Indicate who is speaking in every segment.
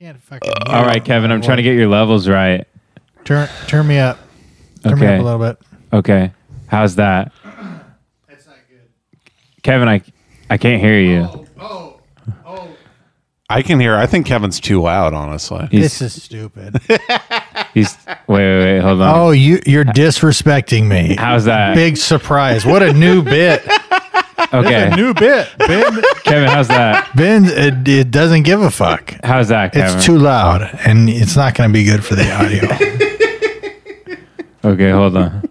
Speaker 1: Can't fucking. hear
Speaker 2: All right,
Speaker 1: it.
Speaker 2: Kevin, I'm trying to get your levels right.
Speaker 1: Turn turn me up. Turn me
Speaker 2: Okay.
Speaker 1: up a little bit.
Speaker 2: Okay. How's that?
Speaker 1: That's not good.
Speaker 2: Kevin, I I can't hear you.
Speaker 1: Oh, oh.
Speaker 3: I can hear. I think Kevin's too loud, honestly.
Speaker 2: He's,
Speaker 1: This is stupid.
Speaker 2: he's wait, wait, wait, hold on.
Speaker 1: oh, you you're disrespecting me.
Speaker 2: How's that?
Speaker 1: Big surprise. What a new bit.
Speaker 2: Okay.
Speaker 1: New bit. Ben
Speaker 2: Kevin, how's that?
Speaker 1: Ben it, it doesn't give a fuck.
Speaker 2: How's that, Kevin?
Speaker 1: It's too loud and it's not going to be good for the audio.
Speaker 2: okay, hold on.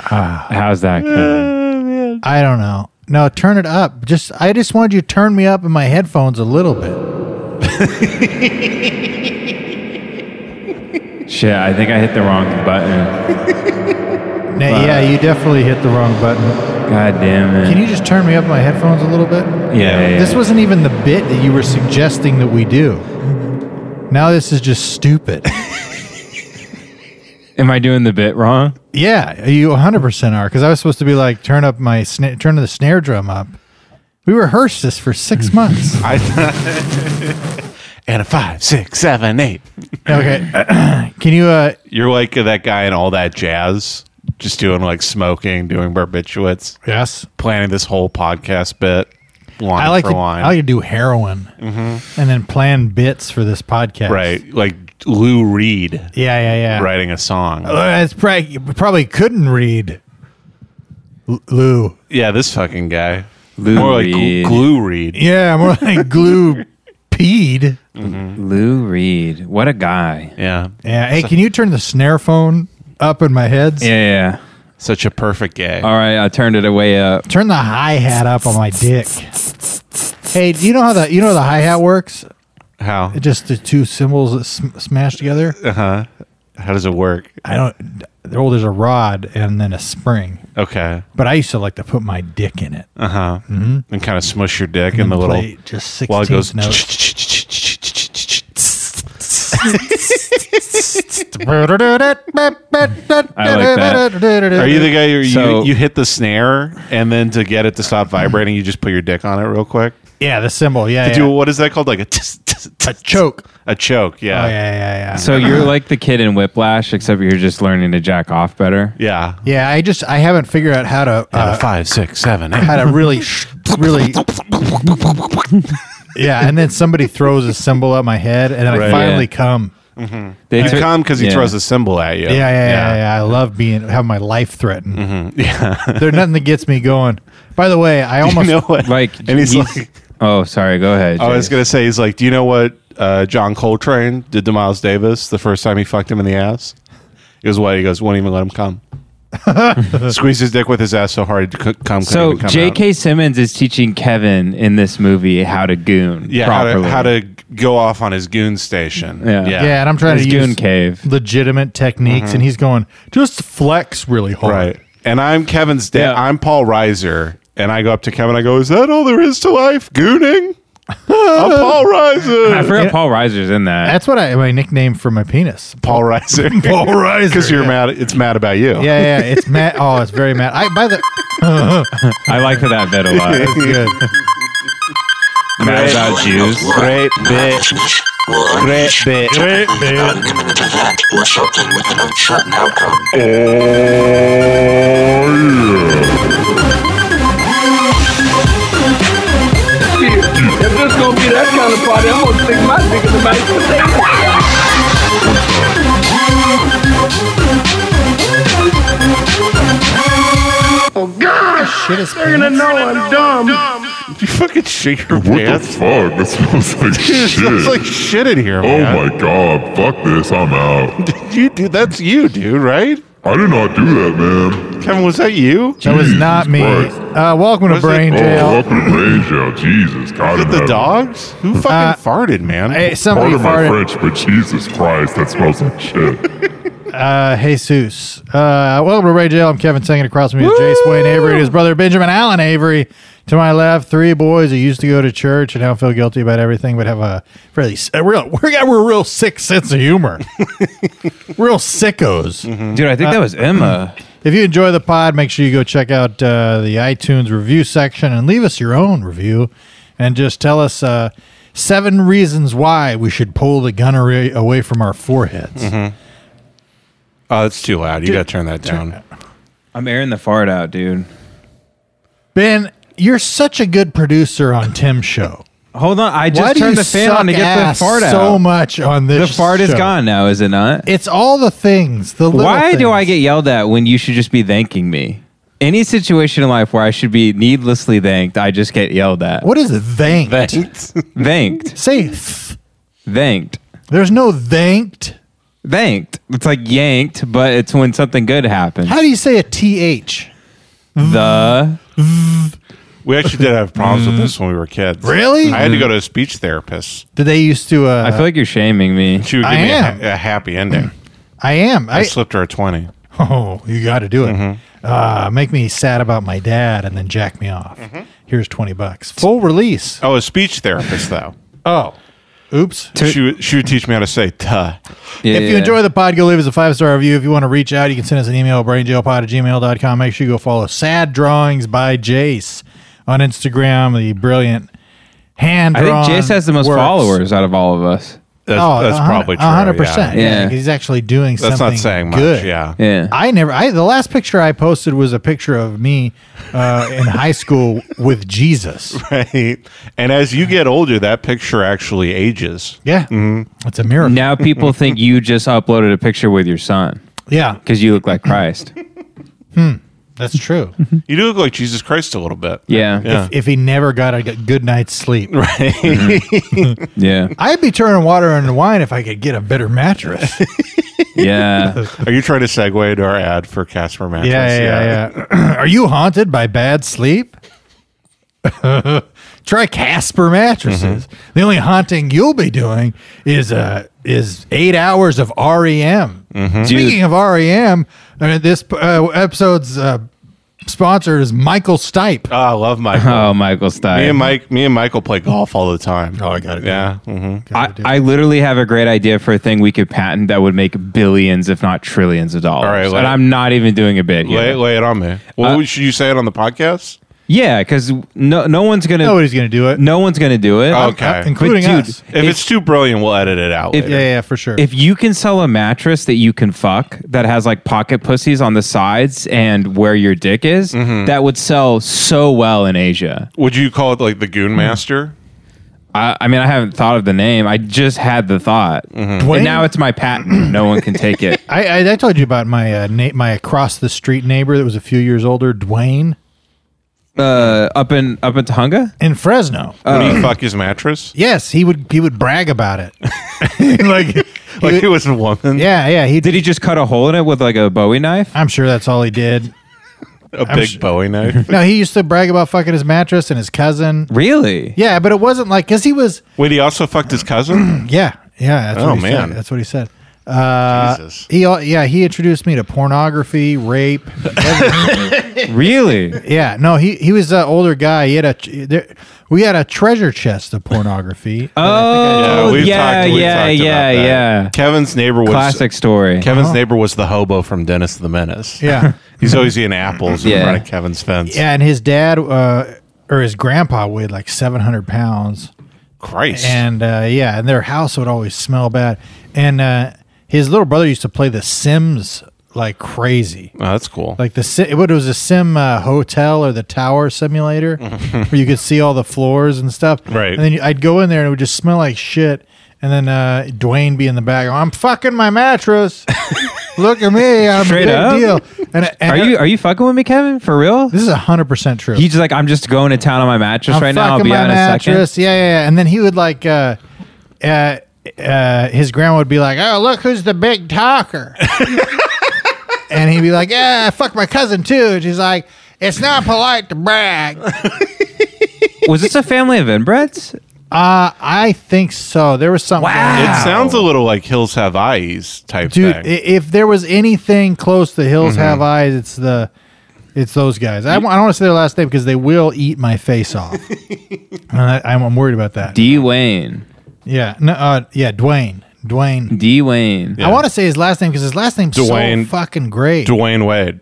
Speaker 1: Ah.
Speaker 2: How's that, Kevin?
Speaker 1: I don't know. No, turn it up. Just I just wanted you to turn me up in my headphones a little bit.
Speaker 2: Shit, I think I hit the wrong button.
Speaker 1: Now, yeah, you definitely hit the wrong button.
Speaker 2: God damn it.
Speaker 1: Can you just turn me up in my headphones a little bit?
Speaker 2: yeah, yeah, yeah.
Speaker 1: This wasn't even the bit that you were suggesting that we do.
Speaker 3: Mm-hmm.
Speaker 1: Now this is just stupid.
Speaker 2: Am I doing the bit wrong?
Speaker 1: yeah, you 100% are cuz I was supposed to be like turn up my sna- turn the snare drum up. We rehearsed this for 6 months.
Speaker 3: Mm-hmm. And a five, six, seven, eight.
Speaker 1: okay. Can you uh
Speaker 3: You're like that guy in all that jazz, just doing like smoking, doing barbiturates,
Speaker 1: yes.
Speaker 3: planning this whole podcast bit line
Speaker 1: I like Oh,
Speaker 3: for
Speaker 1: to,
Speaker 3: line.
Speaker 1: I like to do heroin and then plan bits for this podcast.
Speaker 3: right. Like Lou Reed
Speaker 1: Yeah, yeah, yeah.
Speaker 3: writing a song.
Speaker 1: Uh, It's probably you probably couldn't read. L- Lou.
Speaker 3: yeah, this fucking guy.
Speaker 2: Lou
Speaker 3: More like
Speaker 2: Reed.
Speaker 3: gl- glue Reed.
Speaker 1: Yeah, more like glue peed.
Speaker 2: Lou Reed. What a guy.
Speaker 3: Yeah.
Speaker 1: Yeah. Hey, can you turn the snare phone up in my heads?
Speaker 2: Yeah, yeah.
Speaker 3: Such a perfect gay.
Speaker 2: All right, I turned it away up.
Speaker 1: Turn the hi hat up on my dick. Hey, do you know how the you know how the hi hat works?
Speaker 3: How?
Speaker 1: It just the two cymbals that sm- smash together.
Speaker 3: Uh-huh. How does it work?
Speaker 1: I don't. Well, there's a rod and then a spring.
Speaker 3: Okay.
Speaker 1: But I used to like to put my dick in it.
Speaker 3: Uh huh. Mm-hmm. And kind of smush your dick in the
Speaker 1: and
Speaker 3: little
Speaker 1: play just
Speaker 3: while it
Speaker 1: 16th
Speaker 3: goes.
Speaker 1: notes.
Speaker 3: Are you the guy who you,
Speaker 2: So-
Speaker 3: you hit the snare and then to get it to stop vibrating, you just put your dick on it real quick?
Speaker 1: Yeah, the symbol. Yeah,
Speaker 3: To
Speaker 1: yeah.
Speaker 3: do what is that called? Like a tss, tss,
Speaker 1: a
Speaker 3: tss,
Speaker 1: choke.
Speaker 3: a choke. Yeah.
Speaker 1: Oh yeah, yeah, yeah.
Speaker 2: So you're like the kid in Whiplash, except you're just learning to jack off better.
Speaker 3: yeah.
Speaker 1: yeah, I just I haven't figured out how to
Speaker 3: And a
Speaker 1: uh,
Speaker 3: five, six, seven, eight.
Speaker 1: how to really sh- really. Yeah, and then somebody throws a symbol at my head, and then I
Speaker 3: Right.
Speaker 1: finally
Speaker 2: Yeah.
Speaker 1: come.
Speaker 2: They
Speaker 3: You
Speaker 2: took-
Speaker 3: come because he
Speaker 2: yeah.
Speaker 3: throws a symbol at you.
Speaker 1: Yeah, yeah, yeah, yeah. I love being have my life threatened. There's nothing that gets me going. By the way, I
Speaker 3: You
Speaker 1: almost
Speaker 3: know what?
Speaker 2: Like,
Speaker 3: and he's, like,
Speaker 2: oh, sorry, go ahead.
Speaker 3: I was
Speaker 2: Jay.
Speaker 3: gonna say, he's like, do you know what uh, John Coltrane did to Miles Davis the first time he fucked him in the ass? He goes, what? He goes, won't even let him come. Squeezed his dick with his ass so hard he could come. couldn't
Speaker 2: So
Speaker 3: even come out.
Speaker 2: J.K. Simmons is teaching Kevin in this movie how to goon
Speaker 3: yeah, how to,
Speaker 2: properly.
Speaker 3: how to go off on his goon station.
Speaker 2: Yeah.
Speaker 3: yeah,
Speaker 1: Yeah, and I'm trying
Speaker 2: His
Speaker 1: to
Speaker 2: goon
Speaker 1: use
Speaker 2: cave.
Speaker 1: legitimate techniques, and he's going just flex really hard.
Speaker 3: right. And I'm Kevin's dad.
Speaker 2: Yeah.
Speaker 3: I'm Paul Reiser, and I go up to Kevin. I go, "Is that all there is to life? Gooning? I'm Paul
Speaker 2: I
Speaker 3: Reiser.
Speaker 2: forgot Paul Reiser's in that.
Speaker 1: That's what I my nickname for my penis.
Speaker 3: Paul Reiser.
Speaker 1: Paul Reiser,
Speaker 3: Because you're
Speaker 1: yeah.
Speaker 3: mad. It's mad about you.
Speaker 1: Yeah, yeah, it's mad. Oh, it's very mad. I by the
Speaker 2: I like that bit a lot.
Speaker 1: good.
Speaker 2: Mad about Jews.
Speaker 3: Great bitch. Great bitch.
Speaker 1: Great bit.
Speaker 4: an imminent event or something with an uncertain outcome.
Speaker 5: If this gonna be that kind of party, I'm gonna stick my dick in the mashed potato.
Speaker 1: Shit is pants.
Speaker 5: No, I'm dumb.
Speaker 3: Did you fucking shake your
Speaker 6: What the
Speaker 3: pants?
Speaker 6: fuck? That smells like
Speaker 3: It
Speaker 6: shit.
Speaker 3: smells like shit in here,
Speaker 6: oh
Speaker 3: man.
Speaker 6: my god, fuck this, I'm out.
Speaker 3: You, dude, that's you, dude, right?
Speaker 6: I did not do that, man.
Speaker 3: Kevin, was that you?
Speaker 1: That was not me.
Speaker 6: Christ.
Speaker 1: Uh, welcome to
Speaker 3: Was it-
Speaker 1: Brain
Speaker 6: Oh,
Speaker 1: Jail.
Speaker 6: welcome to Brain Jail. Jesus, God
Speaker 3: Is
Speaker 6: in
Speaker 3: it the
Speaker 6: heaven.
Speaker 3: dogs? Who fucking
Speaker 1: Uh,
Speaker 3: farted, man?
Speaker 1: Hey,
Speaker 6: Part
Speaker 1: somebody
Speaker 6: of my
Speaker 1: farted.
Speaker 6: French, but Jesus Christ, that smells like shit.
Speaker 1: Uh, Jesus. Uh, welcome to Brain Jail. I'm Kevin Singing across from me is Jace Wayne Avery and his brother Benjamin Allen Avery. To my left, three boys who used to go to church and now feel guilty about everything, but have a really s- a real we got a real sick sense of humor. real sickos.
Speaker 2: Dude, I think that was Emma.
Speaker 1: If you enjoy the pod, make sure you go check out uh, the iTunes review section and leave us your own review, and just tell us uh, Seven reasons why we should pull the gun array away from our foreheads.
Speaker 3: Oh, it's too loud. You got to turn that down.
Speaker 2: I'm airing the fart out, dude.
Speaker 1: Ben, you're such a good producer on Tim's show.
Speaker 2: Hold on, I
Speaker 1: Why
Speaker 2: just
Speaker 1: do you
Speaker 2: turned the fan on to
Speaker 1: suck
Speaker 2: get the
Speaker 1: ass
Speaker 2: fart out.
Speaker 1: so much on
Speaker 2: the
Speaker 1: this?
Speaker 2: fart is
Speaker 1: show?
Speaker 2: gone now, is it not?
Speaker 1: It's all the things. The little
Speaker 2: Why do
Speaker 1: things.
Speaker 2: I get yelled at when you should just be thanking me? Any situation in life where I should be needlessly thanked, I just get yelled at.
Speaker 1: What is it? Thanked.
Speaker 2: Thanked,
Speaker 1: Say th.
Speaker 2: thanked,
Speaker 1: There's no thanked.
Speaker 2: thanked. It's like yanked, but it's when something good happens.
Speaker 1: How do you say a th?
Speaker 2: The
Speaker 3: we actually did have problems with this when we were kids.
Speaker 1: Mm-hmm. Really? Mm-hmm.
Speaker 3: I had to go to a speech therapist.
Speaker 1: Did they used to? Uh,
Speaker 2: I feel like you're shaming me.
Speaker 3: She would give
Speaker 1: I
Speaker 3: me a,
Speaker 1: am.
Speaker 3: ha- a happy ending.
Speaker 1: I am.
Speaker 3: I,
Speaker 1: I,
Speaker 3: slipped her a 20.
Speaker 1: oh, you got to do it.
Speaker 2: Mm-hmm.
Speaker 1: Uh, make me sad about my dad and then jack me off.
Speaker 2: Mm-hmm.
Speaker 1: Here's twenty bucks. Full release.
Speaker 3: Oh, a speech therapist, though.
Speaker 1: Oh, oops.
Speaker 3: she, would- she would teach me how to say tuh.
Speaker 1: If you enjoy the pod, go leave us a five star review. If you want to reach out, you can send us an email, brainjailpod at gmail.com. Make sure you go follow Sad Drawings by Jace on Instagram, the brilliant hand
Speaker 2: I think Jace has the most
Speaker 1: works.
Speaker 2: followers out of all of us.
Speaker 3: That's,
Speaker 1: Oh,
Speaker 3: that's
Speaker 1: a hun-
Speaker 3: probably true.
Speaker 1: a
Speaker 3: yeah.
Speaker 1: 100%. Yeah.
Speaker 2: Yeah.
Speaker 1: 'cause he's actually doing
Speaker 3: That's
Speaker 1: something
Speaker 3: not saying much.
Speaker 1: good.
Speaker 3: Yeah.
Speaker 2: Yeah.
Speaker 1: I never, I the last picture I posted was a picture of me uh, in high school with Jesus.
Speaker 3: Right. And as you get older, that picture actually ages.
Speaker 1: Yeah.
Speaker 3: Mm-hmm.
Speaker 1: It's a miracle.
Speaker 2: now people think you just uploaded a picture with your son
Speaker 1: Yeah.
Speaker 2: because you look like Christ.
Speaker 1: That's true.
Speaker 3: You do look like Jesus Christ a little bit.
Speaker 2: Yeah.
Speaker 3: Yeah.
Speaker 1: if he never got a g- good night's sleep,
Speaker 2: Yeah.
Speaker 1: I'd be turning water into wine if I could get a better mattress.
Speaker 2: Yeah.
Speaker 3: Are you trying to segue to our ad for Casper Mattress?
Speaker 1: Yeah, yeah, yeah. Are you haunted by bad sleep? Try Casper mattresses. The only haunting you'll be doing is uh is eight hours of REM. Speaking of REM, I mean, this uh, episode's uh, sponsor is Michael Stipe.
Speaker 3: Oh, I love Michael.
Speaker 2: Oh, Michael
Speaker 3: me
Speaker 2: Stein.
Speaker 3: and Mike, me and Michael play golf all the time.
Speaker 1: Oh, I gotta go.
Speaker 3: Yeah, mhm.
Speaker 2: I, I literally have a great idea for a thing we could patent that would make billions, if not trillions, of dollars.
Speaker 3: All right, let-
Speaker 2: and I'm not even doing a bit here.
Speaker 3: Lay, lay it on me.
Speaker 2: Uh,
Speaker 3: Well, should you say it on the podcast?
Speaker 2: yeah, because no, no one's gonna,
Speaker 1: Nobody's gonna do it,
Speaker 2: no one's gonna do it.
Speaker 3: Oh, okay.
Speaker 1: Uh, including
Speaker 2: But dude,
Speaker 1: us.
Speaker 3: If, it's too brilliant, we'll edit it out.
Speaker 1: Yeah,
Speaker 3: later.
Speaker 1: yeah, for sure.
Speaker 2: If you can sell a mattress that you can fuck that has like pocket pussies on the sides and where your dick is, that would sell so well in Asia.
Speaker 3: Would you call it like the Goon
Speaker 2: Hmm.
Speaker 3: Master?
Speaker 2: I, I mean, I haven't thought of the name. I just had the thought,
Speaker 1: Dwayne-
Speaker 2: and now it's my patent. No one can take it.
Speaker 1: I, I I told you about my uh, na- my across the street neighbor that was a few years older, Dwayne
Speaker 2: Uh, up in up in Tonga,
Speaker 1: in Fresno.
Speaker 2: Uh,
Speaker 3: Would he fuck his mattress?
Speaker 1: Yes, he would. He would brag about it. like,
Speaker 3: Like it was a woman,
Speaker 1: yeah, yeah. He
Speaker 2: did he just cut a hole in it with like a Bowie knife?
Speaker 1: I'm sure that's all he did.
Speaker 3: a big
Speaker 1: su-
Speaker 3: Bowie knife.
Speaker 1: No, he used to brag about fucking his mattress and his cousin.
Speaker 2: Really?
Speaker 1: Yeah, but it wasn't like because he was.
Speaker 3: Wait, he also fucked his cousin.
Speaker 1: Yeah, yeah. That's
Speaker 3: Oh,
Speaker 1: what he
Speaker 3: man.
Speaker 1: said. that's what he said. Uh,
Speaker 3: Jesus.
Speaker 1: He, al- yeah, he introduced me to pornography, rape.
Speaker 2: Really?
Speaker 1: yeah, no, he he was an older guy. He had a tr- there, we had a treasure chest of pornography.
Speaker 2: Oh,
Speaker 3: we've
Speaker 2: yeah,
Speaker 3: talked- we've
Speaker 2: yeah,
Speaker 3: talked about
Speaker 2: yeah,
Speaker 3: that.
Speaker 2: yeah.
Speaker 3: Kevin's neighbor was
Speaker 2: Classic Uh-huh. story.
Speaker 3: Kevin's neighbor was the hobo from Dennis the Menace.
Speaker 1: yeah,
Speaker 3: He's always eating apples in
Speaker 2: Yeah.
Speaker 3: front of Kevin's fence.
Speaker 1: yeah, and his dad uh, or his grandpa weighed like 700 pounds.
Speaker 3: Christ.
Speaker 1: and uh, yeah, and their house would always smell bad. And uh, his little brother used to play The Sims like crazy.
Speaker 3: oh, that's cool.
Speaker 1: Like the si- what it was a sim uh, hotel or the tower simulator where you could see all the floors and stuff.
Speaker 3: Right.
Speaker 1: And then you- I'd go in there and it would just smell like shit. And then uh, Dwayne be in the back. I'm fucking my mattress. Look at me. I'm a
Speaker 2: Straight
Speaker 1: big
Speaker 2: up?
Speaker 1: deal. And, and
Speaker 2: Are you are you fucking with me, Kevin? For real?
Speaker 1: This is hundred percent true.
Speaker 2: He's just like, I'm just going to town on my mattress right now. I'll
Speaker 1: fucking
Speaker 2: be
Speaker 1: my
Speaker 2: out in a second.
Speaker 1: mattress. Yeah, yeah, yeah. And then he would like, uh, uh, uh, his grandma would be like, "Oh, look who's the big talker," and he'd be like, "Yeah, I fucked my cousin too." And she's like, "It's not polite to brag." Uh,
Speaker 2: Was this a family of inbreds?
Speaker 1: I think so. There was something.
Speaker 2: Wow.
Speaker 3: It sounds a little like Hills Have Eyes type
Speaker 1: dude. i-
Speaker 3: thing.
Speaker 1: If there was anything close to Hills Have Eyes, it's the. It's those guys. I, wa- I don't want to say their last name because they will eat my face off. And I, I'm, I'm worried about that.
Speaker 2: Dwayne.
Speaker 1: yeah. No, uh, yeah. Dwayne. Dwayne.
Speaker 2: Dwayne.
Speaker 1: I want to say his last name because his last name's
Speaker 3: Dwayne-
Speaker 1: so fucking great.
Speaker 3: Dwayne Wade.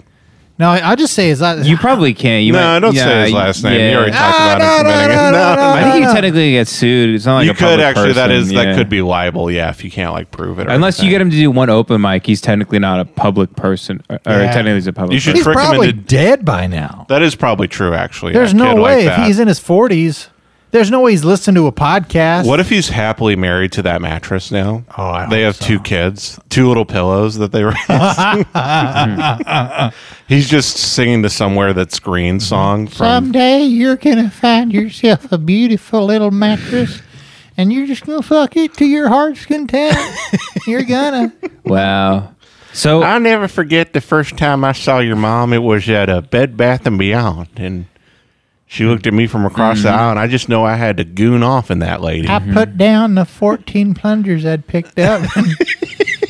Speaker 1: No, I, I just say is that
Speaker 2: You probably can't. You
Speaker 3: no,
Speaker 2: might,
Speaker 3: don't say
Speaker 2: yeah,
Speaker 3: his last name.
Speaker 2: yeah.
Speaker 3: You already talked
Speaker 1: Ah,
Speaker 3: about
Speaker 1: no,
Speaker 3: it. for a
Speaker 1: no,
Speaker 3: minute ago.
Speaker 1: no, no, no,
Speaker 2: I think you
Speaker 1: no.
Speaker 2: technically get sued. It's not like
Speaker 3: you
Speaker 2: a
Speaker 3: could
Speaker 2: public
Speaker 3: actually. that
Speaker 2: person,
Speaker 3: is
Speaker 2: yeah.
Speaker 3: that could be liable. Yeah, if you can't like prove it. Or
Speaker 2: Unless you
Speaker 3: anything.
Speaker 2: get him to do one open mic, he's technically not a public person, or, or
Speaker 1: Yeah.
Speaker 2: technically he's a public.
Speaker 3: You should
Speaker 1: he's
Speaker 2: person.
Speaker 3: trick him
Speaker 1: probably
Speaker 3: into-
Speaker 1: dead by now.
Speaker 3: That is probably true. Actually,
Speaker 1: There's
Speaker 3: a
Speaker 1: no
Speaker 3: kid like
Speaker 1: way
Speaker 3: that.
Speaker 1: if he's in his 40s, there's no way he's listening to a podcast.
Speaker 3: What if he's happily married to that mattress now?
Speaker 1: Oh, I
Speaker 3: they
Speaker 1: hope
Speaker 3: have two kids, two little pillows that they raised. he's just singing the "Somewhere That's Green" song. From,
Speaker 1: Someday you're gonna find yourself a beautiful little mattress, and you're just gonna fuck it to your heart's content. you're gonna.
Speaker 2: Wow. So
Speaker 3: I'll never forget the first time I saw your mom. It was at a Bed Bath and Beyond, and she looked at me from across
Speaker 2: Mm-hmm.
Speaker 3: the aisle, and I just know I had to goon off in that lady.
Speaker 1: I put down the 14 plungers I'd picked up. and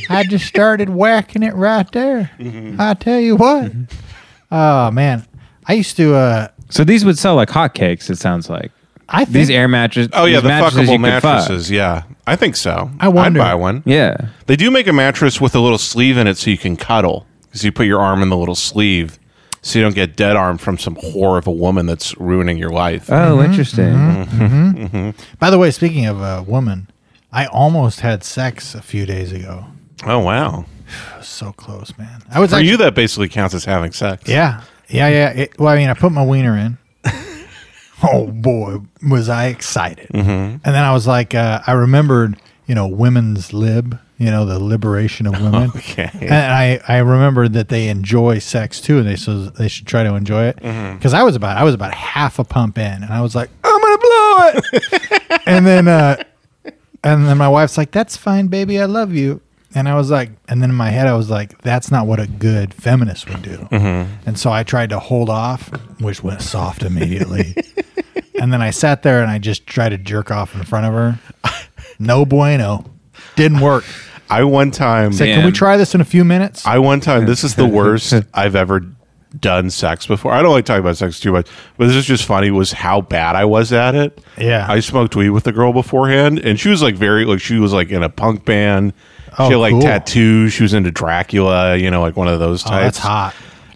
Speaker 1: I just started whacking it right there.
Speaker 3: Mm-hmm.
Speaker 1: I tell you what. Oh man, I used to. uh
Speaker 2: so these would sell like hotcakes. It sounds like
Speaker 1: I think
Speaker 2: these air mattresses.
Speaker 3: oh yeah,
Speaker 2: these
Speaker 3: the
Speaker 2: mattresses you
Speaker 3: fuckable
Speaker 2: could fuck.
Speaker 3: mattresses. Yeah, I think so.
Speaker 1: I wonder.
Speaker 3: I'd buy one.
Speaker 2: Yeah.
Speaker 3: They do make a mattress with a little sleeve in it so you can cuddle because you put your arm in the little sleeve so you don't get dead arm from some whore of a woman that's ruining your life.
Speaker 2: Oh,
Speaker 1: Mm-hmm,
Speaker 2: interesting.
Speaker 1: By the way, speaking of a woman, I almost had sex a few days ago.
Speaker 3: oh, wow.
Speaker 1: I was so close, man. I was
Speaker 3: For
Speaker 1: actually,
Speaker 3: you, that basically counts as having sex.
Speaker 1: Yeah, yeah, yeah. It, well, I mean, I put my wiener in. oh boy, was I excited!
Speaker 3: Mm-hmm.
Speaker 1: And then I was like, uh, I remembered, you know, women's lib, you know, the liberation of women.
Speaker 3: Okay.
Speaker 1: And
Speaker 2: Uh,
Speaker 1: I, I remembered that they enjoy sex too, and they so they should try to enjoy it. Because I was about, I was about half a pump in, and I was like, I'm gonna blow it. and then, uh, and then my wife's like, "That's fine, baby. I love you." And I was like, and then in my head, I was like, "That's not what a good feminist would do." And so I tried to hold off, which went soft immediately. and then I sat there and I just tried to jerk off in front of her. No bueno. Didn't work.
Speaker 3: I one time,
Speaker 1: Said, "Can
Speaker 2: Man.
Speaker 1: we try this in a few minutes?"
Speaker 3: I one time, this is the worst I've ever done sex before. I don't like talking about sex too much, but this is just funny was how bad I was at it.
Speaker 1: Yeah.
Speaker 3: I smoked weed with the girl beforehand and she was like very like she was like in a punk band.
Speaker 1: Oh,
Speaker 3: she had like
Speaker 1: cool.
Speaker 3: tattoos. She was into Dracula, you know, like one of those types.
Speaker 1: oh, that's hot.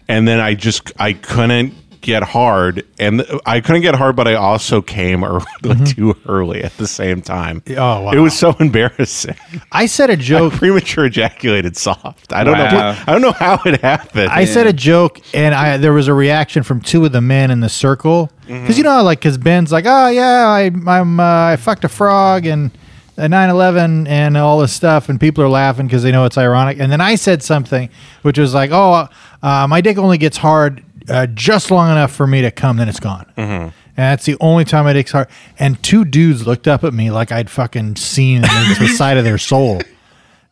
Speaker 3: and then I just I couldn't get hard, and th- I couldn't get hard, but I also came early, like too early at the same time.
Speaker 1: Mm-hmm. Oh, wow.
Speaker 3: It was so embarrassing.
Speaker 1: I said a joke.
Speaker 3: Premature ejaculated soft. I don't
Speaker 2: Wow.
Speaker 3: know. I don't know how it happened.
Speaker 1: I said a joke, and I there was a reaction from two of the men in the circle because you know, how, like, because Ben's like, oh yeah, I I'm uh, I fucked a frog and a 9/11 and all this stuff, and people are laughing because they know it's ironic. And then I said something which was like, oh, uh, my dick only gets hard uh, just long enough for me to come, then it's gone. And that's the only time my dick's hard. And two dudes looked up at me like I'd fucking seen into the side of their soul.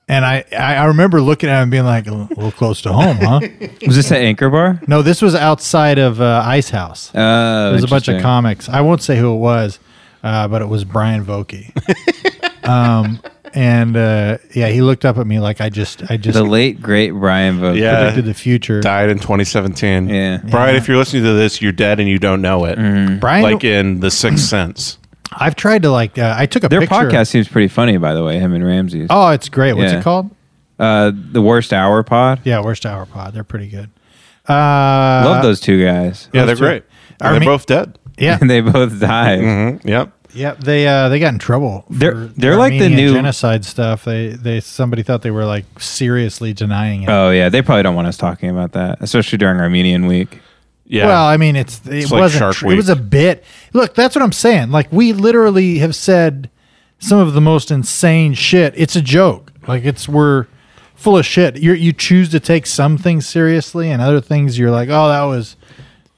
Speaker 1: And I, I I remember looking at him and being like, a little close to home, huh?
Speaker 2: Was this at Anchor Bar?
Speaker 1: No, this was outside of uh, Ice House.
Speaker 2: Oh,
Speaker 1: there was a bunch of
Speaker 2: interesting.
Speaker 1: comics. I won't say who it was, uh, but it was Brian Vokey. um, and uh, yeah, he looked up at me like I just, I just
Speaker 2: The uh, late great Brian Vogt.
Speaker 3: Yeah.
Speaker 1: predicted the future.
Speaker 3: died in 2017.
Speaker 2: Yeah.
Speaker 3: Brian, if you're listening to this, you're dead and you don't know it.
Speaker 1: Brian,
Speaker 3: Like in The Sixth Sense.
Speaker 1: I've tried to like, uh, I took a
Speaker 2: Their
Speaker 1: picture.
Speaker 2: podcast seems pretty funny, by the way. Him and Ramsey's.
Speaker 1: Oh, it's great. What's
Speaker 2: Yeah.
Speaker 1: it called?
Speaker 2: Uh, the worst hour pod.
Speaker 1: Yeah, Worst Hour Pod. They're pretty good. Uh,
Speaker 2: Love those two guys.
Speaker 3: Yeah, they're
Speaker 1: Those two-
Speaker 3: great.
Speaker 1: Are
Speaker 3: And they're
Speaker 1: me-
Speaker 3: both dead. Mm-hmm.
Speaker 1: Yeah, Mm.
Speaker 2: they both died.
Speaker 3: Yep.
Speaker 1: yeah. They uh, they got in trouble.
Speaker 2: They're-
Speaker 1: for
Speaker 2: they're like the
Speaker 1: Armenian
Speaker 2: new-
Speaker 1: genocide stuff. They they somebody thought they were like seriously denying it.
Speaker 2: Oh yeah, they probably don't want us talking about that, especially during Armenian week.
Speaker 3: Yeah.
Speaker 1: Well, I mean, it's it
Speaker 3: It's like
Speaker 1: wasn't.
Speaker 3: Shark
Speaker 1: tr- it was a
Speaker 3: Week.
Speaker 1: bit. Look, that's what I'm saying. Like we literally have said some of the most insane shit. It's a joke. Like it's we're full of shit. You you choose to take some things seriously and other things you're like, oh, that was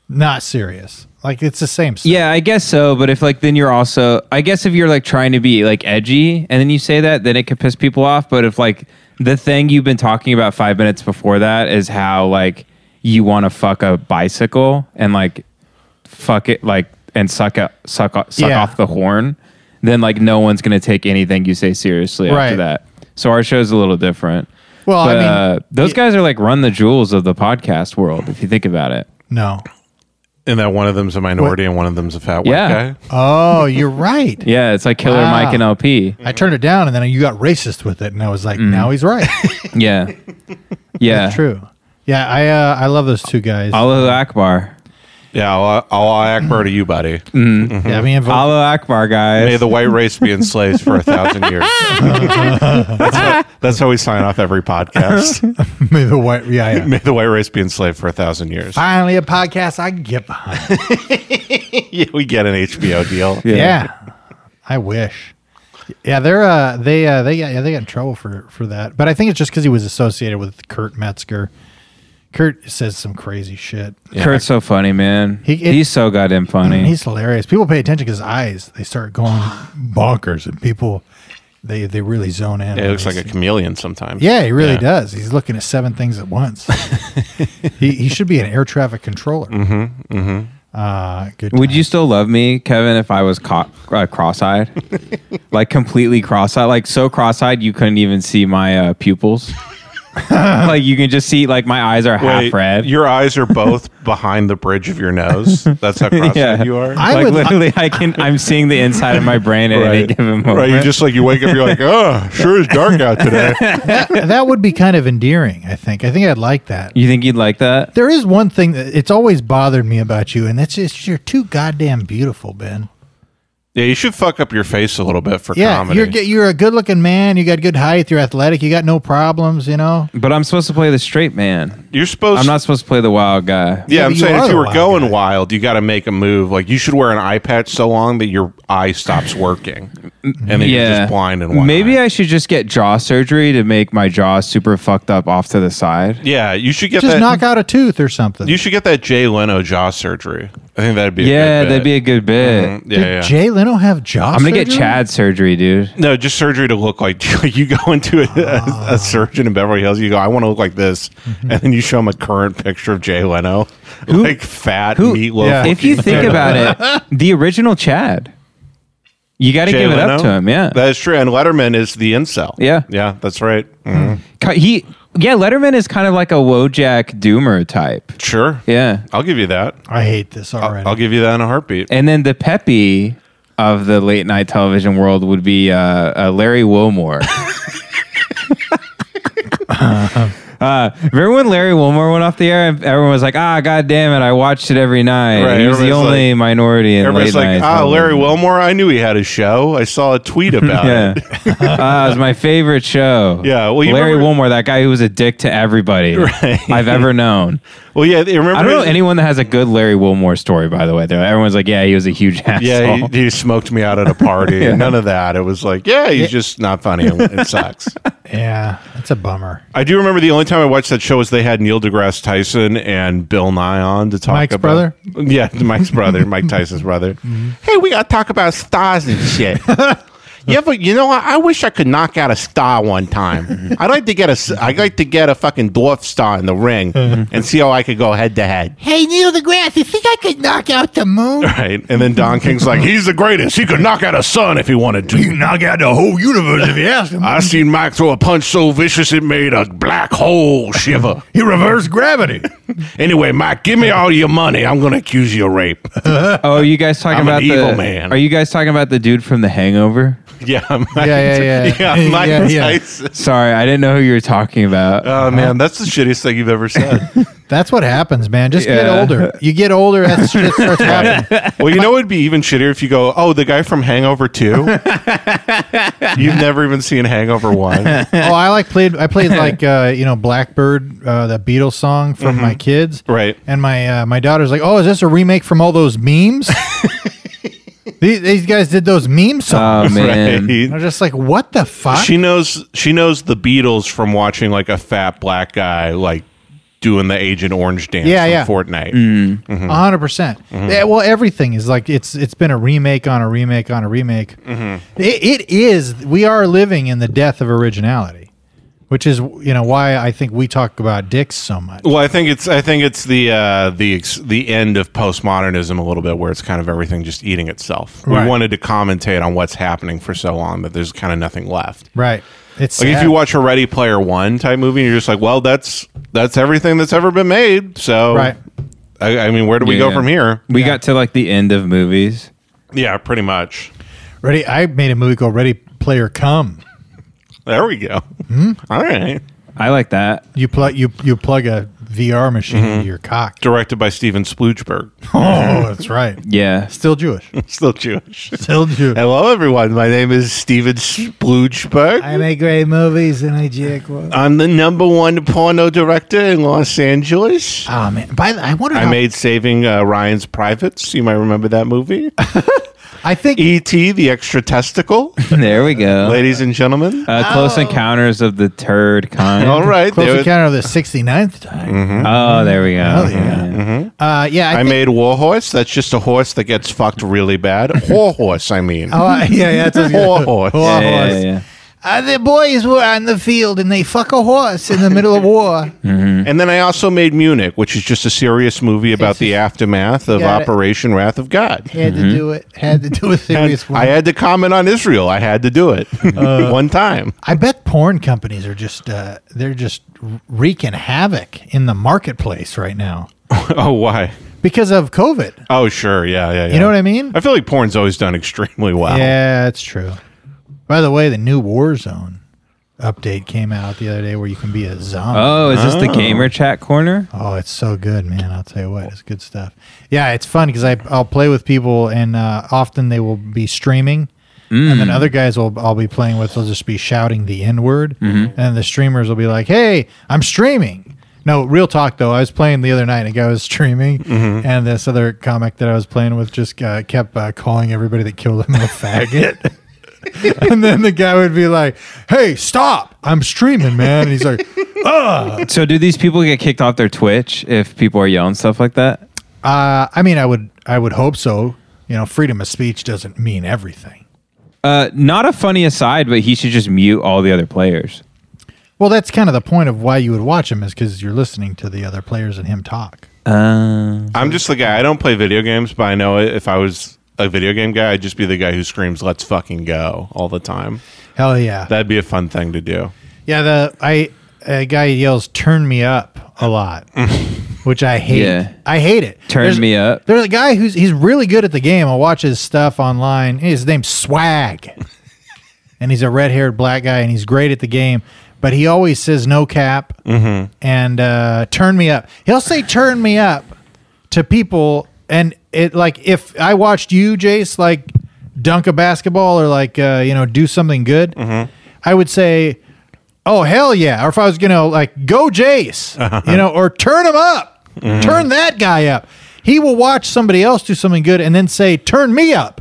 Speaker 1: not serious. Like it's the same. Stuff.
Speaker 2: Yeah, I guess so. But if like then you're also, I guess if you're like trying to be like edgy and then you say that, then it could piss people off. But if like the thing you've been talking about five minutes before that is how like you want to fuck a bicycle and like fuck it like and suck a, suck o- suck
Speaker 1: Yeah.
Speaker 2: off the horn, then like no one's gonna take anything you say seriously
Speaker 1: Right.
Speaker 2: after that. So our show's a little different.
Speaker 1: Well, I
Speaker 2: But,
Speaker 1: mean,
Speaker 2: uh, those guys are like run the jewels of the podcast world if you think about it.
Speaker 1: No.
Speaker 3: and that one of them's a minority and one of them's a fat white
Speaker 2: Yeah.
Speaker 3: guy.
Speaker 1: Oh, you're right.
Speaker 2: Yeah, it's like Killer
Speaker 1: Wow.
Speaker 2: Mike and LP.
Speaker 1: I turned it down, and
Speaker 2: Mm.
Speaker 1: then you got racist with it, and I was like, now he's right.
Speaker 2: Yeah. Yeah.
Speaker 1: True. Yeah, I uh, I love those two guys.
Speaker 2: Allahu Akbar.
Speaker 3: Yeah, I'll, I'll Akbar to you, buddy.
Speaker 1: yeah, me and Vol-
Speaker 2: Allahu Akbar, guys.
Speaker 3: May the white race be enslaved for a thousand years. that's, how, that's how we sign off every podcast.
Speaker 1: May the white. Yeah, yeah.
Speaker 3: May the white race be enslaved for a thousand years.
Speaker 1: Finally, a podcast I can get behind.
Speaker 3: Yeah, we get an HBO deal.
Speaker 1: Yeah. I wish. Yeah, they're uh, they uh, they got yeah, they got in trouble for for that, but I think it's just because he was associated with Kurt Metzger. Kurt says some crazy shit.
Speaker 2: Kurt's so funny, man.
Speaker 1: He- it-
Speaker 2: he's so goddamn funny.
Speaker 1: He's hilarious. People pay attention because his eyes they start going bonkers, and people they they really zone in.
Speaker 3: Yeah,
Speaker 1: on
Speaker 3: it looks
Speaker 1: these
Speaker 3: like a chameleon sometimes.
Speaker 1: Yeah, he really does. He's looking at seven things at once. he, he should be an air traffic controller. Mm-hmm. Mm-hmm. Uh, good.
Speaker 2: Would
Speaker 1: time.
Speaker 2: you still love me, Kevin, if I was co- uh, cross-eyed, like completely cross-eyed, like so cross-eyed you couldn't even see my uh, pupils? like you can just see, like my eyes are half
Speaker 3: Wait,
Speaker 2: red.
Speaker 3: your eyes are both behind the bridge of your nose. That's how cross-eyed
Speaker 2: yeah,
Speaker 3: you are.
Speaker 1: I
Speaker 2: like
Speaker 1: would-
Speaker 2: literally, I can. I'm seeing the inside of my brain at any given moment.
Speaker 3: Right, you just like you wake up, you're like, oh, sure is dark out today.
Speaker 1: that would be kind of endearing. I think. I think I'd like that.
Speaker 2: You think you'd like that?
Speaker 1: There is one thing that it's always bothered me about you, and that's just you're too goddamn beautiful, Ben.
Speaker 3: yeah, you should fuck up your face a little bit for
Speaker 1: Yeah,
Speaker 3: comedy.
Speaker 1: you're ge- you're a good looking man. You got good height. You're athletic. You got no problems. You know.
Speaker 2: But I'm supposed to play the straight man.
Speaker 3: You're supposed.
Speaker 2: I'm not supposed to play the wild guy.
Speaker 3: Yeah,
Speaker 1: Yeah,
Speaker 3: I'm
Speaker 1: but you
Speaker 3: saying
Speaker 1: are
Speaker 3: if you
Speaker 1: the
Speaker 3: were
Speaker 1: wild
Speaker 3: going
Speaker 1: guy.
Speaker 3: wild, you got to make a move. Like you should wear an eye patch so long that your eye stops working, and then you're just blind and one.
Speaker 2: Mm-hmm. Maybe
Speaker 3: eye.
Speaker 2: I should just get jaw surgery to make my jaw super fucked up off to the side.
Speaker 3: yeah, you should get
Speaker 1: Just
Speaker 3: that.
Speaker 1: knock out a tooth or something.
Speaker 3: you should get that Jay Leno jaw surgery. I think that'd be.
Speaker 2: Yeah,
Speaker 3: a good
Speaker 2: that'd be a good bit.
Speaker 3: bit. Mm, yeah, yeah.
Speaker 1: Jay Leno have jaw.
Speaker 2: I'm gonna get
Speaker 1: surgery?
Speaker 2: Chad surgery, dude.
Speaker 3: no, just surgery to look like you go into
Speaker 2: Ah.
Speaker 3: a, a surgeon in Beverly Hills. You go, I want to look like this, and then you show him a current picture of Jay Leno, like fat
Speaker 2: Mm-hmm. who-
Speaker 3: meatloaf.
Speaker 1: Yeah.
Speaker 2: If you
Speaker 3: looking
Speaker 2: think
Speaker 3: dude.
Speaker 2: about it, the original Chad, you got to
Speaker 3: Jay
Speaker 2: give it up
Speaker 3: Leno?
Speaker 2: to him. Yeah,
Speaker 3: that is true. And Letterman is the incel.
Speaker 2: Yeah. Mm.
Speaker 3: yeah, that's right. Mm-hmm.
Speaker 2: Ki- he, yeah, Letterman is kind of like a Wojak Doomer type.
Speaker 3: Sure.
Speaker 2: Yeah,
Speaker 3: I'll give you that.
Speaker 1: I hate this already.
Speaker 3: I'll give you that in a heartbeat.
Speaker 2: and then the Peppy of the late night television world would be uh, uh, Larry Wilmore. Uh, remember when Larry Wilmore went off the air and everyone was like, "Ah, god damn it! I watched it every night."
Speaker 3: Right,
Speaker 2: he was the
Speaker 3: everybody's
Speaker 2: only minority in
Speaker 3: Everybody's
Speaker 2: late
Speaker 3: like,
Speaker 2: night.
Speaker 3: ah, Larry Wilmore. I knew he had a show. I saw a tweet about
Speaker 2: Yeah.
Speaker 3: it.
Speaker 2: Ah, it was my favorite show.
Speaker 3: Yeah, well, you
Speaker 2: Larry
Speaker 3: remember-
Speaker 2: Wilmore, that guy who was a dick to everybody I've ever known.
Speaker 3: Well, yeah, you remember?
Speaker 2: I don't know
Speaker 3: his-
Speaker 2: anyone that has a good Larry Wilmore story, by the way. Though everyone's like, yeah, he was a huge asshole.
Speaker 3: Yeah, he, he smoked me out at a party. None of that. It was like, yeah, he's just not funny. and It sucks.
Speaker 1: yeah, that's a bummer.
Speaker 3: I do remember the only time I watched that show was they had Neil deGrasse Tyson and Bill Nye on to talk
Speaker 1: Mike's
Speaker 3: about
Speaker 1: brother? Mm-hmm.
Speaker 3: Yeah, Mike's brother, Mike Tyson's brother. Hey, we gotta talk about stars and shit. you ever, you know, what? I wish I could knock out a star one time. I'd like to get a, s- I'd like to get a fucking dwarf star in the ring
Speaker 1: Mm-hmm.
Speaker 3: and see how I could go head to head.
Speaker 1: Hey Neil deGrasse, you think I could knock out the moon?
Speaker 3: Right, and then Don King's like, he's the greatest. He could knock out a sun if he wanted to. He could knock out the whole universe if he asked him. I seen Mike throw a punch so vicious it made a black hole shiver. he reversed gravity. anyway, Mike, give me all your money. I'm gonna accuse you of rape.
Speaker 2: Oh, are you guys talking
Speaker 3: I'm an
Speaker 2: about
Speaker 3: evil
Speaker 2: the?
Speaker 3: man.
Speaker 2: Are you guys talking about the dude from The Hangover?
Speaker 3: yeah,
Speaker 1: Yeah, yeah, yeah. Yeah, yeah.
Speaker 2: Sorry, I didn't know who you were talking about.
Speaker 3: Oh man, that's the shittiest thing you've ever said.
Speaker 1: That's what happens, man. Just get
Speaker 2: Yeah.
Speaker 1: older. You get older, that shit starts happening.
Speaker 3: well, you know it'd be even shittier if you go, "Oh, the guy from Hangover 2? You've never even seen Hangover 1.
Speaker 1: Oh, I like played. I played like uh, you know Blackbird, uh, the Beatles song from my kids.
Speaker 3: Mm-hmm. Right.
Speaker 1: And my uh, my daughter's like, oh, is this a remake from all those memes? these, these guys did those meme
Speaker 2: oh
Speaker 1: songs.
Speaker 2: man,
Speaker 1: And I'm just like, what the fuck?
Speaker 3: Uh, she knows she knows the Beatles from watching like a fat black guy like doing the Agent Orange dance
Speaker 1: Yeah,
Speaker 3: on
Speaker 1: yeah.
Speaker 3: Fortnite.
Speaker 1: A hundred percent.
Speaker 3: Mm-hmm.
Speaker 1: Yeah, well, everything is like it's it's been a remake on a remake on a remake.
Speaker 3: Mm-hmm.
Speaker 1: It, it is. We are living in the death of originality, which is you know why I think we talk about dicks so much.
Speaker 3: Well, I think it's I think it's the uh, the ex- the end of postmodernism a little bit where it's kind of everything just eating itself.
Speaker 1: Right.
Speaker 3: We wanted to commentate on what's happening for so long that there's kind of nothing left.
Speaker 1: Right. It's
Speaker 3: Like if
Speaker 1: sad.
Speaker 3: you watch a Ready Player One type movie, you're just like, well, that's that's everything that's ever been made. So,
Speaker 1: Right.
Speaker 3: I, I mean, where do we go
Speaker 2: Yeah.
Speaker 3: from here?
Speaker 2: we got to like the end of movies.
Speaker 3: Yeah, pretty much.
Speaker 1: Ready. I made a movie called Ready Player Come. Mm-hmm.
Speaker 3: There we go. All right.
Speaker 2: I like that.
Speaker 1: You plug you you plug a VR machine
Speaker 3: Mm-hmm.
Speaker 1: into your cock.
Speaker 3: Directed by Steven Sploogeberg.
Speaker 1: Oh, that's right.
Speaker 2: Yeah.
Speaker 1: Still Jewish.
Speaker 3: Still Jewish.
Speaker 1: Still Jewish.
Speaker 3: Hello, everyone. My name is Steven Sploogeberg.
Speaker 1: make great movies and I jack one.
Speaker 3: I'm the number one porno director in Los Angeles.
Speaker 1: Oh man! By the, I wonder.
Speaker 3: I
Speaker 1: how,
Speaker 3: made Saving uh, Ryan's Privates. You might remember that movie.
Speaker 1: I think
Speaker 3: E.T. The Extra Testicle.
Speaker 2: There we go.
Speaker 3: Ladies and gentlemen.
Speaker 2: Uh, close encounters of the third kind.
Speaker 3: All right.
Speaker 1: Close
Speaker 3: there- Mm-hmm.
Speaker 1: Encounter of the 69th time.
Speaker 2: Oh, there we go.
Speaker 1: yeah. Uh, yeah, I,
Speaker 3: I
Speaker 1: think,
Speaker 3: made Warhorse. That's just a horse that gets fucked really bad. Warhorse, I mean.
Speaker 1: oh, I- yeah, yeah, that's a
Speaker 3: Warhorse.
Speaker 2: Yeah, yeah, yeah, yeah.
Speaker 1: Uh, the boys were on the field and they fuck a horse in the middle of war.
Speaker 3: And then I also made Munich, which is just a serious movie about the aftermath of
Speaker 1: Got it.
Speaker 3: Operation Wrath of God.
Speaker 1: Had to do it. Had to do a
Speaker 3: And
Speaker 1: serious war.
Speaker 3: I Mm-hmm. had to comment on Israel. I had to do it
Speaker 1: Uh,
Speaker 3: one time.
Speaker 1: I bet porn companies are just uh, they're just wreaking havoc in the marketplace right now
Speaker 3: Oh, why?
Speaker 1: because of COVID.
Speaker 3: Oh, sure. Yeah, yeah, yeah.
Speaker 1: You know what I mean?
Speaker 3: I feel like porn's always done extremely well.
Speaker 1: Yeah, it's true. By the way, the new Warzone update came out the other day where you can be a zombie.
Speaker 2: Oh, is this the gamer chat corner?
Speaker 1: Oh, it's so good, man. I'll tell you what, it's good stuff. Yeah, it's fun because I'll play with people and uh, often they will be streaming. And then other guys will I'll be playing with will just be shouting the N word, and the streamers will be like, "Hey, I'm streaming." No, real talk though. I was playing the other night. and A guy was streaming, and this other comic that I was playing with just uh, kept uh, calling everybody that killed him a faggot. and then the guy would be like, "Hey, stop! I'm streaming, man." And he's like,
Speaker 2: So, do these people get kicked off their Twitch if people are yelling stuff like that?
Speaker 1: Uh, I mean, I would, I would hope so. You know, freedom of speech doesn't mean everything.
Speaker 2: Uh, not a funny aside, but he should just mute all the other players.
Speaker 1: Well, that's kind of the point of why you would watch him is because you're listening to the other players and him talk.
Speaker 2: Uh,
Speaker 3: I'm just the guy. I don't play video games, but I know if I was a video game guy, I'd just be the guy who screams "Let's fucking go" all the time.
Speaker 1: Hell yeah,
Speaker 3: That'd be a fun thing to do.
Speaker 1: yeah. The I a guy yells "Turn me up" a lot, which I hate.
Speaker 2: Yeah.
Speaker 1: I hate it.
Speaker 2: Turn
Speaker 1: There's-
Speaker 2: me up.
Speaker 1: There's a guy who's he's really good at the game. I watch his stuff online. His name's Swag, and he's a red haired black guy, and he's great at the game. But he always says no cap
Speaker 2: Mm-hmm.
Speaker 1: and uh, turn me up. He'll say turn me up to people, and it like if I watched you, Jace, like dunk a basketball or like uh, you know do something good,
Speaker 3: Mm-hmm.
Speaker 1: I would say. Oh hell yeah! Or if I was gonna like go Jace, you know, or turn him up,
Speaker 3: Mm-hmm.
Speaker 1: turn that guy up. He will watch somebody else do something good and then say, "Turn me up."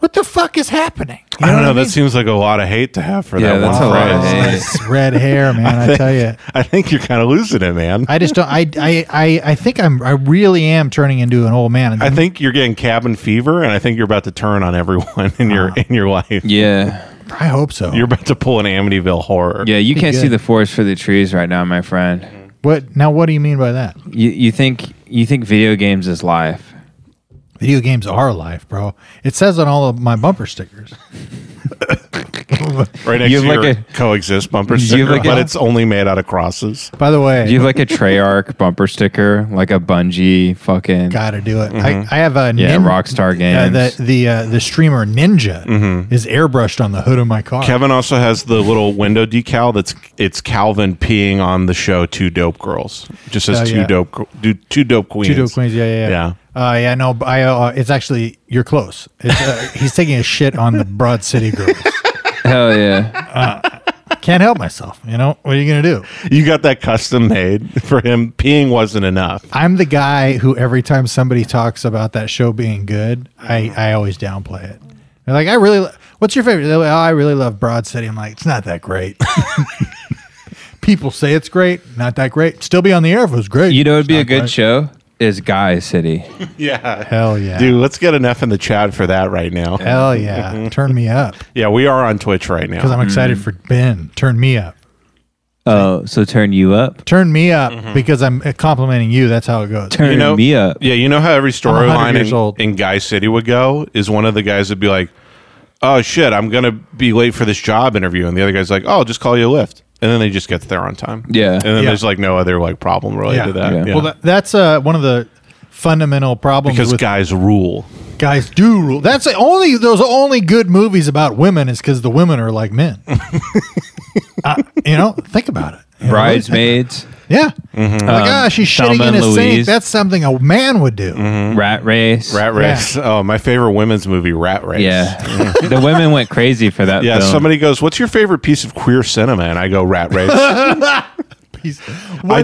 Speaker 1: what the fuck is happening? You
Speaker 3: I don't
Speaker 1: what
Speaker 3: know. That seems like a lot of hate to have for
Speaker 2: Yeah,
Speaker 3: that
Speaker 2: that's a
Speaker 3: one
Speaker 2: lot of
Speaker 3: phrase.
Speaker 2: hate.
Speaker 1: It's red hair, man. I, tell you,
Speaker 3: I think you're kind of losing it, man. I,
Speaker 1: I just don't. I, I I I think I'm. I really am turning into an old man. I
Speaker 3: think you're getting cabin fever, and I think you're about to turn on everyone in your in your life.
Speaker 2: Ah. yeah,
Speaker 1: I hope so.
Speaker 3: You're about to pull an Amityville horror.
Speaker 2: yeah. You can't see
Speaker 1: good.
Speaker 2: the forest for the trees right now, my
Speaker 3: Mm-hmm.
Speaker 2: friend.
Speaker 1: what now? What do you mean by that?
Speaker 2: You you think you think video games is life?
Speaker 1: Video games are life, bro. It says on all of my bumper stickers.
Speaker 3: Right next
Speaker 2: You have
Speaker 3: to
Speaker 2: like
Speaker 3: your
Speaker 2: a-
Speaker 3: coexist bumper
Speaker 2: you have
Speaker 3: sticker,
Speaker 2: like a-
Speaker 3: but it's only made out of crosses.
Speaker 1: By the way,
Speaker 2: Do you have like a Treyarch bumper sticker, like a Bungie fucking
Speaker 1: gotta do it. I, I have a
Speaker 2: Mm-hmm. yeah,
Speaker 1: nin-
Speaker 2: Rockstar Mm-hmm.
Speaker 1: Uh,
Speaker 2: games?
Speaker 1: the the uh, the streamer Ninja is airbrushed on the hood of my car.
Speaker 3: Kevin also has the little window decal that's it's Calvin peeing on the show Two Dope Girls. It just says
Speaker 1: Oh,
Speaker 3: two
Speaker 1: yeah.
Speaker 3: dope gr- do two dope queens.
Speaker 1: Two dope queens, yeah, yeah, yeah. Uh, yeah, no, I. Uh, it's actually you're close. It's, uh, he's taking a shit on the Broad City girls.
Speaker 2: Hell yeah!
Speaker 1: Can't help myself. You know what are you gonna do?
Speaker 3: Yeah. You got that custom made for him. Peeing wasn't enough.
Speaker 1: I'm the guy who every time somebody talks about that show being good, I I always downplay it. They're like, I really. lo- What's your favorite? They're like, oh, I really love Broad City. I'm like, it's not that great. People say it's great, not that great. Still be on the air if it was great.
Speaker 2: You know, it'd
Speaker 1: It's
Speaker 2: be a
Speaker 1: not
Speaker 2: good
Speaker 1: great.
Speaker 2: show. Is Guy City?
Speaker 3: Yeah.
Speaker 1: Hell yeah,
Speaker 3: Dude, let's get enough in the chat for that right now. Yeah,
Speaker 1: Hell yeah, turn me up.
Speaker 3: we are on Twitch right
Speaker 1: because
Speaker 3: now.
Speaker 1: I'm
Speaker 2: Mm-hmm.
Speaker 1: excited for Ben. Turn me up.
Speaker 2: Oh, so turn you up.
Speaker 1: Turn me up because I'm uh, complimenting you. That's how it goes.
Speaker 2: Turn
Speaker 3: You know,
Speaker 2: me up.
Speaker 3: yeah, you know how every
Speaker 1: I'm 100
Speaker 3: storyline
Speaker 1: years old.
Speaker 3: in, in Guy City would go is one of the guys would be like, "Oh shit, I'm gonna be late for this job interview," and the other guy's like, "Oh, I'll just call you a lift," and then they just get there on time.
Speaker 2: Yeah.
Speaker 3: and then
Speaker 1: Yeah.
Speaker 3: there's like no other like problem related
Speaker 1: Yeah.
Speaker 3: to that.
Speaker 2: Yeah.
Speaker 3: Yeah.
Speaker 1: Well, that, that's uh, one of the fundamental problems
Speaker 3: because
Speaker 1: with
Speaker 3: guys rule.
Speaker 1: guys do rule. That's the only those only good movies about women is because the women are like men. uh, you know, think about it. You know, really think-
Speaker 2: Bridesmaids.
Speaker 1: Yeah.
Speaker 3: Mm-hmm.
Speaker 1: like, ah, she's
Speaker 2: Uh, Thelma
Speaker 1: shitting in
Speaker 2: and
Speaker 1: a sink.
Speaker 2: Louise.
Speaker 1: That's something a man would do.
Speaker 2: Rat Race.
Speaker 3: Mm-hmm. Rat Race. Oh, my favorite women's movie, Rat Race. Mm-hmm.
Speaker 2: Yeah. the women went crazy for that.
Speaker 3: Yeah,
Speaker 2: film.
Speaker 3: somebody goes, "What's your favorite piece of queer cinema?" And I go, "Rat Race." I did a, Mm-hmm. I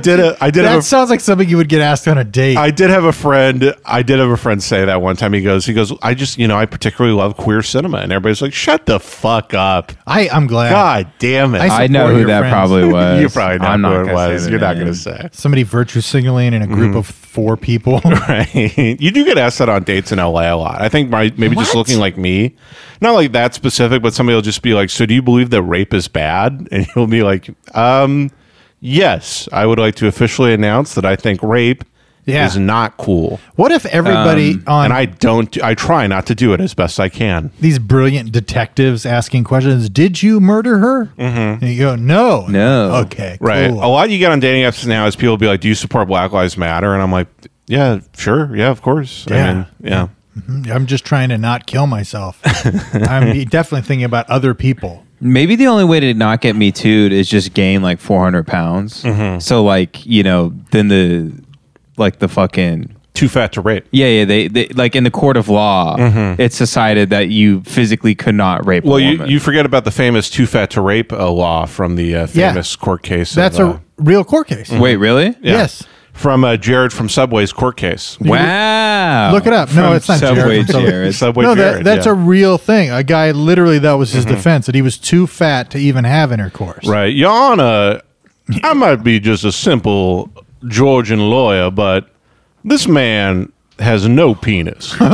Speaker 3: did
Speaker 1: That
Speaker 3: have a,
Speaker 1: sounds like something you would get asked on a date.
Speaker 3: I did have a friend. I did have a friend say that one time. He goes, he goes, I just, you know, I particularly love queer cinema, and everybody's like, "Shut the fuck up!"
Speaker 1: I, I'm glad.
Speaker 3: God damn it!
Speaker 1: I
Speaker 2: I know
Speaker 1: Support
Speaker 2: who
Speaker 1: your
Speaker 2: that
Speaker 1: friends.
Speaker 2: probably was.
Speaker 3: you probably know
Speaker 2: I'm
Speaker 3: who it
Speaker 2: gonna
Speaker 3: was.
Speaker 2: say
Speaker 3: You're
Speaker 2: the
Speaker 3: not going
Speaker 2: name.
Speaker 3: to say.
Speaker 1: Somebody virtue signaling in a
Speaker 3: Mm-hmm.
Speaker 1: group of four people.
Speaker 3: Right. You do get asked that on dates in LA a lot. I think my maybe just looking like me, not like that specific, but somebody will just be like, "So do you believe that rape is bad?" And you'll be like, "Um, yes, I would like to officially announce that I think rape
Speaker 1: Yeah.
Speaker 3: is not cool,
Speaker 1: what if everybody
Speaker 2: Um,
Speaker 1: on
Speaker 3: and I don't. I try not to do it as best I can."
Speaker 1: these brilliant detectives asking questions. Did you murder her? Mm-hmm. And you go, no,
Speaker 2: No.
Speaker 1: okay,
Speaker 3: Right.
Speaker 1: cool.
Speaker 3: A lot you get on dating apps now is people be like, "Do you support Black Lives Matter?" And I'm like, "Yeah, sure, yeah, of course."
Speaker 1: Yeah.
Speaker 3: I mean, yeah.
Speaker 1: I'm just trying to not kill myself. I'm definitely thinking about other people.
Speaker 2: Maybe the only way to not get me too'd is just gain like 400 pounds.
Speaker 3: Mm-hmm.
Speaker 2: So like you know, then the like the fucking
Speaker 3: Too fat to rape.
Speaker 2: yeah yeah they, they like in the court of law, it's decided that you physically could not rape.
Speaker 3: Mm-hmm. Well,
Speaker 2: a
Speaker 3: you,
Speaker 2: woman.
Speaker 3: you forget about the famous too fat to rape uh, law from the uh,
Speaker 1: Yeah.
Speaker 3: famous court case.
Speaker 1: That's
Speaker 3: of, uh,
Speaker 1: a real court case.
Speaker 2: wait really?
Speaker 3: yeah.
Speaker 1: Yes.
Speaker 3: from uh, Jared from Subway's court case.
Speaker 2: Wow.
Speaker 1: Look it up. No,
Speaker 2: From
Speaker 1: it's not
Speaker 2: Subway
Speaker 1: Jared from Subway.
Speaker 2: Jared.
Speaker 3: Subway
Speaker 1: no,
Speaker 3: Jared.
Speaker 1: that, that's
Speaker 3: yeah. Mm-hmm.
Speaker 1: a real thing. A guy literally that was his defense that he was too fat to even have intercourse.
Speaker 3: right. Your Honor, I might be just a simple Georgian lawyer, but this man has no penis. Look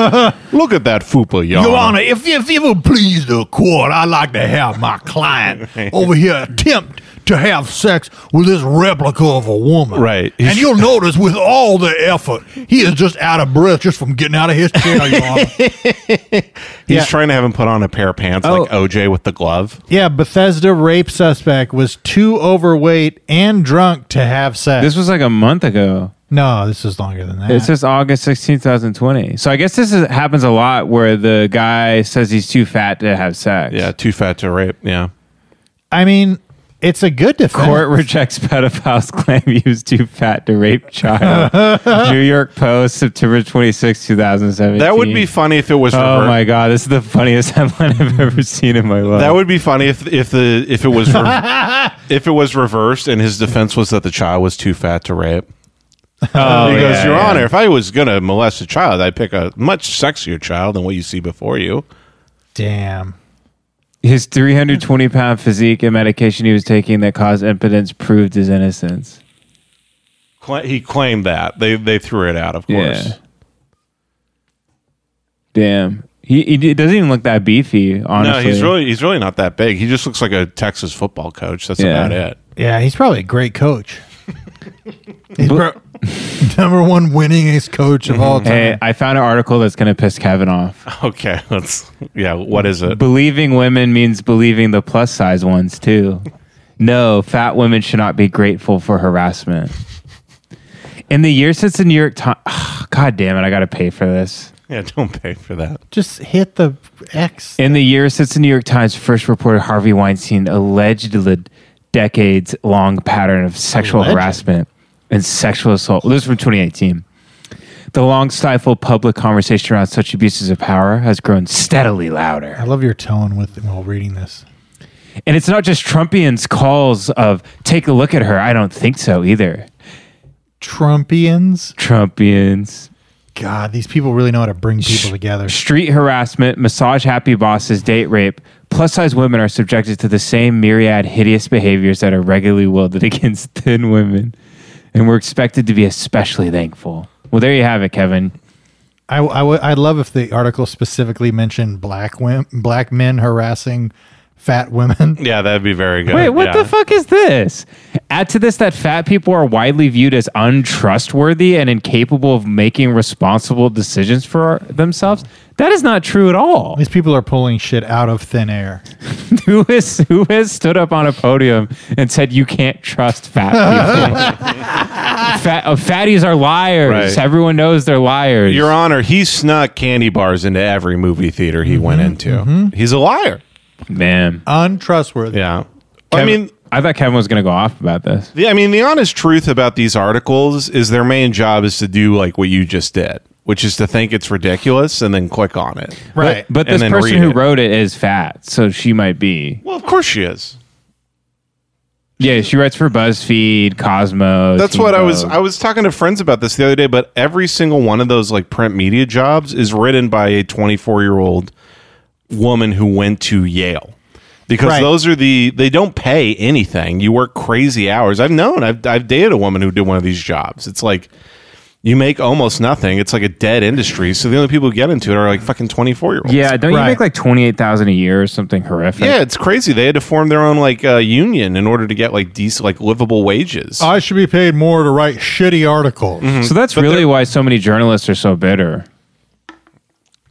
Speaker 3: at that fupa, Your, Honor.
Speaker 1: if if you will please the court, I'd like to have my client over here attempt to have sex with this replica of a woman.
Speaker 3: Right. He's-
Speaker 1: you'll notice with all the effort, he is just out of breath just from getting out of his chair, Your Honor.
Speaker 3: He's
Speaker 1: Yeah.
Speaker 3: trying to have him put on a pair of pants like OJ with the glove.
Speaker 1: Yeah, Bethesda rape suspect was too overweight and drunk to have sex.
Speaker 2: This was like a month ago.
Speaker 1: no, this is longer than that.
Speaker 2: It says August 16, 2020. So I guess this is, happens a lot where the guy says he's too fat to have sex.
Speaker 3: Yeah, too fat to rape. Yeah.
Speaker 1: I mean, it's a good defense.
Speaker 2: Court rejects pedophile's claim he was too fat to rape child. New York Post, September 26, 2017.
Speaker 3: That would be funny if it was
Speaker 2: Oh
Speaker 3: reversed.
Speaker 2: my God. This is the funniest headline I've ever seen in my life.
Speaker 3: That would be funny if if the if it was re- if it was reversed and his defense was that the child was too fat to rape.
Speaker 2: oh,
Speaker 3: he goes,
Speaker 2: yeah,
Speaker 3: Your
Speaker 2: yeah.
Speaker 3: Honor, if I was gonna molest a child, I'd pick a much sexier child than what you see before you.
Speaker 1: Damn.
Speaker 2: His 320 pound physique and medication he was taking that caused impotence proved his innocence.
Speaker 3: Cla- He claimed that they they threw it out, of course.
Speaker 2: Yeah. Damn. He, he d- doesn't even look that beefy, honestly.
Speaker 3: No, he's really he's really not that big. He just looks like a Texas football coach. That's
Speaker 2: Yeah.
Speaker 3: about it.
Speaker 1: Yeah, he's probably a great coach. he's pro- number one winningest coach of all time.
Speaker 2: Hey, I found an article that's going to piss Kevin off.
Speaker 3: Okay, let's yeah. What is it?
Speaker 2: believing women means believing the plus size ones, too. No, fat women should not be grateful for harassment. In the year since the New York Times. God damn it, I got to pay for this.
Speaker 3: Yeah, don't pay for that.
Speaker 1: Just hit the X.
Speaker 2: In the year since the New York Times first reported Harvey Weinstein allegedly decades long pattern of sexual
Speaker 1: Alleged?
Speaker 2: harassment and sexual assault. This is from 2018. The long stifled public conversation around such abuses of power has grown steadily louder.
Speaker 1: I love your tone with while reading this.
Speaker 2: And it's not just Trumpians' calls of take a look at her. I don't think so either.
Speaker 1: Trumpians.
Speaker 2: Trumpians.
Speaker 1: God, these people really know how to bring people together.
Speaker 2: Street harassment, massage happy bosses, date rape. Plus size women are subjected to the same myriad hideous behaviors that are regularly wielded against thin women. And we're expected to be especially thankful. Well, there you have it, Kevin.
Speaker 1: I, I, would- I'd love if the article specifically mentioned black women, black men harassing fat women.
Speaker 3: Yeah, that'd be very good.
Speaker 2: Wait, what
Speaker 3: Yeah.
Speaker 2: the fuck is this? Add to this that fat people are widely viewed as untrustworthy and incapable of making responsible decisions for themselves. That is not true at all.
Speaker 1: These people are pulling shit out of thin air.
Speaker 2: who has who has stood up on a podium and said you can't trust fat people? fat, uh, fatties are liars.
Speaker 3: Right.
Speaker 2: Everyone knows they're liars.
Speaker 3: Your Honor, he snuck candy bars into every movie theater he went into. He's a liar.
Speaker 2: man.
Speaker 1: Untrustworthy.
Speaker 3: Yeah. I
Speaker 2: Kevin- I
Speaker 3: mean,
Speaker 2: I thought Kevin was going to go off about this.
Speaker 3: Yeah, I mean, the honest truth about these articles is their main job is to do like what you just did, which is to think it's ridiculous and then click on it.
Speaker 1: Right.
Speaker 2: But
Speaker 3: And
Speaker 2: this
Speaker 3: then
Speaker 2: person
Speaker 3: read
Speaker 2: who
Speaker 3: it.
Speaker 2: wrote it is fat, so she might be.
Speaker 3: Well, of course she is.
Speaker 2: Yeah, she writes for BuzzFeed, Cosmo.
Speaker 3: That's
Speaker 2: Teen
Speaker 3: what I was.
Speaker 2: Vogue.
Speaker 3: I was talking to friends about this the other day. But every single one of those like print media jobs is written by a 24 year old woman who went to Yale because
Speaker 1: Right.
Speaker 3: those are the they don't pay anything. You work crazy hours. I've known. I've I've dated a woman who did one of these jobs. It's like you make almost nothing. It's like a dead industry. So the only people who get into it are like fucking 24 year olds.
Speaker 2: yeah, don't
Speaker 1: Right.
Speaker 2: you make like twenty eight thousand a year or something horrific?
Speaker 3: Yeah, it's crazy. They had to form their own like uh, union in order to get like decent, like livable wages.
Speaker 1: I should be paid more to write shitty articles.
Speaker 2: So that's really why so many journalists are so bitter.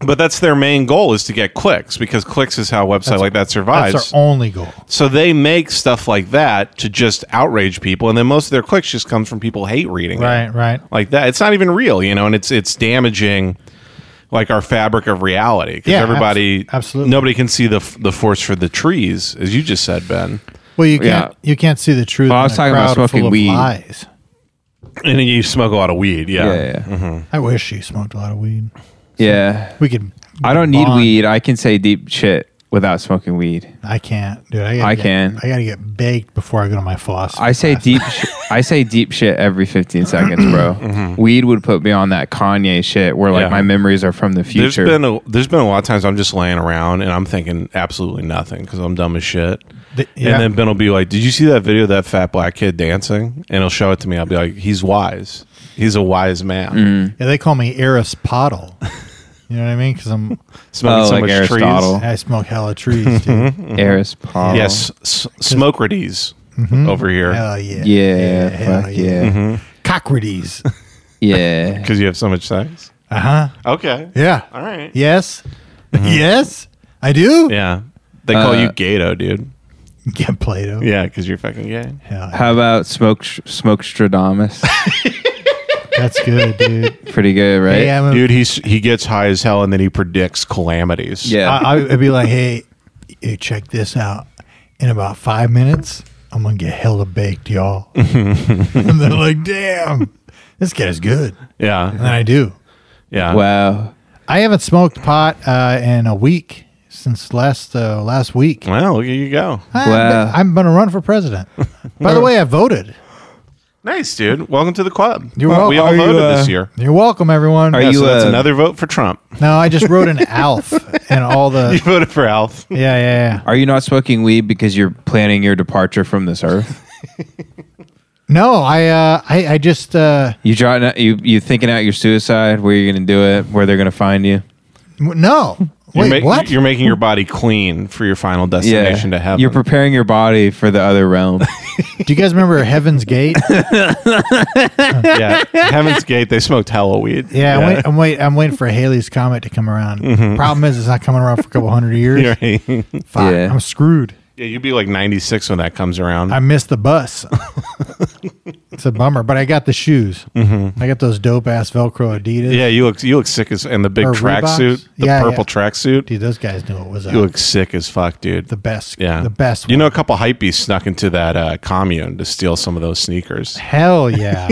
Speaker 3: But that's their main goal is to get clicks because clicks is how a website like that survives.
Speaker 1: That's our only goal.
Speaker 3: so they make stuff like that to just outrage people, and then most of their clicks just comes from people hate reading. it.
Speaker 1: Right, right.
Speaker 3: Like that, it's not even real, you know, and it's it's damaging, like our fabric of reality because
Speaker 1: Yeah,
Speaker 3: everybody,
Speaker 1: abs- absolutely.
Speaker 3: nobody can see the f- the force for the trees, as you just said, Ben.
Speaker 1: Well, you
Speaker 2: Yeah.
Speaker 1: can't you can't see the truth.
Speaker 2: Well, I
Speaker 1: in
Speaker 2: was
Speaker 1: a
Speaker 2: talking about
Speaker 1: crowd full
Speaker 2: smoking
Speaker 1: of
Speaker 2: weed.
Speaker 1: Lies.
Speaker 3: And you smoke a lot of weed, yeah.
Speaker 1: I wish you smoked a lot of weed.
Speaker 2: yeah.
Speaker 1: We could.
Speaker 2: I don't need
Speaker 1: Bond.
Speaker 2: weed. I can say deep shit without smoking weed.
Speaker 1: I can't, dude. I, gotta
Speaker 2: I
Speaker 1: get-
Speaker 2: can.
Speaker 1: I gotta get baked before I go to my philosophy.
Speaker 2: I say deep. Sh- I say deep shit every 15 seconds, bro. Weed would put me on that Kanye shit where like
Speaker 3: Mm-hmm. Yeah.
Speaker 2: my memories are from the
Speaker 3: There's
Speaker 2: future.
Speaker 3: been a, there's been a lot of times I'm just laying around and I'm thinking absolutely nothing because I'm dumb as shit.
Speaker 1: The- yeah.
Speaker 3: And then Ben will be like, "Did you see that video of that fat black kid dancing?" And he'll show it to me. I'll be like, "He's wise. He's a wise man.
Speaker 2: Mm-hmm.
Speaker 1: Yeah, they call me Aristotle. you know what I mean? Because I'm
Speaker 3: Smoking
Speaker 2: Oh,
Speaker 3: so
Speaker 2: like
Speaker 3: much
Speaker 2: Aristotle.
Speaker 1: I smoke hella trees, dude.
Speaker 2: Aristotle.
Speaker 3: trees." mm-hmm. Yes, s- Smokrates over here
Speaker 1: Hell Mm-hmm. yeah.
Speaker 2: Yeah.
Speaker 1: hell
Speaker 2: fuck yeah.
Speaker 3: Mm-hmm.
Speaker 1: Cockroaches.
Speaker 2: Yeah.
Speaker 3: because you have so much sex.
Speaker 1: Uh huh.
Speaker 3: Okay.
Speaker 1: Yeah.
Speaker 3: All right.
Speaker 1: Yes.
Speaker 2: Mm-hmm.
Speaker 1: yes. I do.
Speaker 3: Yeah. They call
Speaker 2: Uh,
Speaker 3: you Gato, dude.
Speaker 1: Get Plato.
Speaker 3: Yeah, because you're fucking gay.
Speaker 1: Hell yeah.
Speaker 2: How about smoke smoke Stradamus?
Speaker 1: That's good, dude.
Speaker 2: Pretty good, right?
Speaker 1: Hey, I'm a-
Speaker 3: Dude, he's he gets high as hell and then he predicts calamities.
Speaker 2: Yeah.
Speaker 1: I, I'd be like, hey, you check this out. In about five minutes, I'm gonna get hella baked, y'all. and they're like, damn, this guy's good. And
Speaker 3: Yeah.
Speaker 1: I do.
Speaker 3: Yeah.
Speaker 2: wow.
Speaker 1: I haven't smoked pot uh, in a week since last uh, last week.
Speaker 3: Well, look at you go.
Speaker 1: I've been-
Speaker 2: Wow.
Speaker 1: I'm gonna run for president. By the way, I voted.
Speaker 3: Nice, dude. Welcome to the club.
Speaker 1: You're
Speaker 3: Well, we all
Speaker 1: welcome. Are you,
Speaker 3: voted
Speaker 2: uh,
Speaker 3: this year.
Speaker 1: You're welcome, everyone.
Speaker 2: Are
Speaker 3: Yeah,
Speaker 2: you,
Speaker 3: so that's
Speaker 2: uh,
Speaker 3: another vote for Trump.
Speaker 1: No, I just wrote an ALF and all
Speaker 3: You
Speaker 1: the.
Speaker 3: voted for Alf.
Speaker 1: Yeah, yeah, yeah.
Speaker 2: Are you not smoking weed because you're planning your departure from this earth?
Speaker 1: No, I, uh, I, I just. Uh,
Speaker 2: You drawing out, you you thinking out your suicide, where you're gonna do it, where they're gonna find you.
Speaker 1: w- no.
Speaker 3: You're
Speaker 1: Wait,
Speaker 3: ma-
Speaker 1: what?
Speaker 3: You're making your body clean for your final destination to heaven.
Speaker 2: You're preparing your body for the other realm.
Speaker 1: Do you guys remember Heaven's Gate?
Speaker 3: yeah. Heaven's Gate, they smoked hella weed.
Speaker 1: Yeah, I'm, wait, I'm wait. I'm waiting for Haley's comet to come around.
Speaker 3: Mm-hmm.
Speaker 1: Problem is, it's not coming around for a couple hundred years.
Speaker 3: yeah.
Speaker 1: Fuck,
Speaker 2: Yeah.
Speaker 1: I'm screwed.
Speaker 3: Yeah, you'd be like 96 when that comes around.
Speaker 1: I missed the bus. it's a bummer, but I got the shoes. I got those dope ass Velcro Adidas.
Speaker 3: Mm-hmm. yeah, you look you look sick as and the big
Speaker 1: Or Reeboks?
Speaker 3: tracksuit, the
Speaker 1: Yeah,
Speaker 3: purple
Speaker 1: yeah.
Speaker 3: tracksuit.
Speaker 1: dude, those guys knew what was up.
Speaker 3: You look sick as fuck, dude.
Speaker 1: the best.
Speaker 3: yeah,
Speaker 1: the best.
Speaker 3: You
Speaker 1: one.
Speaker 3: know, a couple hypebeasts snuck into that uh, commune to steal some of those sneakers.
Speaker 1: hell yeah,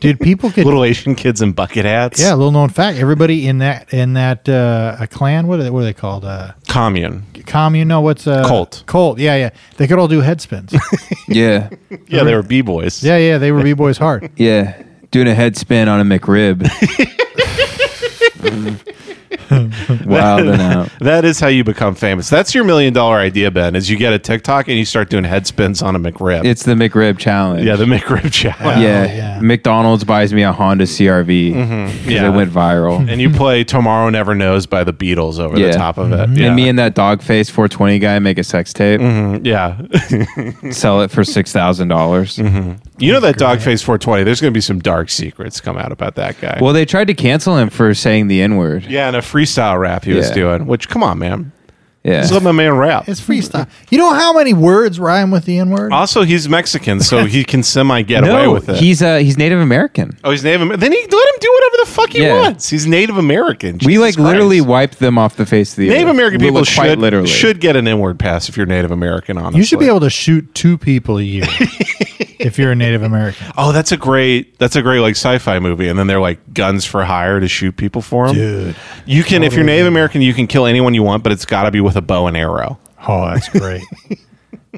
Speaker 1: dude. People could.
Speaker 3: Little Asian kids in bucket hats.
Speaker 1: yeah, little known fact. Everybody in that in that uh, a clan. What are they? What are they called? Uh,
Speaker 3: commune.
Speaker 1: commune? No, what's uh,
Speaker 3: Cult.
Speaker 1: Cult. Yeah, yeah. They could all do head spins.
Speaker 2: yeah,
Speaker 3: Yeah, they were b boys.
Speaker 1: yeah, yeah. They were b boys hard.
Speaker 2: yeah. Doing a head spin on a McRib. Wilding out.
Speaker 3: That is how you become famous. That's your million dollar idea, Ben. Is you get a TikTok and you start doing head spins on a McRib.
Speaker 2: It's the McRib challenge.
Speaker 3: yeah, the McRib challenge.
Speaker 2: yeah.
Speaker 1: yeah.
Speaker 2: McDonald's buys me a Honda CRV because
Speaker 3: Mm-hmm. Yeah. Mm-hmm.
Speaker 2: it went viral.
Speaker 3: and you play Tomorrow Never Knows by the Beatles over
Speaker 2: Yeah. Mm-hmm.
Speaker 3: the top of it. Yeah. Mm-hmm.
Speaker 2: And me and that dog face 420 guy make a sex tape,
Speaker 3: yeah.
Speaker 2: sell it for six dollars.
Speaker 3: Mm-hmm. you know that Dogface 420, there's going to be some dark secrets come out about that guy.
Speaker 2: Well, they tried to cancel him for saying the N word.
Speaker 3: yeah, and a freestyle rap he was
Speaker 2: Yeah.
Speaker 3: doing, which, come on, man.
Speaker 2: Yeah.
Speaker 3: Just let my man rap.
Speaker 1: It's freestyle. You know how many words rhyme with the N word?
Speaker 3: Also, he's Mexican, so he can semi get away
Speaker 2: no,
Speaker 3: with it.
Speaker 2: he's uh, he's Native American.
Speaker 3: oh, he's Native. Amer- Then he let him do whatever the fuck he
Speaker 2: Yeah.
Speaker 3: wants. He's Native American.
Speaker 2: we
Speaker 3: Jesus
Speaker 2: like
Speaker 3: Christ.
Speaker 2: literally wiped them off the face of the
Speaker 3: Native
Speaker 2: earth.
Speaker 3: American
Speaker 2: Li-
Speaker 3: people
Speaker 2: quite
Speaker 3: should
Speaker 2: literally
Speaker 3: should get an inward pass if you're Native American. Honestly,
Speaker 1: You should be able to shoot two people a year if you're a Native American.
Speaker 3: Oh, that's a great that's a great like sci-fi movie, and then they're like guns for hire to shoot people for them.
Speaker 1: Dude.
Speaker 3: you can
Speaker 2: Oh,
Speaker 3: if you're Native American, you can kill anyone you want, but it's got to be with a bow and arrow.
Speaker 1: Oh, that's great.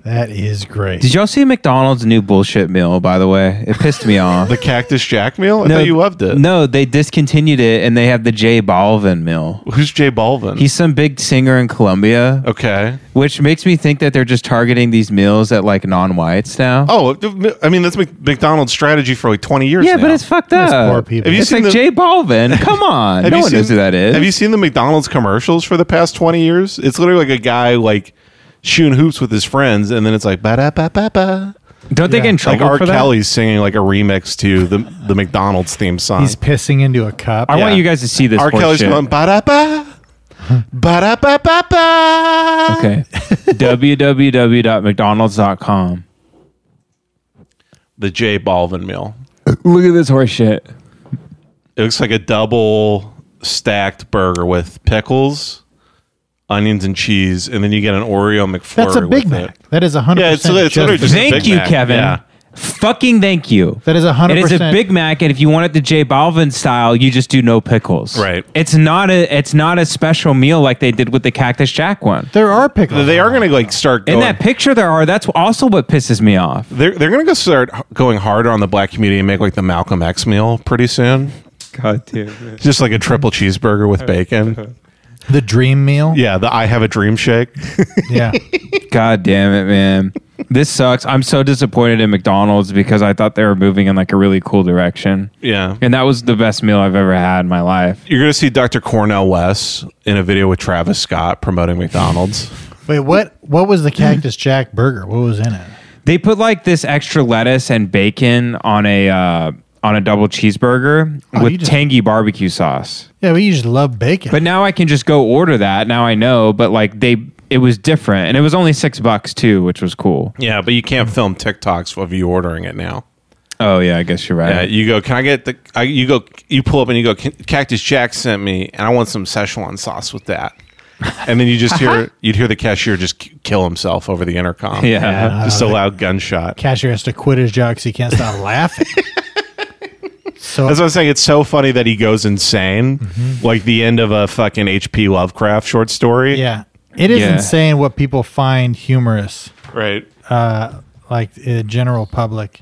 Speaker 1: that is great.
Speaker 2: Did y'all see McDonald's new bullshit meal? By the way, it pissed me off.
Speaker 3: The Cactus Jack meal? I thought you loved it.
Speaker 2: No, they discontinued it, and they have the J Balvin meal.
Speaker 3: Who's Jay Balvin?
Speaker 2: He's some big singer in Colombia,
Speaker 3: okay.
Speaker 2: which makes me think that they're just targeting these meals at like non-whites now.
Speaker 3: Oh, I mean that's Mc- McDonald's strategy for like 20 years.
Speaker 2: yeah, but
Speaker 3: now.
Speaker 2: it's fucked up.
Speaker 1: poor people.
Speaker 3: Have you
Speaker 2: It's
Speaker 3: seen
Speaker 2: like
Speaker 3: the-
Speaker 2: J Balvin. Come on,
Speaker 3: Have
Speaker 2: no
Speaker 3: you
Speaker 2: one
Speaker 3: seen-
Speaker 2: knows who that is.
Speaker 3: Have you seen the McDonald's commercials for the past 20 years? It's literally like a guy like shooting hoops with his friends, and then it's like ba da ba ba ba.
Speaker 2: Don't they get in trouble
Speaker 3: Like R.
Speaker 2: for that?
Speaker 3: Kelly's singing like a remix to the the McDonald's theme song.
Speaker 1: He's pissing into a cup.
Speaker 2: I
Speaker 3: Yeah.
Speaker 2: want you guys to see this.
Speaker 3: R.
Speaker 2: horse
Speaker 3: Kelly's
Speaker 2: shit.
Speaker 3: going ba da ba ba da ba ba ba.
Speaker 2: Okay. www.mcdonalds.com.
Speaker 3: The J Balvin meal.
Speaker 2: Look at this horse shit.
Speaker 3: It looks like a double stacked burger with pickles, onions, and cheese, and then you get an Oreo McFlurry.
Speaker 1: That's a Big
Speaker 3: with
Speaker 1: Mac.
Speaker 3: It.
Speaker 1: That is 100%
Speaker 3: Yeah, it's- it's literally
Speaker 1: just-
Speaker 3: just- a
Speaker 2: Thank
Speaker 3: Big
Speaker 2: you,
Speaker 3: Mac,
Speaker 2: Kevin.
Speaker 3: yeah.
Speaker 2: Fucking thank you.
Speaker 1: That is 100%.
Speaker 2: It is a Big Mac, and if you want it the J Balvin style, you just do no pickles.
Speaker 3: Right.
Speaker 2: It's not a it's not a special meal like they did with the Cactus Jack one.
Speaker 1: There are pickles.
Speaker 3: They are going to like start
Speaker 2: In
Speaker 3: going.
Speaker 2: that picture there are, that's also what pisses me off.
Speaker 3: they're they're going to go start h- going harder on the black community and make like the Malcolm X meal pretty soon.
Speaker 2: God damn
Speaker 3: Just like a triple cheeseburger with bacon.
Speaker 1: the dream meal.
Speaker 3: Yeah, the I have a dream shake.
Speaker 1: Yeah.
Speaker 2: God damn it, man. This sucks. I'm so disappointed in McDonald's because I thought they were moving in like a really cool direction.
Speaker 3: Yeah.
Speaker 2: And that was the best meal I've ever had in my life.
Speaker 3: You're going to see Dr. Cornell West in a video with Travis Scott promoting McDonald's.
Speaker 1: Wait, what what was the Cactus Jack burger? What was in it?
Speaker 2: They put like this extra lettuce and bacon on a uh, on a double cheeseburger
Speaker 1: Oh, you
Speaker 2: with
Speaker 1: just-
Speaker 2: tangy barbecue sauce.
Speaker 1: Yeah, we just love bacon.
Speaker 2: But now I can just go order that. Now I know, but like they it was different and it was only 6 bucks too, which was cool.
Speaker 3: yeah, but you can't film TikToks of you ordering it now.
Speaker 2: Oh yeah, I guess you're
Speaker 3: Yeah,
Speaker 2: right.
Speaker 3: you go. Can I get the? I, you go. You pull up and you go. "Can- Cactus Jack sent me, and I want some Szechuan sauce with that. And then you just hear you'd hear the cashier just k- kill himself over the intercom.
Speaker 2: Yeah.
Speaker 3: just a loud gunshot.
Speaker 1: Cashier has to quit his job because he can't stop laughing. so
Speaker 3: That's what I'm saying. It's so funny that he goes insane, like the end of a fucking H.P. Lovecraft short story.
Speaker 1: yeah, it is
Speaker 2: Yeah.
Speaker 1: insane what people find humorous,
Speaker 3: right.
Speaker 1: like uh, general public.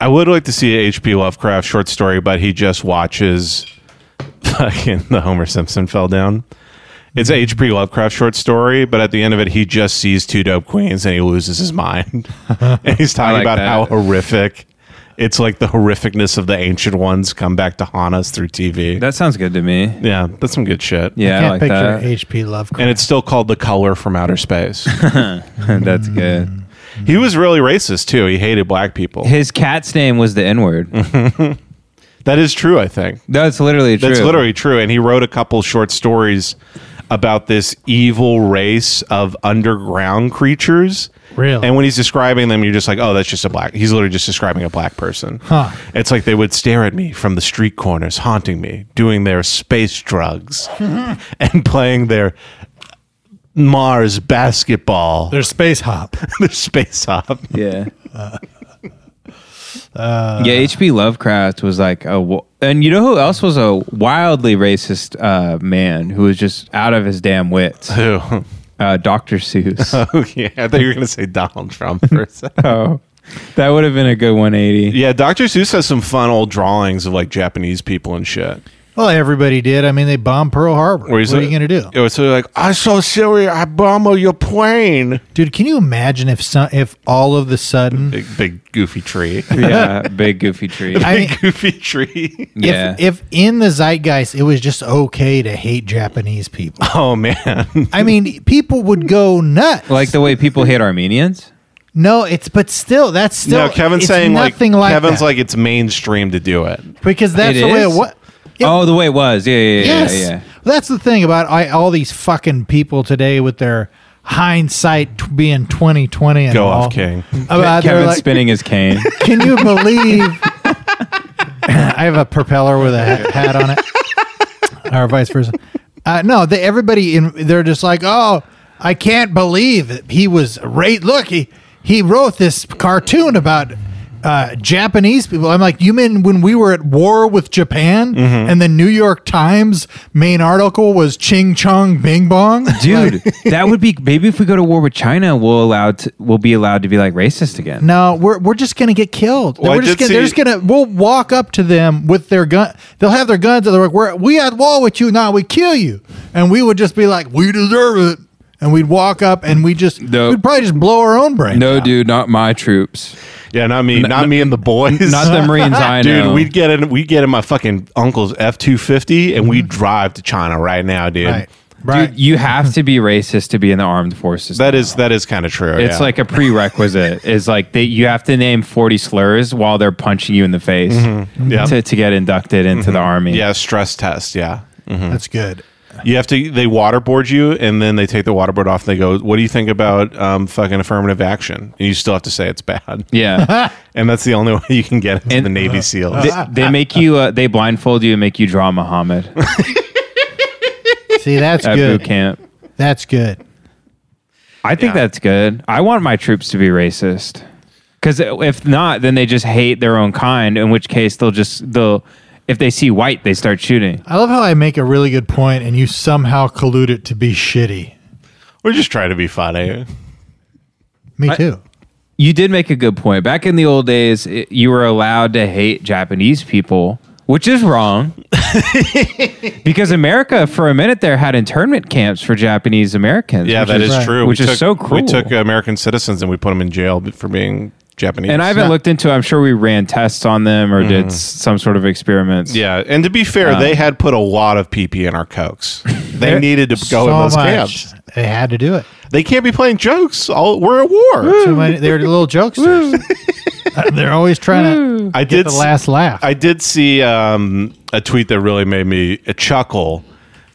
Speaker 3: I would like to see a H.P. Lovecraft short story, but he just watches fucking the Homer Simpson fell down. It's a H.P. Lovecraft short story, but at the end of it, he just sees two dope queens and he loses his mind. and he's talking
Speaker 2: like
Speaker 3: about
Speaker 2: that.
Speaker 3: how horrific it's like the horrificness of the ancient ones come back to haunt us through TV.
Speaker 2: That sounds good to me.
Speaker 3: yeah, that's some good shit.
Speaker 2: Yeah, I,
Speaker 1: Can't
Speaker 2: like
Speaker 1: picture
Speaker 2: that.
Speaker 1: H.P. Lovecraft.
Speaker 3: And it's still called The Color from Outer Space.
Speaker 2: That's good.
Speaker 3: he was really racist, too. He hated black people.
Speaker 2: His cat's name was the N-word.
Speaker 3: That is true, I think.
Speaker 2: That's literally true.
Speaker 3: That's literally true. And he wrote a couple short stories about this evil race of underground creatures.
Speaker 1: Really?
Speaker 3: And when he's describing them, you're just like, oh, that's just a black. He's literally just describing a black person.
Speaker 1: Huh.
Speaker 3: It's like they would stare at me from the street corners, haunting me, doing their space drugs and playing their Mars basketball, their,
Speaker 1: There's space hop.
Speaker 3: space hop.
Speaker 2: Yeah. yeah, H.P. Lovecraft was like a, wa- and you know who else was a wildly racist uh, man who was just out of his damn wits?
Speaker 3: oh,
Speaker 2: Uh, Dr. Seuss.
Speaker 3: yeah. I thought you were going to say Donald Trump for a second.
Speaker 2: oh, that would have been a good 180.
Speaker 3: Yeah, Dr. Seuss has some fun old drawings of like Japanese people and shit.
Speaker 1: Well, everybody did. I mean, they bombed Pearl Harbor.
Speaker 3: Where
Speaker 1: What
Speaker 3: he's
Speaker 1: are
Speaker 3: like-
Speaker 1: you going to do,
Speaker 3: It was sort of like, I'm so sorry, I bombed your plane.
Speaker 1: dude? Can you imagine if some, if all of the sudden,
Speaker 3: Big, big goofy tree.
Speaker 2: Yeah, big goofy tree.
Speaker 1: I mean,
Speaker 3: big goofy tree.
Speaker 2: yeah.
Speaker 1: if if in the zeitgeist it was just okay to hate Japanese people,
Speaker 3: Oh, man.
Speaker 1: I mean, people would go nuts.
Speaker 2: like the way people hate Armenians?
Speaker 1: No, it's but still, that's still.
Speaker 3: no, Kevin's
Speaker 1: it's
Speaker 3: saying like,
Speaker 1: nothing like,
Speaker 3: Kevin's
Speaker 1: that.
Speaker 3: like, it's mainstream to do it.
Speaker 1: because that's
Speaker 2: It
Speaker 1: the way it
Speaker 2: is?
Speaker 1: was.
Speaker 2: Oh, the way it was. Yeah, yeah, yeah.
Speaker 1: Yes,
Speaker 2: yeah, yeah.
Speaker 1: that's the thing about I, all these fucking people today with their hindsight t- being 2020 and
Speaker 3: Go
Speaker 1: all.
Speaker 3: off, King.
Speaker 1: About they're
Speaker 2: Kevin's
Speaker 1: like,
Speaker 2: spinning his cane.
Speaker 1: Can you believe? I have a propeller with a ha- hat on it, or vice versa. Uh, no, they, everybody in they're just like, oh, I can't believe he was right. Look, he he wrote this cartoon about uh, Japanese people. I'm like, you mean when we were at war with Japan, and the New York Times main article was Ching Chong Bing Bong,
Speaker 2: Dude, that would be maybe if we go to war with China, we'll allowed to, we'll be allowed to be like racist again.
Speaker 1: No, we're we're just gonna get killed.
Speaker 3: Well, I
Speaker 1: we're just
Speaker 3: did
Speaker 1: gonna, they're
Speaker 3: see-
Speaker 1: just gonna we'll walk up to them with their gun. They'll have their guns. And they're like, "We're we at war with you now. We kill you." And we would just be like, "We deserve it." And we'd walk up and we just
Speaker 2: No.
Speaker 1: we'd probably just blow our own brains. out.
Speaker 2: dude, not my troops.
Speaker 3: Yeah, not me. Not me and the boys.
Speaker 2: Not the Marines I
Speaker 3: Dude,
Speaker 2: know.
Speaker 3: we'd get in. We'd get in my fucking uncle's F two fifty, and we drive to China right now, dude.
Speaker 1: Mm-hmm. right, right.
Speaker 2: Dude, you have to be racist to be in the armed forces.
Speaker 3: That is that is kind of true.
Speaker 2: it's
Speaker 3: yeah.
Speaker 2: like a prerequisite. is like they, you have to name 40 slurs while they're punching you in the face
Speaker 3: Yeah.
Speaker 2: to, to get inducted into the army.
Speaker 3: yeah, stress test. Yeah,
Speaker 1: That's good.
Speaker 3: you have to. They waterboard you, and then they take the waterboard off. and They go, "What do you think about um, fucking affirmative action?" And you still have to say it's bad.
Speaker 2: Yeah.
Speaker 3: and that's the only way you can get into
Speaker 2: And-
Speaker 3: the
Speaker 1: Uh,
Speaker 3: Navy SEALs.
Speaker 2: they, they make you, uh, they blindfold you and make you draw Muhammad
Speaker 1: See, that's
Speaker 2: at boot
Speaker 1: good.
Speaker 2: camp.
Speaker 1: That's good.
Speaker 2: I think that's good. I want my troops to be racist. Because if not, then they just hate their own kind. In which case, they'll just they'll if they see white, they start shooting.
Speaker 1: I love how I make a really good point and you somehow collude it to be shitty.
Speaker 3: We're just trying to be funny.
Speaker 1: Me too.
Speaker 2: You did make a good point. Back in the old days, it, you were allowed to hate Japanese people, which is wrong. because America, for a minute there, had internment camps for Japanese Americans.
Speaker 3: Yeah,
Speaker 2: which
Speaker 3: that is
Speaker 1: right.
Speaker 3: true.
Speaker 2: which
Speaker 3: we
Speaker 2: is
Speaker 3: took,
Speaker 2: so cruel.
Speaker 3: We took American citizens and we put them in jail for being Japanese.
Speaker 2: and I haven't looked into. I'm sure we ran tests on them or did s- some sort of experiments.
Speaker 3: Mm-hmm. Yeah, and to be
Speaker 2: Uh,
Speaker 3: fair, they had put a lot of PP in our cokes. They needed to go in those camps.
Speaker 1: They had to do it.
Speaker 3: They can't be playing jokes. All we're at war.
Speaker 1: Too many, they're little jokesters. Uh, they're always trying to
Speaker 3: I
Speaker 1: get
Speaker 3: did
Speaker 1: the
Speaker 3: s-
Speaker 1: last laugh.
Speaker 3: I did see um, a tweet that really made me uh, chuckle.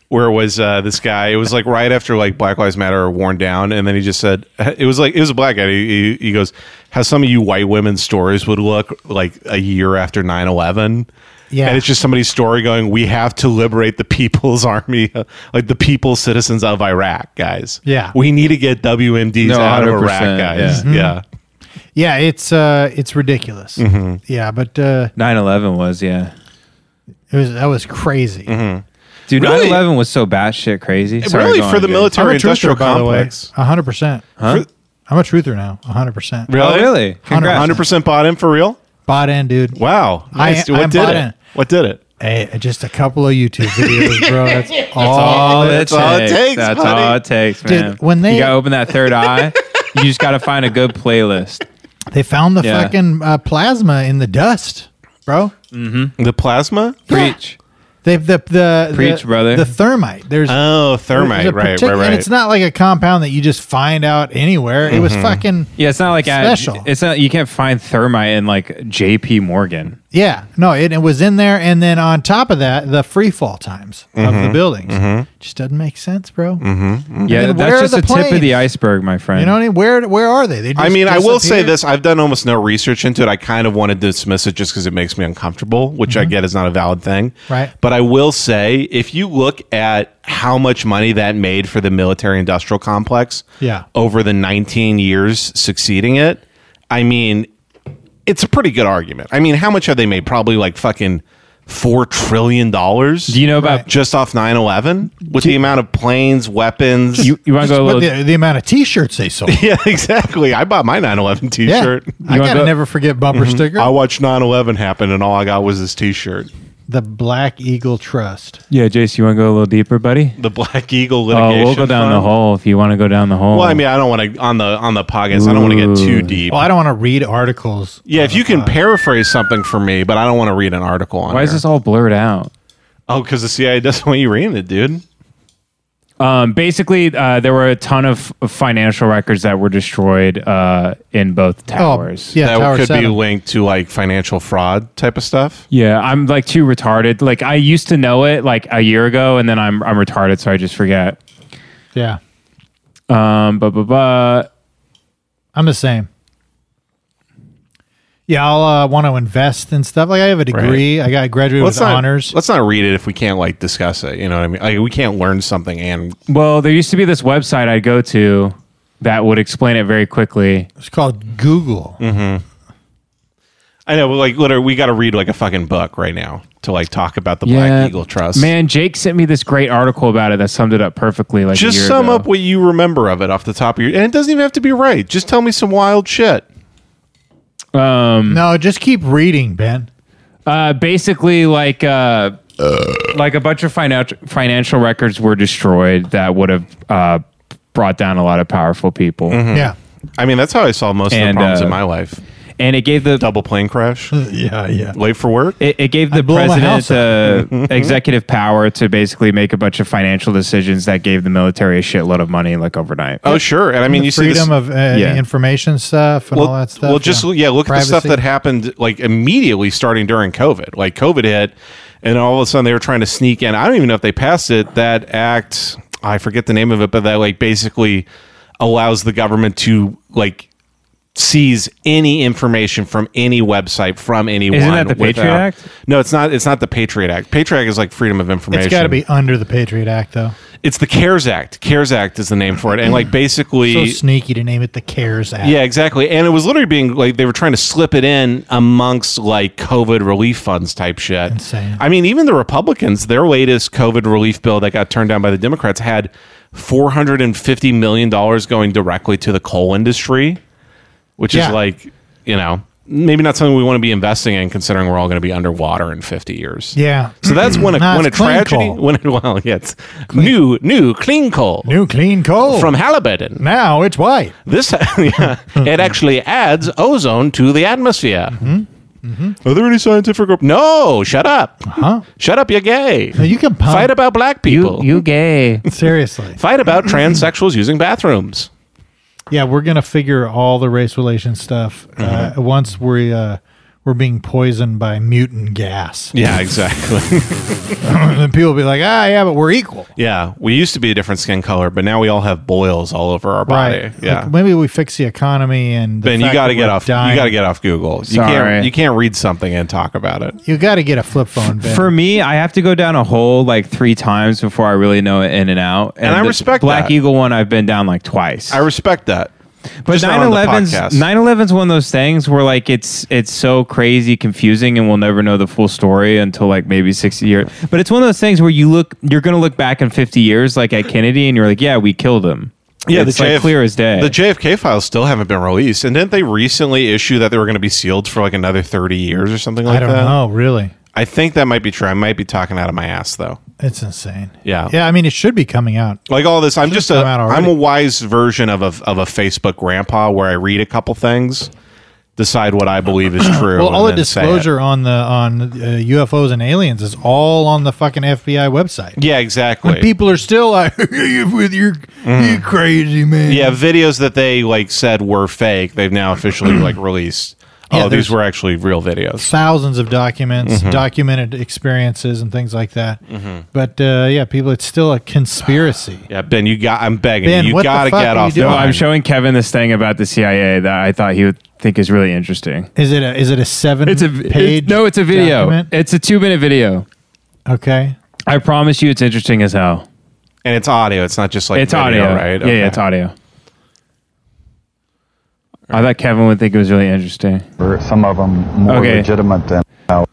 Speaker 3: Where it was uh, this guy? It was like right after like Black Lives Matter were worn down, and then he just said it was like it was a black guy. He, he, he goes, "How some of you white women's stories would look like a year after 9-11.
Speaker 1: Yeah.
Speaker 3: and it's just somebody's story going, "We have to liberate the People's Army, like the people citizens of Iraq, guys.
Speaker 1: Yeah.
Speaker 3: we need to get WMDs
Speaker 2: No,
Speaker 3: out of
Speaker 2: 100%,
Speaker 3: Iraq, guys.
Speaker 2: yeah.
Speaker 3: Yeah,
Speaker 1: Yeah, it's uh, it's ridiculous.
Speaker 3: Mm-hmm.
Speaker 1: Yeah, but uh,
Speaker 2: 9/11 was yeah.
Speaker 1: it was that was crazy.
Speaker 3: Mm-hmm.
Speaker 2: Dude,
Speaker 3: Really?
Speaker 2: 9/11 was so batshit crazy. Sorry,
Speaker 3: really
Speaker 2: go
Speaker 3: for
Speaker 2: on,
Speaker 3: the
Speaker 2: dude.
Speaker 1: I'm a
Speaker 3: military industrial
Speaker 1: truther, by the way.
Speaker 3: complex.
Speaker 1: hundred percent.
Speaker 2: Huh?
Speaker 1: I'm a truther now. hundred percent.
Speaker 2: Oh, really? Congrats.
Speaker 3: Hundred percent bought in for real.
Speaker 1: Bought in, dude.
Speaker 3: Wow.
Speaker 1: I-
Speaker 3: Nice. what
Speaker 1: I'm
Speaker 3: did
Speaker 1: bought
Speaker 3: it?
Speaker 1: in.
Speaker 3: What did it?
Speaker 1: Hey, just a couple of YouTube videos, bro. That's all.
Speaker 2: All
Speaker 3: That's
Speaker 2: it
Speaker 3: all it
Speaker 2: takes.
Speaker 3: takes,
Speaker 2: That's
Speaker 3: buddy.
Speaker 2: all it takes,
Speaker 1: Dude,
Speaker 2: man.
Speaker 1: when they-
Speaker 2: you gotta open that third eye, you just gotta find a good playlist.
Speaker 1: They found the
Speaker 2: Yeah.
Speaker 1: fucking uh, plasma in the dust, bro.
Speaker 3: The plasma?
Speaker 2: Preach.
Speaker 1: They the the
Speaker 2: Preach,
Speaker 1: the,
Speaker 2: brother.
Speaker 1: The thermite. There's
Speaker 3: Oh,
Speaker 1: there's
Speaker 3: thermite.
Speaker 1: a
Speaker 3: Right,
Speaker 1: partic-
Speaker 3: right, right.
Speaker 1: And it's not like a compound that you just find out anywhere. It was
Speaker 3: Mm-hmm.
Speaker 1: fucking
Speaker 2: Yeah, it's not like I-
Speaker 1: Special.
Speaker 2: it's not you can't find thermite in like J.P. Morgan.
Speaker 1: Yeah, no, it, it was in there, and then on top of that, the free fall times of
Speaker 3: Mm-hmm.
Speaker 1: the buildings just doesn't make sense, bro.
Speaker 2: Yeah,
Speaker 1: then where
Speaker 2: that's
Speaker 1: are
Speaker 2: just
Speaker 1: the
Speaker 2: a tip of
Speaker 1: planes?
Speaker 2: the iceberg, my friend.
Speaker 1: You know what I mean? Where where are they? they just
Speaker 3: I mean, I will say
Speaker 1: disappeared.
Speaker 3: this. I've done almost no research into it. I kind of want to dismiss it just because it makes me uncomfortable, which I get is not a valid thing.
Speaker 1: Mm-hmm. Right.
Speaker 3: But I will say, if you look at how much money that made for the military industrial complex
Speaker 1: Yeah.
Speaker 3: over the 19 years succeeding it, I mean, it's a pretty good argument. I mean, how much have they made? Probably like fucking $4 trillion.
Speaker 2: Do you know about
Speaker 3: just off 9-11 with the amount of planes weapons
Speaker 2: you, you wanna go a
Speaker 1: But
Speaker 2: little
Speaker 1: the, the amount of T-shirts they sold.
Speaker 3: yeah exactly i bought my 9-11
Speaker 1: yeah,
Speaker 3: t-shirt
Speaker 1: I
Speaker 2: wanna
Speaker 1: gotta
Speaker 2: go-
Speaker 1: never forget bumper sticker.
Speaker 3: Mm-hmm. i watched 9-11 happen and all i got was this t-shirt
Speaker 1: the Black Eagle Trust.
Speaker 2: Yeah, Jace, you wanna go a little deeper, buddy?
Speaker 3: the black eagle
Speaker 2: Oh,
Speaker 3: litigation
Speaker 2: we'll go down the
Speaker 3: fund.
Speaker 2: hole if you wanna go down the hole.
Speaker 3: well i mean i don't want to on the on the podcast i don't want to get
Speaker 2: Ooh. Uh,
Speaker 3: too deep
Speaker 1: Well, Oh, I don't want to read articles.
Speaker 3: yeah if you can paraphrase something for me but i don't want to read an article on
Speaker 2: why is
Speaker 3: here.
Speaker 2: this all blurred out?
Speaker 3: oh because the cia doesn't want you reading it dude
Speaker 2: Um, basically, uh, there were a ton of f- financial records that were destroyed uh, in both towers.
Speaker 1: Oh, yeah,
Speaker 3: that
Speaker 1: Tower
Speaker 3: could be
Speaker 1: Seven.
Speaker 3: linked to like financial fraud type of stuff
Speaker 2: Yeah, I'm like too retarded. Like I used to know it like a year ago, and then I'm I'm retarded, so I just forget.
Speaker 1: yeah,
Speaker 7: Um, blah, blah, blah.
Speaker 1: I'm the same. Yeah, I'll uh, want to invest in stuff. Like I have a degree. I got graduated
Speaker 3: Let's
Speaker 1: with
Speaker 3: not,
Speaker 1: honors.
Speaker 3: let's not read it if we can't like discuss it. You know what I mean? Like, we can't learn something and
Speaker 7: Well, there used to be this website I'd go to that would explain it very quickly.
Speaker 1: It's called Google.
Speaker 3: Mm-hmm. I know, but like literally, we got to read like a fucking book right now to like talk about the Black Eagle Trust.
Speaker 7: Man, Jake sent me this great article about it that summed it up perfectly. Like a
Speaker 3: just
Speaker 7: year
Speaker 3: sum
Speaker 7: ago.
Speaker 3: up what you remember of it off the top of your, and it doesn't even have to be right. Just tell me some wild shit.
Speaker 1: No, just keep reading, Ben.
Speaker 7: Uh, basically, like uh, like a bunch of financial financial records were destroyed that would have uh, brought down a lot of powerful people,
Speaker 3: Mm-hmm.
Speaker 1: Yeah.
Speaker 3: I mean, that's how I solved most of
Speaker 7: And,
Speaker 3: the problems
Speaker 7: uh,
Speaker 3: in my life.
Speaker 7: and it gave the
Speaker 3: Double plane crash,
Speaker 1: Yeah, yeah.
Speaker 3: late for work.
Speaker 7: It, it gave
Speaker 1: I
Speaker 7: the
Speaker 1: blew my house
Speaker 7: president uh, executive power to basically make a bunch of financial decisions that gave the military a shitload of money like overnight.
Speaker 3: oh sure, and I mean, you see this,
Speaker 1: Freedom of uh,
Speaker 7: Yeah.
Speaker 1: information stuff and
Speaker 3: well,
Speaker 1: all that stuff.
Speaker 3: Well, just yeah, look at the stuff
Speaker 1: Privacy.
Speaker 3: that happened like immediately starting during COVID. Like COVID hit, and all of a sudden they were trying to sneak in. I don't even know if they passed it. That act, I forget the name of it, but that like basically allows the government to like seize any information from any website from anyone.
Speaker 7: that the Patriot Act?
Speaker 3: No, it's not. It's not the Patriot Act. Patriot Act is like freedom of information
Speaker 1: It's got to be under the Patriot Act, though.
Speaker 3: it's the CARES Act. CARES Act is the name for it. And like
Speaker 1: So
Speaker 3: basically
Speaker 1: sneaky to name it the CARES Act.
Speaker 3: Yeah, exactly. And it was literally being like they were trying to slip it in amongst like COVID relief funds type shit.
Speaker 1: Insane.
Speaker 3: I mean, even the Republicans, their latest COVID relief bill that got turned down by the Democrats had four hundred and fifty million dollars going directly to the coal industry, which
Speaker 1: Yeah.
Speaker 3: is like, you know, maybe not something we want to be investing in considering we're all going to be underwater in fifty years.
Speaker 1: Yeah.
Speaker 3: So that's when a
Speaker 1: Nah,
Speaker 3: when a
Speaker 1: it's clean
Speaker 3: tragedy
Speaker 1: coal.
Speaker 3: when well yeah, it's new new clean coal
Speaker 1: New clean coal.
Speaker 3: from Halliburton.
Speaker 1: now it's white.
Speaker 3: This yeah,
Speaker 1: Hmm.
Speaker 3: it actually adds ozone to the atmosphere.
Speaker 1: Mm-hmm.
Speaker 3: Are there any scientific? Rep- no, shut up.
Speaker 1: Huh?
Speaker 3: Shut up. You're gay.
Speaker 1: Now Uh-huh. you can pump.
Speaker 3: Fight about black
Speaker 1: Oh.
Speaker 3: people.
Speaker 7: gay.
Speaker 1: Seriously.
Speaker 3: Fight about transsexuals using bathrooms.
Speaker 1: Yeah, we're gonna figure all the race relations stuff
Speaker 3: Mm-hmm.
Speaker 1: uh, once we uh, we're being poisoned by mutant gas.
Speaker 3: Yeah, exactly.
Speaker 1: and then people will be like, ah, yeah, but we're equal,
Speaker 3: yeah, we used to be a different skin color, but now we all have boils all over our body.
Speaker 1: right?
Speaker 3: Yeah.
Speaker 1: Like, maybe we fix the economy and the
Speaker 3: Ben, you
Speaker 1: fact
Speaker 3: got to
Speaker 1: that
Speaker 3: get
Speaker 1: we're
Speaker 3: off.
Speaker 1: dying.
Speaker 3: You got to get off Google. You
Speaker 7: Sorry.
Speaker 3: can't. You can't read something and talk about it.
Speaker 1: You got to get a flip phone, Ben.
Speaker 2: For me, I have to go down a hole like three times before I really know it in and out.
Speaker 3: And I
Speaker 2: the
Speaker 3: respect
Speaker 2: Black
Speaker 3: that.
Speaker 2: Eagle one. I've been down like twice.
Speaker 3: I respect that.
Speaker 2: but
Speaker 3: Just not on the
Speaker 2: 9/11's
Speaker 3: podcast.
Speaker 2: 9/11's one of those things where like it's it's so crazy confusing and we'll never know the full story until like maybe 60 years. But it's one of those things where you look you're going to look back in 50 years like at Kennedy and you're like, "Yeah, we killed him." it's like
Speaker 3: JF
Speaker 2: clear as day.
Speaker 3: The JFK files still haven't been released, and didn't they recently issue that they were going to be sealed for like another thirty years or something like
Speaker 1: I don't
Speaker 3: that?
Speaker 1: know, really.
Speaker 3: I think that might be true. I might be talking out of my ass though.
Speaker 1: It's insane.
Speaker 3: Yeah.
Speaker 1: yeah. I mean, it should be coming out.
Speaker 3: Like all this, I'm just a
Speaker 1: come out already.
Speaker 3: I'm a wise version of a of a Facebook grandpa where I read a couple things, decide what I believe is true.
Speaker 1: Well, all the
Speaker 3: and then say it.
Speaker 1: disclosure on the on uh, UFOs and aliens is all on the fucking FBI website.
Speaker 3: Yeah, exactly.
Speaker 1: And people are still like, with your you crazy man.
Speaker 3: yeah, videos that they like said were fake, they've now officially like released.
Speaker 1: Yeah,
Speaker 3: oh, these
Speaker 1: there's-
Speaker 3: were actually real videos.
Speaker 1: thousands of documents, documented experiences, and things like that. But uh, yeah, people, it's still a conspiracy.
Speaker 3: Yeah, Ben, you got. I'm begging
Speaker 1: Ben,
Speaker 3: you.
Speaker 1: what
Speaker 3: You
Speaker 1: the
Speaker 3: got to
Speaker 1: fuck
Speaker 3: get
Speaker 1: are you
Speaker 3: off. the
Speaker 1: doing?
Speaker 7: No,
Speaker 3: line.
Speaker 7: I'm showing Kevin this thing about the CIA that I thought he would think is really interesting.
Speaker 1: Is it a is it a seven?
Speaker 7: It's a
Speaker 3: Mm-hmm.
Speaker 1: page.
Speaker 7: it- no, it's a video.
Speaker 1: document?
Speaker 7: It's a two minute video.
Speaker 1: okay.
Speaker 7: I promise you, it's interesting as hell.
Speaker 3: And it's audio. It's not just like
Speaker 7: It's
Speaker 3: video,
Speaker 7: audio,
Speaker 3: right?
Speaker 7: Yeah, yeah, it's audio. I thought Kevin would think it was really interesting.
Speaker 8: or some of them more
Speaker 7: Okay.
Speaker 8: legitimate than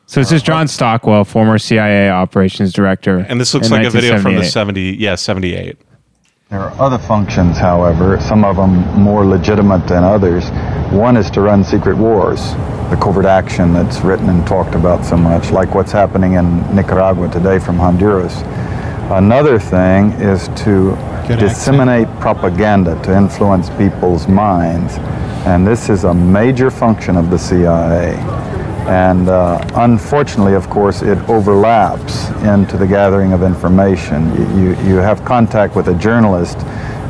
Speaker 7: So this is John Stockwell, former CIA operations director.
Speaker 3: And this looks
Speaker 7: in
Speaker 3: like a video from the
Speaker 7: 1978.
Speaker 3: seventy, yeah, seventy eight.
Speaker 8: there are other functions however some of them more legitimate than others one is to run secret wars the covert action that's written and talked about so much like what's happening in nicaragua today from honduras another thing is to
Speaker 1: Good accent.
Speaker 8: disseminate propaganda to influence people's minds and this is a major function of the cia And uh, unfortunately, of course, it overlaps into the gathering of information. You, you, you have contact with a journalist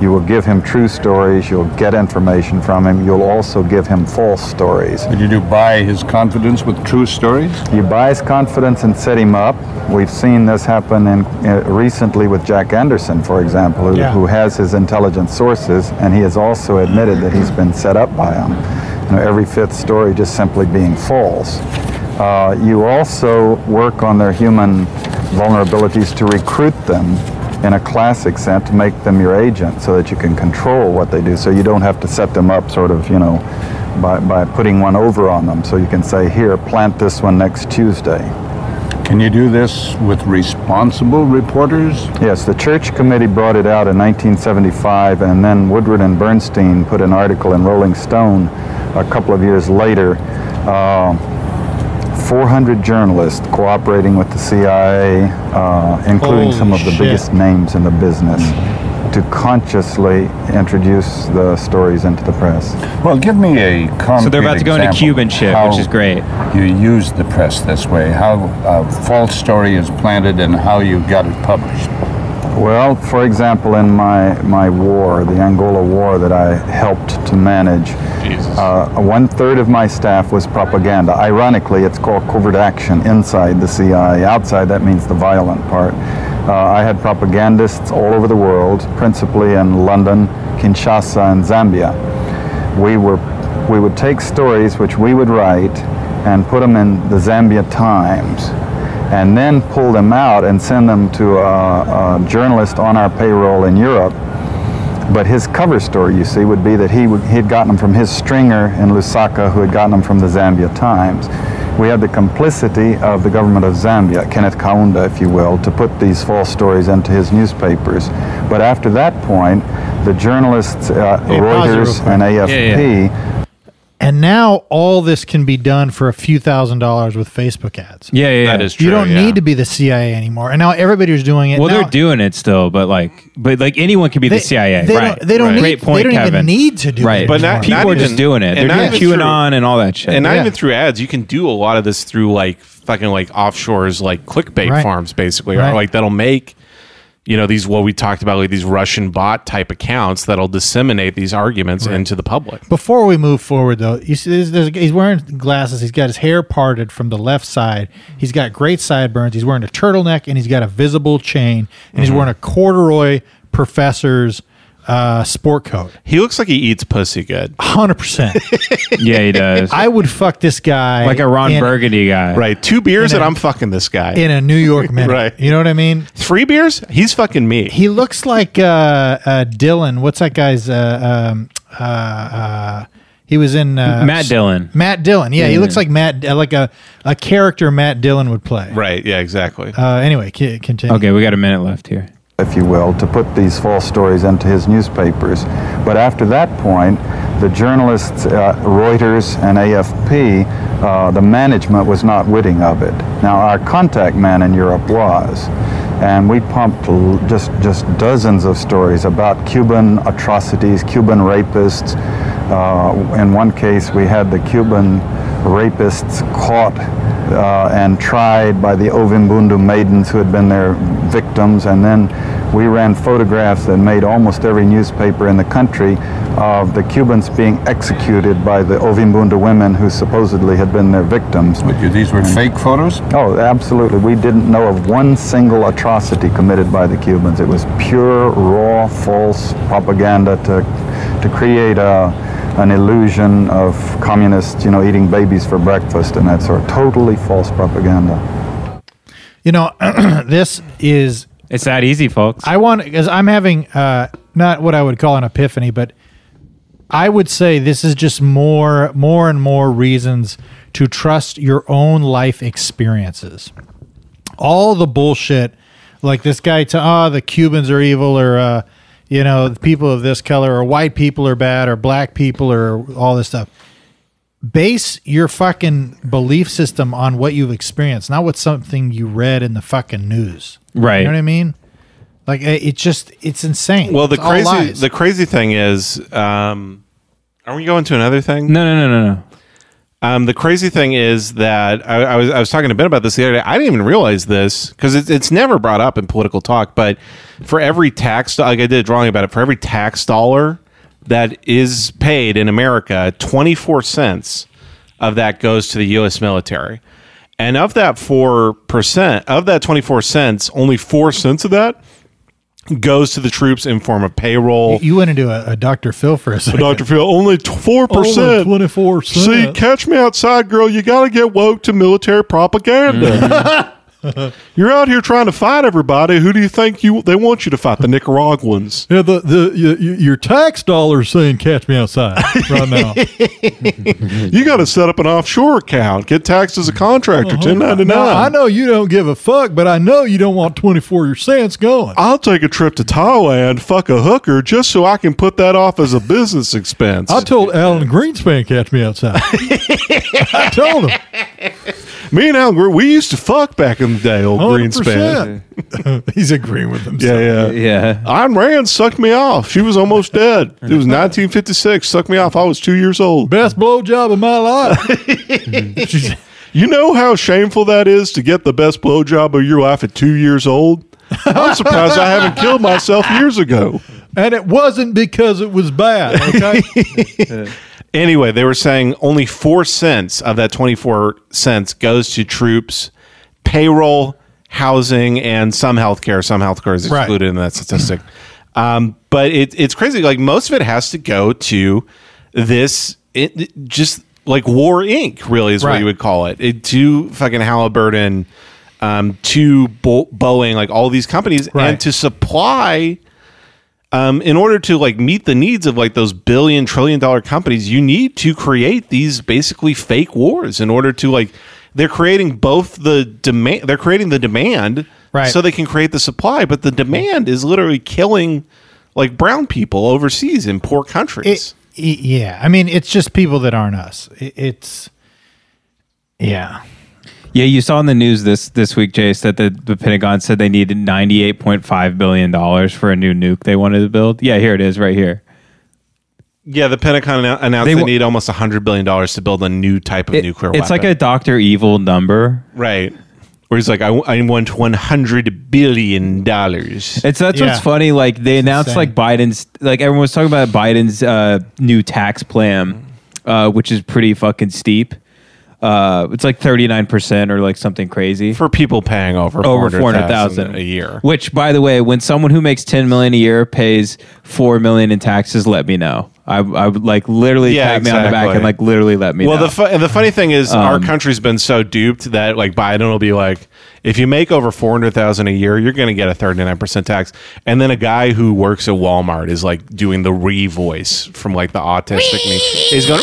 Speaker 8: You will give him true stories, you'll get information from him, you'll also give him false stories.
Speaker 9: Did you do buy his confidence with true stories?
Speaker 8: You buy his confidence and set him up. We've seen this happen in, uh, recently with Jack Anderson, for example, who,
Speaker 1: Yeah.
Speaker 8: who has his intelligence sources, and he has also admitted that he's been set up by them. You know, every fifth story just simply being false. Uh, you also work on their human vulnerabilities to recruit them in a classic sense to make them your agent so that you can control what they do so you don't have to set them up sort of you know by, by putting one over on them so you can say here plant this one next tuesday
Speaker 9: Can you do this with responsible reporters?
Speaker 8: Yes, the church committee brought it out in 1975, and then Woodward and Bernstein put an article in Rolling Stone a couple of years later. Uh, 400 journalists cooperating with the CIA, uh, including some of
Speaker 1: Holy
Speaker 8: the
Speaker 1: shit. Mm-hmm.
Speaker 8: biggest names in the business, to consciously introduce the stories into the press.
Speaker 9: Well, give me a concrete
Speaker 2: So they're about to go into
Speaker 9: example
Speaker 2: Cuban shit,
Speaker 9: how
Speaker 2: which is great.
Speaker 9: You use the press this way, how a false story is planted and how you got it published.
Speaker 8: Well, for example, in my, my war, the Angola war that I helped to manage, uh, one third of my staff was propaganda. Ironically, it's called covert action inside the CIA. Outside, that means the violent part. Uh, I had propagandists all over the world, principally in London, Kinshasa, and Zambia we were we would take stories which we would write and put them in the Zambia Times and then pull them out and send them to a, a journalist on our payroll in Europe but his cover story, you see, would be that he would, he had gotten them from his stringer in Lusaka, who had gotten them from the Zambia Times. We had the complicity of the government of Zambia, Kenneth Kaunda, if you will, to put these false stories into his newspapers. But after that point, the journalists, uh,
Speaker 1: pause it real
Speaker 8: Reuters
Speaker 1: quick.
Speaker 8: and AFP,
Speaker 1: And now all this can be done for a few thousand dollars with Facebook ads.
Speaker 2: Yeah, yeah.
Speaker 3: That
Speaker 2: yeah.
Speaker 3: is true.
Speaker 1: you don't
Speaker 3: yeah.
Speaker 1: need to be the CIA anymore. And now everybody's doing it.
Speaker 2: Well,
Speaker 1: Now-
Speaker 2: they're doing it still, but like, but like anyone could be the CIA.
Speaker 1: They
Speaker 2: right.
Speaker 1: don't, they don't
Speaker 2: right.
Speaker 1: need,
Speaker 2: Great point,
Speaker 1: they don't
Speaker 2: Kevin.
Speaker 1: even need to do
Speaker 2: right.
Speaker 1: it.
Speaker 2: But
Speaker 1: anymore.
Speaker 3: not-
Speaker 2: people are
Speaker 3: even-
Speaker 2: just doing it.
Speaker 3: and
Speaker 2: They're
Speaker 3: not
Speaker 2: doing
Speaker 3: even through-
Speaker 2: QAnon and all that shit.
Speaker 3: and not
Speaker 1: Yeah.
Speaker 3: even through ads. You can do a lot of this through like fucking like offshores, like clickbait
Speaker 1: Right.
Speaker 3: farms, basically,
Speaker 1: Right.
Speaker 3: or like that'll make you know these what we talked about, like these Russian bot type accounts that'll disseminate these arguments into the public.
Speaker 1: Before we move forward, though, you see, there's, there's, he's wearing glasses. He's got his hair parted from the left side. He's got great sideburns. He's wearing a turtleneck and he's got a visible chain. And
Speaker 2: Mm-hmm.
Speaker 1: he's wearing a corduroy professor's uh, sport coat.
Speaker 3: He looks like he eats pussy good,
Speaker 1: 100%.
Speaker 2: yeah, he does.
Speaker 1: I would fuck this guy.
Speaker 2: like a Ron
Speaker 1: in,
Speaker 2: Burgundy guy.
Speaker 3: right? Two beers
Speaker 1: In
Speaker 3: and
Speaker 1: a-
Speaker 3: I'm fucking this guy.
Speaker 1: In a New York minute.
Speaker 3: Right.
Speaker 1: You know what I mean?
Speaker 3: Three beers, he's fucking me.
Speaker 1: He looks like uh, uh, Dylan. What's that guy's? Uh, um, uh, uh, he was in uh,
Speaker 2: Matt Dillon.
Speaker 1: Matt Dillon. Yeah, he looks like Matt, uh, like a, a character Matt Dillon would play.
Speaker 3: Right? Yeah, exactly.
Speaker 1: Uh, anyway, c- continue.
Speaker 2: Okay, we got a minute left here.
Speaker 8: if you will, to put these false stories into his newspapers. But after that point, the journalists, uh, Reuters and AFP, uh, the management was not witting of it. Now, our contact man in Europe was. And we pumped l- just, just dozens of stories about Cuban atrocities, Cuban rapists. Uh, in one case, we had the Cuban rapists caught uh, and tried by the Ovimbundu maidens who had been their victims. And then we ran photographs that made almost every newspaper in the country of the Cubans being executed by the Ovimbundu women who supposedly had been their victims.
Speaker 9: But you- these were fake photos?
Speaker 8: Oh, absolutely. We didn't know of one single atrocity committed by the Cubans. It was pure, raw, false propaganda to, to create a, an illusion of communists, you know, eating babies for breakfast and that sort of totally false propaganda.
Speaker 1: You know, this is
Speaker 2: It's that easy, folks.
Speaker 1: I want because I'm having uh, not what I would call an epiphany, but I would say this is just more, more and more reasons to trust your own life experiences. All the bullshit, like this guy, to ah, the Cubans are evil, or uh, you know, the people of this color, or white people are bad, or black people, or all this stuff. Base your fucking belief system on what you've experienced, not what something you read in the fucking news.
Speaker 2: Right.
Speaker 1: You know what I mean? Like eh, it's just it's insane.
Speaker 3: Well, the
Speaker 1: It's all
Speaker 3: crazy
Speaker 1: lies.
Speaker 3: the crazy thing is, um, are we going to another thing?
Speaker 2: no, no, no, no, no.
Speaker 3: Um, the crazy thing is that I, I was I was talking to Ben about this the other day. I didn't even realize this because it's it's never brought up in political talk. But for every tax, like I did a drawing about it, for every tax dollar that is paid in America, twenty four cents of that goes to the U.S. military. And of that four percent, of that twenty four cents, only four cents of that goes to the troops in form of payroll.
Speaker 1: You went into a, a Dr. Phil for a second.
Speaker 3: Dr. Phil, only four percent.
Speaker 1: Only 24
Speaker 3: See, catch me outside, girl. You got to get woke to military propaganda.
Speaker 1: Mm-hmm.
Speaker 3: You're out here trying to fight everybody. Who do you think you they want you to fight? The Nicaraguans.
Speaker 1: Yeah, the, the you, you- your tax dollars saying catch me outside right now.
Speaker 3: You got to set up an offshore account. Get taxed as a contractor, ten ninety
Speaker 1: Now, Uh-huh. I
Speaker 3: nine.
Speaker 1: know you don't give a fuck, but I know you don't want 24 cents going.
Speaker 3: I'll take a trip to Thailand, fuck a hooker, just so I can put that off as a business expense.
Speaker 1: I told Alan Greenspan catch me outside. I told him.
Speaker 3: me and Al, Gre- we used to fuck back in the day, old Greenspan.
Speaker 1: 100%. He's agreeing with himself.
Speaker 3: Yeah, yeah,
Speaker 2: Yeah.
Speaker 3: Ayn Rand sucked me off. She was almost dead. It was 1956. Sucked me off. I was two years old.
Speaker 1: Best blowjob of my life. She's-
Speaker 3: You know how shameful that is to get the best blowjob of your life at two years old? I'm surprised I haven't killed myself years ago.
Speaker 1: and it wasn't because it was bad. Okay.
Speaker 3: Anyway, they were saying only four cents of that 24 cents goes to troops, payroll, housing, and some healthcare. Some healthcare is
Speaker 1: Right.
Speaker 3: excluded in that statistic. um, but it, it's crazy. Like most of it has to go to this, it, it- just like War Inc. Really is what
Speaker 1: Right.
Speaker 3: you would call it. it to fucking Halliburton, um, to Bo- Boeing, like all these companies,
Speaker 1: Right.
Speaker 3: and to supply um, in order to like meet the needs of like those billion trillion dollar companies you need to create these basically fake wars in order to like they're creating both the demand they're creating the demand
Speaker 1: Right.
Speaker 3: so they can create the supply but the demand is literally killing like brown people overseas in poor countries
Speaker 1: It, it- yeah, I mean, it's just people that aren't us. It, it's yeah,
Speaker 2: Yeah, you saw in the news this this week, Jace, that the, the Pentagon said they needed ninety eight point five billion dollars for a new nuke they wanted to build. Yeah, here it is, right here.
Speaker 3: yeah the pentagon annou- announced
Speaker 2: They
Speaker 3: they,
Speaker 2: wa-
Speaker 3: need almost 100 billion dollars to build a new type of
Speaker 2: It-
Speaker 3: nuclear
Speaker 2: it's like
Speaker 3: weapon.
Speaker 2: a Doctor Evil number.
Speaker 3: right where he's like I, w- I want 100 billion dollars
Speaker 2: It's that's
Speaker 1: Yeah.
Speaker 2: what's funny. Like they announced
Speaker 1: insane.
Speaker 2: like Biden's like everyone was talking about Biden's uh, new tax plan, uh, which is pretty fucking steep. Uh, it's like thirty nine percent or like something crazy.
Speaker 3: for people paying over
Speaker 2: over four hundred
Speaker 3: 400,000
Speaker 2: thousand
Speaker 3: a year.
Speaker 2: Which, by the way, when someone who makes ten million a year pays four million in taxes, let me know. I, I would like literally
Speaker 3: Yeah,
Speaker 2: tag me on the back
Speaker 3: exactly.
Speaker 2: and like literally let me
Speaker 3: Well,
Speaker 2: know. Um,
Speaker 3: the fu- and the funny thing is, our country's been so duped that like Biden will be like, if you make over four hundred thousand a year, you're going to get a thirty nine percent tax. And then a guy who works at Walmart is like doing the re voice from like the autistic. me. He's going,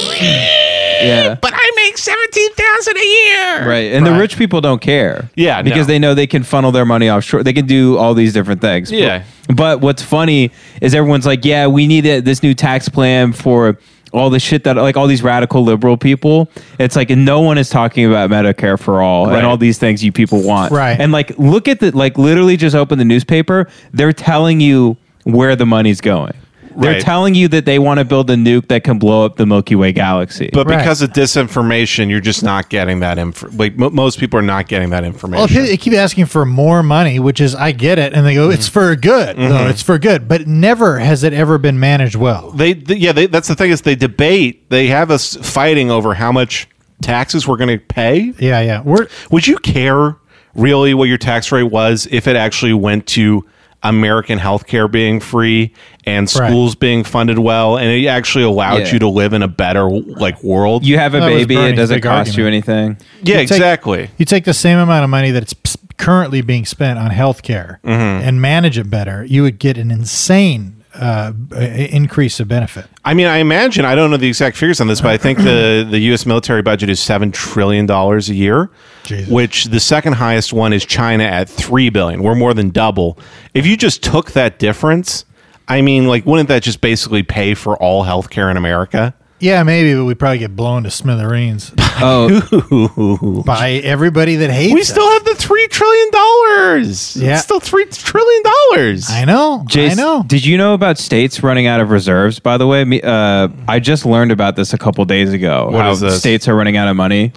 Speaker 2: yeah,
Speaker 3: but I make seventeen thousand a year.
Speaker 2: right. And the rich people don't care.
Speaker 3: Yeah,
Speaker 2: because
Speaker 3: no.
Speaker 2: they know they can funnel their money offshore. They can do all these different things.
Speaker 3: Yeah.
Speaker 2: But, but what's funny is everyone's like, yeah, we need it- this new tax plan for. All the shit that like all these radical liberal people, it's like no one is talking about Medicare for all
Speaker 3: Right.
Speaker 2: and all these things you people want.
Speaker 1: Right.
Speaker 2: And like, look at the like, literally just open the newspaper. They're telling you where the money's going. They're
Speaker 3: Right.
Speaker 2: telling you that they want to build a nuke that can blow up the Milky Way galaxy.
Speaker 3: But
Speaker 1: Right.
Speaker 3: because of disinformation, you're just not getting that info. Like mo most people are not getting that
Speaker 1: well,
Speaker 3: information.
Speaker 1: they they keep asking for more money, which is I get it, and they go, "It's for good, no, it's for good," but never has it ever been managed well.
Speaker 3: they, th- yeah they, that's the thing is they debate they have us fighting over how much taxes we're going to pay
Speaker 1: Yeah, yeah, we're
Speaker 3: would you care really what your tax rate was if it actually went to american healthcare being free and
Speaker 1: Right.
Speaker 3: schools being funded well and it actually allowed
Speaker 2: Yeah.
Speaker 3: you to live in a better like world
Speaker 2: you have a
Speaker 1: That was
Speaker 2: baby; it
Speaker 1: Bernie's
Speaker 2: doesn't
Speaker 1: big
Speaker 2: cost you anything.
Speaker 3: yeah
Speaker 1: you take-
Speaker 3: exactly
Speaker 1: you take the same amount of money that's p- currently being spent on healthcare and manage it better, you would get an insane uh, b- increase of benefit.
Speaker 3: i mean i imagine i don't know the exact figures on this but i think the the us military budget is seven trillion dollars a year
Speaker 1: Jesus.
Speaker 3: which the second highest one is China at 3 billion. We're more than double. If you just took that difference, I mean, like, wouldn't that just basically pay for all healthcare in America?
Speaker 1: Yeah, maybe, but we probably get blown to smithereens
Speaker 3: Oh,
Speaker 1: by everybody that hates.
Speaker 3: we
Speaker 1: us.
Speaker 3: still have the three trillion dollars.
Speaker 1: Yeah.
Speaker 3: it's still three trillion dollars.
Speaker 1: I know.
Speaker 2: Jace,
Speaker 1: I know.
Speaker 2: Did you know about states running out of reserves? By the way, Me, uh, I just learned about this a couple days ago.
Speaker 3: What
Speaker 2: how
Speaker 3: is this?
Speaker 2: states are running out of money.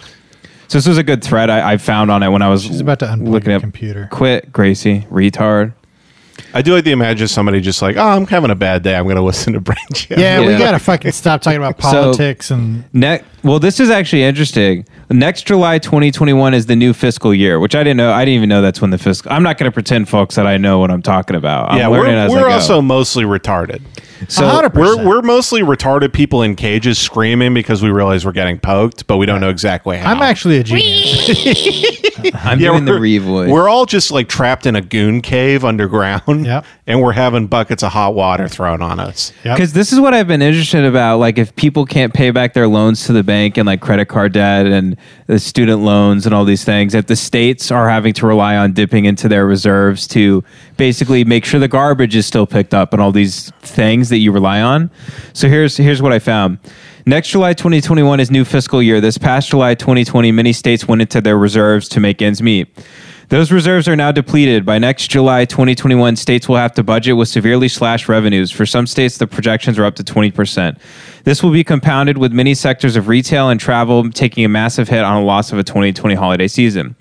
Speaker 2: So this was a good thread I, I found on it when I was
Speaker 1: She's about to unplug
Speaker 2: looking
Speaker 1: your
Speaker 2: up.
Speaker 1: computer.
Speaker 2: Quit, Gracie, retard.
Speaker 3: I do like to imagine somebody just like, oh, I'm having a bad day. I'm going to listen to Brain Jam.
Speaker 1: Yeah, we
Speaker 2: Yeah.
Speaker 1: gotta fucking stop talking about
Speaker 2: So-
Speaker 1: politics and
Speaker 2: Ne- well, this is actually interesting. Next July 2021 is the new fiscal year, which I didn't know. I didn't even know that's when the fiscal. I'm not going to pretend, folks, that I know what I'm talking about. I'm
Speaker 3: Yeah,
Speaker 2: learning
Speaker 3: we're,
Speaker 2: as I
Speaker 3: we're
Speaker 2: go.
Speaker 3: also mostly retarded.
Speaker 2: so
Speaker 1: 100%.
Speaker 3: We're, we're mostly retarded people in cages screaming because we realize we're getting poked, but we don't know exactly how.
Speaker 1: I'm actually a genius.
Speaker 2: I'm
Speaker 3: Yeah,
Speaker 2: doing the
Speaker 3: we're-
Speaker 2: Reeve voice.
Speaker 3: We're all just like trapped in a goon cave underground,
Speaker 1: Yep.
Speaker 3: and we're having buckets of hot water thrown on us.
Speaker 1: Yep.
Speaker 2: Because this is what I've been interested about. Like, if people can't pay back their loans to the bank and like credit card debt and the student loans and all these things, if the states are having to rely on dipping into their reserves to basically make sure the garbage is still picked up and all these things that you rely on. So here's here's what I found. Next July 2021 is new fiscal year. This past July 2020, many states went into their reserves to make ends meet. Those reserves are now depleted. By next July 2021, states will have to budget with severely slashed revenues. For some states, the projections are up to 20%. This will be compounded with many sectors of retail and travel taking a massive hit on a loss of a 2020 holiday season.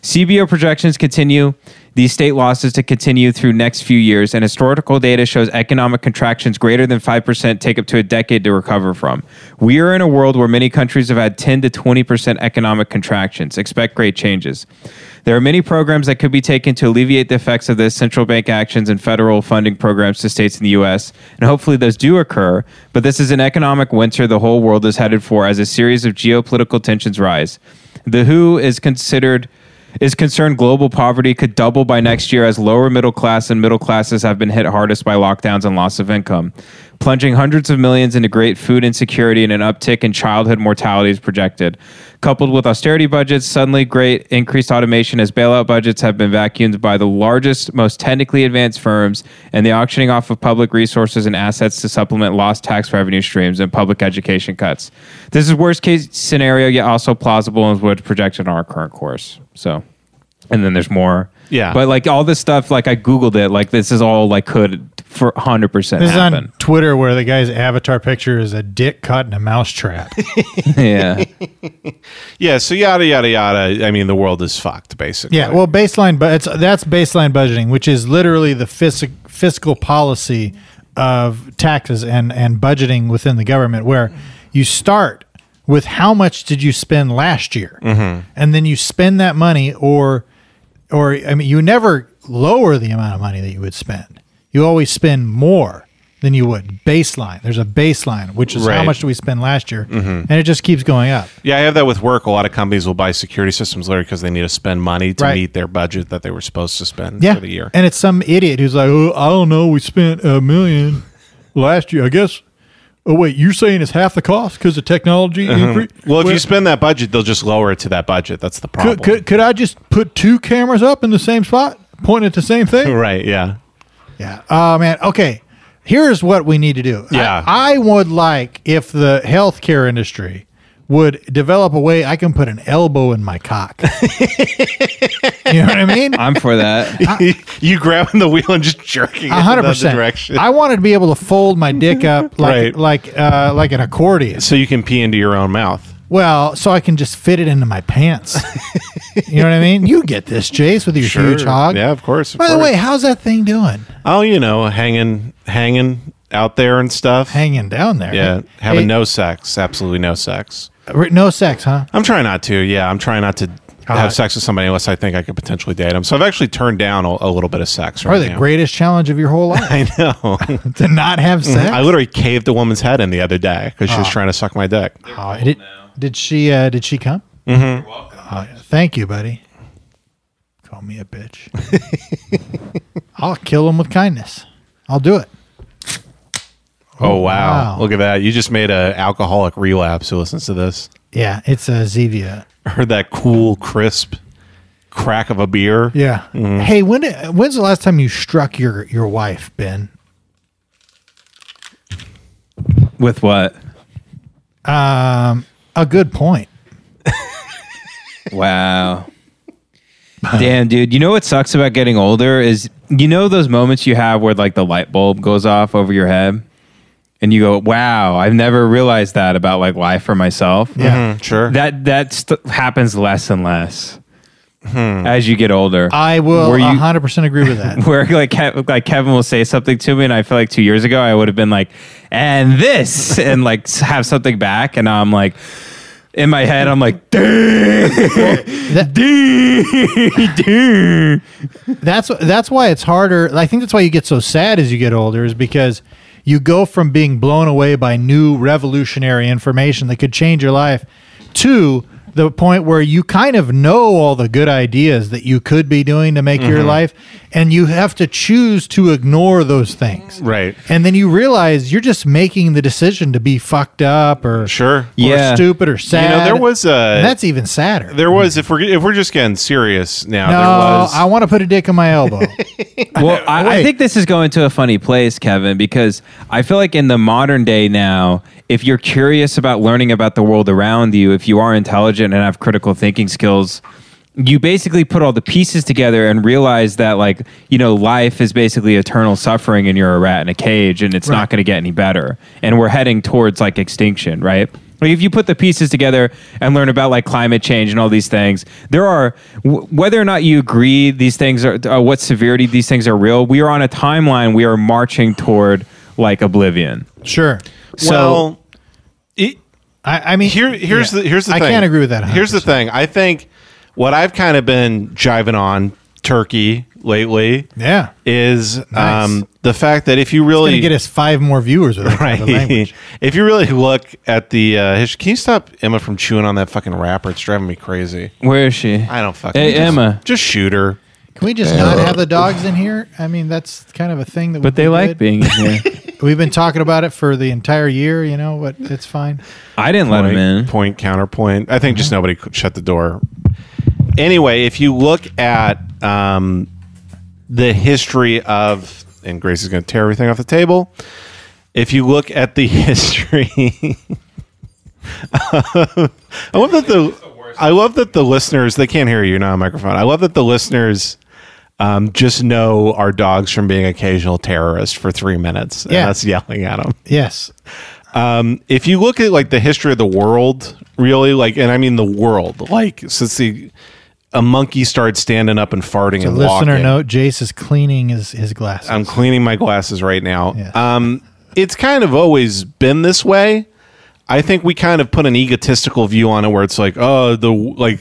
Speaker 2: CBO projections continue these state losses to continue through next few years, and historical data shows economic contractions greater than 5% take up to a decade to recover from. We are in a world where many countries have had 10 to 20% economic contractions. Expect great changes. There are many programs that could be taken to alleviate the effects of this central bank actions and federal funding programs to states in the U.S., and hopefully those do occur. But this is an economic winter the whole world is headed for as a series of geopolitical tensions rise. The WHO is considered is concerned global poverty could double by next year as lower middle class and middle classes have been hit hardest by lockdowns and loss of income, plunging hundreds of millions into great food insecurity and an uptick in childhood mortality is projected. Coupled with austerity budgets, suddenly great increased automation as bailout budgets have been vacuumed by the largest, most technically advanced firms and the auctioning off of public resources and assets to supplement lost tax revenue streams and public education cuts. This is worst case scenario, yet also plausible and would projected on our current course. So, and then there's more.
Speaker 3: Yeah.
Speaker 2: But like all this stuff, like I Googled it, like this is all like could for 100%
Speaker 1: This is
Speaker 2: happen.
Speaker 1: on Twitter where the guy's avatar picture is a dick caught in a mouse trap.
Speaker 2: yeah.
Speaker 3: Yeah, so yada yada yada. I mean, the world is fucked basically.
Speaker 1: yeah, well, baseline, but it's that's baseline budgeting, which is literally the fisc- fiscal policy of taxes and and budgeting within the government, where you start with how much did you spend last year,
Speaker 3: Mm-hmm.
Speaker 1: and then you spend that money, or or I mean, you never lower the amount of money that you would spend. You always spend more than you would baseline. There's a baseline, which is how
Speaker 3: Right. Mm-hmm.
Speaker 1: much did we spend last year, and it just keeps going up.
Speaker 3: yeah, I have that with work. A lot of companies will buy security systems later because they need to spend money to
Speaker 1: Right.
Speaker 3: meet their budget that they were supposed to spend for the year.
Speaker 1: And it's some idiot who's like, oh, I don't know, we spent a million last year. I guess. Oh wait, you're saying it's half the cost because of technology increase?
Speaker 3: Uh-huh. well, if you spend that budget, they'll just lower it to that budget. That's the problem.
Speaker 1: could, could could I just put two cameras up in the same spot, pointing at the same thing?
Speaker 3: right? Yeah.
Speaker 1: Yeah. Oh man. Okay. Here's what we need to do.
Speaker 3: Yeah.
Speaker 1: I, I would like if the healthcare industry would develop a way I can put an elbow in my cock. you know what I mean?
Speaker 2: I'm for that.
Speaker 3: you grabbing the wheel and just jerking
Speaker 1: A
Speaker 3: it in
Speaker 1: hundred
Speaker 3: the other
Speaker 1: percent.
Speaker 3: direction.
Speaker 1: I wanted to be able to fold my dick up like
Speaker 3: Right.
Speaker 1: like uh, like an accordion.
Speaker 3: so you can pee into your own mouth.
Speaker 1: Well, so I can just fit it into my pants. you know what I mean? You get this, Jace, with your huge hog.
Speaker 3: Yeah, of course. of
Speaker 1: By the
Speaker 3: course.
Speaker 1: way, how's that thing doing?
Speaker 3: oh, you know, hanging, hanging out there and stuff.
Speaker 1: Hanging down there.
Speaker 3: yeah,
Speaker 1: Hey,
Speaker 3: having
Speaker 1: hey,
Speaker 3: no Oh, sex, absolutely no sex.
Speaker 1: r- no sex, huh?
Speaker 3: I'm trying not to. Yeah, I'm trying not to
Speaker 1: God.
Speaker 3: have sex with somebody unless I think I could potentially date them. So I've actually turned down a, a little bit of sex. Right
Speaker 1: Probably the
Speaker 3: now.
Speaker 1: greatest challenge of your whole life
Speaker 3: I know.
Speaker 1: to not have sex.
Speaker 3: Mm-hmm. I literally caved a woman's head in the other day because
Speaker 1: Ah.
Speaker 3: she was trying to suck my dick.
Speaker 1: Oh, did, did she? Uh, did she come? Mm-hmm. thank you, buddy. Call me a bitch. I'll kill him with kindness. I'll do it.
Speaker 3: Oh wow.
Speaker 1: wow.
Speaker 3: Look at that! You just made a alcoholic relapse who listens to this.
Speaker 1: Yeah, it's a Zevia.
Speaker 3: Heard that cool, crisp crack of a beer.
Speaker 1: Yeah. Hey, when when's the last time you struck your your wife, Ben?
Speaker 2: With what?
Speaker 1: Um, a good point.
Speaker 2: Wow. Damn, dude. You know what sucks about getting older is you know those moments you have where like the light bulb goes off over your head and you go, "Wow, I've never realized that about like life for myself."
Speaker 1: Yeah.
Speaker 3: Mm-hmm.
Speaker 1: Mhm,
Speaker 2: sure. That that st- happens less and less as you get older.
Speaker 1: Hmm. I will
Speaker 2: Where you-
Speaker 1: 100% agree with that.
Speaker 2: where like Kev, like Kevin will say something to me, and I feel like two years ago I would have been like, and this, and like s- have something back, and now I'm like, in my head I'm like,
Speaker 1: that's that's why it's harder. I think that's why you get so sad as you get older is because you go from being blown away by new revolutionary information that could change your life to the point where you kind of know all the good ideas that you could be doing to make your
Speaker 3: Mhm.
Speaker 1: life and you have to choose to ignore those things.
Speaker 3: Right.
Speaker 1: And then you realize you're just making the decision to be fucked up or
Speaker 3: sure or
Speaker 1: yeah. stupid or sad.
Speaker 3: You know, there was a.
Speaker 1: and that's even sadder.
Speaker 3: There was if we're if we're just getting serious now.
Speaker 1: no,
Speaker 3: there was
Speaker 1: I want to put a dick in my elbow.
Speaker 2: well, I, I think this is going to a funny place, Kevin, because I feel like in the modern day now, if you're curious about learning about the world around you, if you are intelligent and have critical thinking skills, you basically put all the pieces together and realize that, like, you know, life is basically eternal suffering and you're a rat in a cage and it's not going to get any better. And we're heading towards like extinction, right? Like if you put the pieces together and learn about like climate change and all these things, there are w- whether or not you agree these things are uh, what severity these things are real. We are on a timeline. We are marching toward like oblivion.
Speaker 1: Sure.
Speaker 2: So
Speaker 3: Well,
Speaker 1: I, I mean,
Speaker 3: here here's
Speaker 1: yeah.
Speaker 3: the here's the
Speaker 1: I
Speaker 3: thing.
Speaker 1: can't agree with that
Speaker 3: Here's the thing. I think what I've kind of been jiving on Turkey lately.
Speaker 1: Yeah.
Speaker 3: Is
Speaker 1: Nice.
Speaker 3: um the fact that if you
Speaker 1: It's
Speaker 3: really
Speaker 1: gonna get us five more viewers with that kind of language.
Speaker 3: if you really look at the uh, his- can you stop Emma from chewing on that fucking wrapper? It's driving me crazy.
Speaker 2: Where is she?
Speaker 3: I don't fucking
Speaker 2: Hey,
Speaker 3: just-
Speaker 2: Emma.
Speaker 3: Just shoot her.
Speaker 1: Can we just not have the dogs in here? I mean, that's kind of a thing that. would
Speaker 2: but they
Speaker 1: be
Speaker 2: like
Speaker 1: good.
Speaker 2: being in here.
Speaker 1: We've been talking about it for the entire year. You know what? It's fine.
Speaker 2: I didn't let him in.
Speaker 3: Point counterpoint. I think just nobody could shut the door. Anyway, if you look at um, the history of, and Grace is going to tear everything off the table. If you look at the history, I love that the I love that the listeners they can't hear you now on microphone. I love that the listeners um, just know our dogs from being occasional terrorists for three minutes.
Speaker 1: Yeah.
Speaker 3: and that's yelling at them.
Speaker 1: Yes.
Speaker 3: Um, if you look at like the history of the world, really, like, and I mean the world, like since the a monkey started standing up and farting
Speaker 1: It's a
Speaker 3: and
Speaker 1: listener
Speaker 3: walking.
Speaker 1: note. Jace is cleaning his his glasses.
Speaker 3: I'm cleaning my glasses right now. Um, it's kind of always been this way. I think we kind of put an egotistical view on it where it's like, oh, the like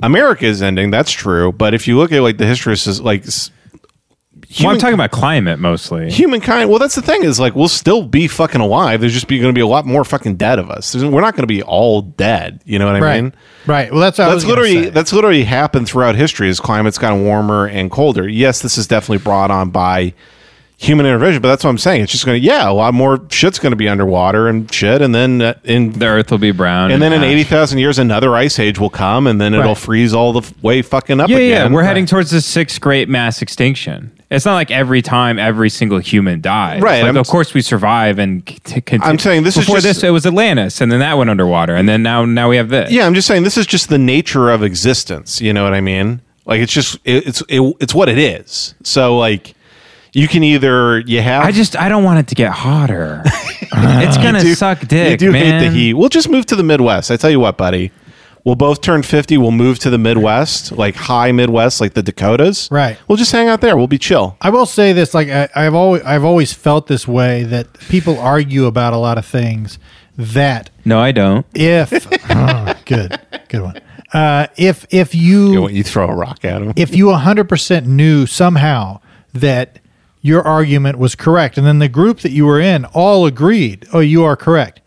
Speaker 3: America is ending. That's true. But if you look at like the history, is like s-
Speaker 2: well, I'm
Speaker 3: human-
Speaker 2: talking about climate mostly.
Speaker 3: humankind. Well, that's the thing is like we'll still be fucking alive. There's just be going to be a lot more fucking dead of us. There's- we're not going to be all dead. You know what I
Speaker 1: right.
Speaker 3: mean?
Speaker 1: Right. Well, that's what I was
Speaker 3: that's
Speaker 1: gonna
Speaker 3: literally
Speaker 1: say.
Speaker 3: that's literally happened throughout history as climate's gotten warmer and colder. Yes, this is definitely brought on by human intervention, but that's what I'm saying. It's just going to yeah, a lot more shit's going to be underwater and shit, and then uh, in
Speaker 2: the earth will be brown,
Speaker 3: and then in
Speaker 2: ash.
Speaker 3: eighty thousand years another ice age will come, and then it'll
Speaker 2: Right.
Speaker 3: freeze all the f- way fucking up.
Speaker 2: yeah,
Speaker 3: again.
Speaker 2: yeah. We're heading towards the sixth great mass extinction. It's not like every time every single human dies.
Speaker 3: Right,
Speaker 2: Like,
Speaker 3: I'm-
Speaker 2: of course we survive and c- t- continue.
Speaker 3: I'm saying this is
Speaker 2: before
Speaker 3: just-
Speaker 2: this it was Atlantis and then that went underwater and then now now we have this.
Speaker 3: Yeah, I'm just saying this is just the nature of existence. You know what I mean? Like it's just it, it's it, it's what it is. So like you can either you have
Speaker 2: I just I don't want it to get hotter. Uh, it's
Speaker 3: You
Speaker 2: gonna
Speaker 3: do-
Speaker 2: suck dick.
Speaker 3: You do
Speaker 2: man.
Speaker 3: hate the heat. We'll just move to the Midwest. I tell you what, buddy. We'll both turn 50. We'll move to the Midwest, like high Midwest, like the Dakotas.
Speaker 1: Right.
Speaker 3: We'll just hang out there. We'll be chill.
Speaker 1: I will say this: like I, I've always I've always felt this way that people argue about a lot of things that
Speaker 2: No, I don't.
Speaker 1: if Oh, good good one uh, if if you
Speaker 3: you throw a rock at him
Speaker 1: if you 100% knew somehow that your argument was correct and then the group that you were in all agreed oh you are correct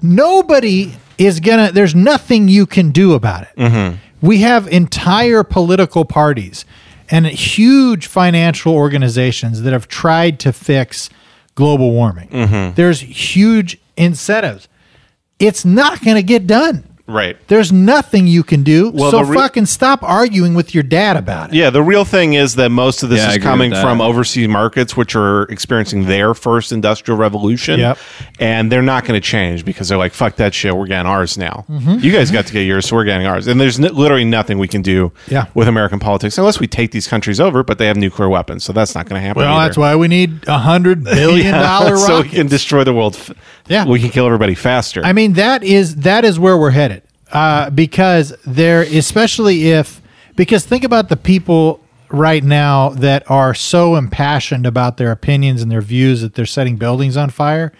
Speaker 1: nobody is gonna there's nothing you can do about it
Speaker 5: Mm-hmm.
Speaker 1: we have entire political parties and huge financial organizations that have tried to fix global
Speaker 3: Mm-hmm.
Speaker 1: warming. There's huge incentives. It's not going to get done.
Speaker 3: Right.
Speaker 1: There's nothing you can do.
Speaker 3: Well,
Speaker 1: so
Speaker 3: the re-
Speaker 1: fucking stop arguing with your dad about it.
Speaker 3: Yeah, the real thing is that most of this
Speaker 1: Yeah, I
Speaker 3: is
Speaker 1: agree with
Speaker 3: coming
Speaker 1: that.
Speaker 3: from overseas markets, which are experiencing their first industrial revolution.
Speaker 1: Yep.
Speaker 3: And they're not going to change because they're like, fuck that shit. We're getting ours now.
Speaker 1: Mhm.
Speaker 3: You guys got to get yours, so we're getting ours. And there's n- literally nothing we can do
Speaker 1: Yeah.
Speaker 3: with American politics unless we take these countries over, but they have nuclear weapons. So that's not going to happen.
Speaker 1: Well,
Speaker 3: either.
Speaker 1: that's why we need a hundred billion
Speaker 3: Yeah,
Speaker 1: dollar
Speaker 3: So we
Speaker 1: rocket.
Speaker 3: can destroy the world. f-
Speaker 1: Yeah.
Speaker 3: We can kill everybody faster.
Speaker 1: I mean, that is that is where we're headed uh, because there, especially if because think about the people right now that are so impassioned about their opinions and their views that they're setting buildings on fire.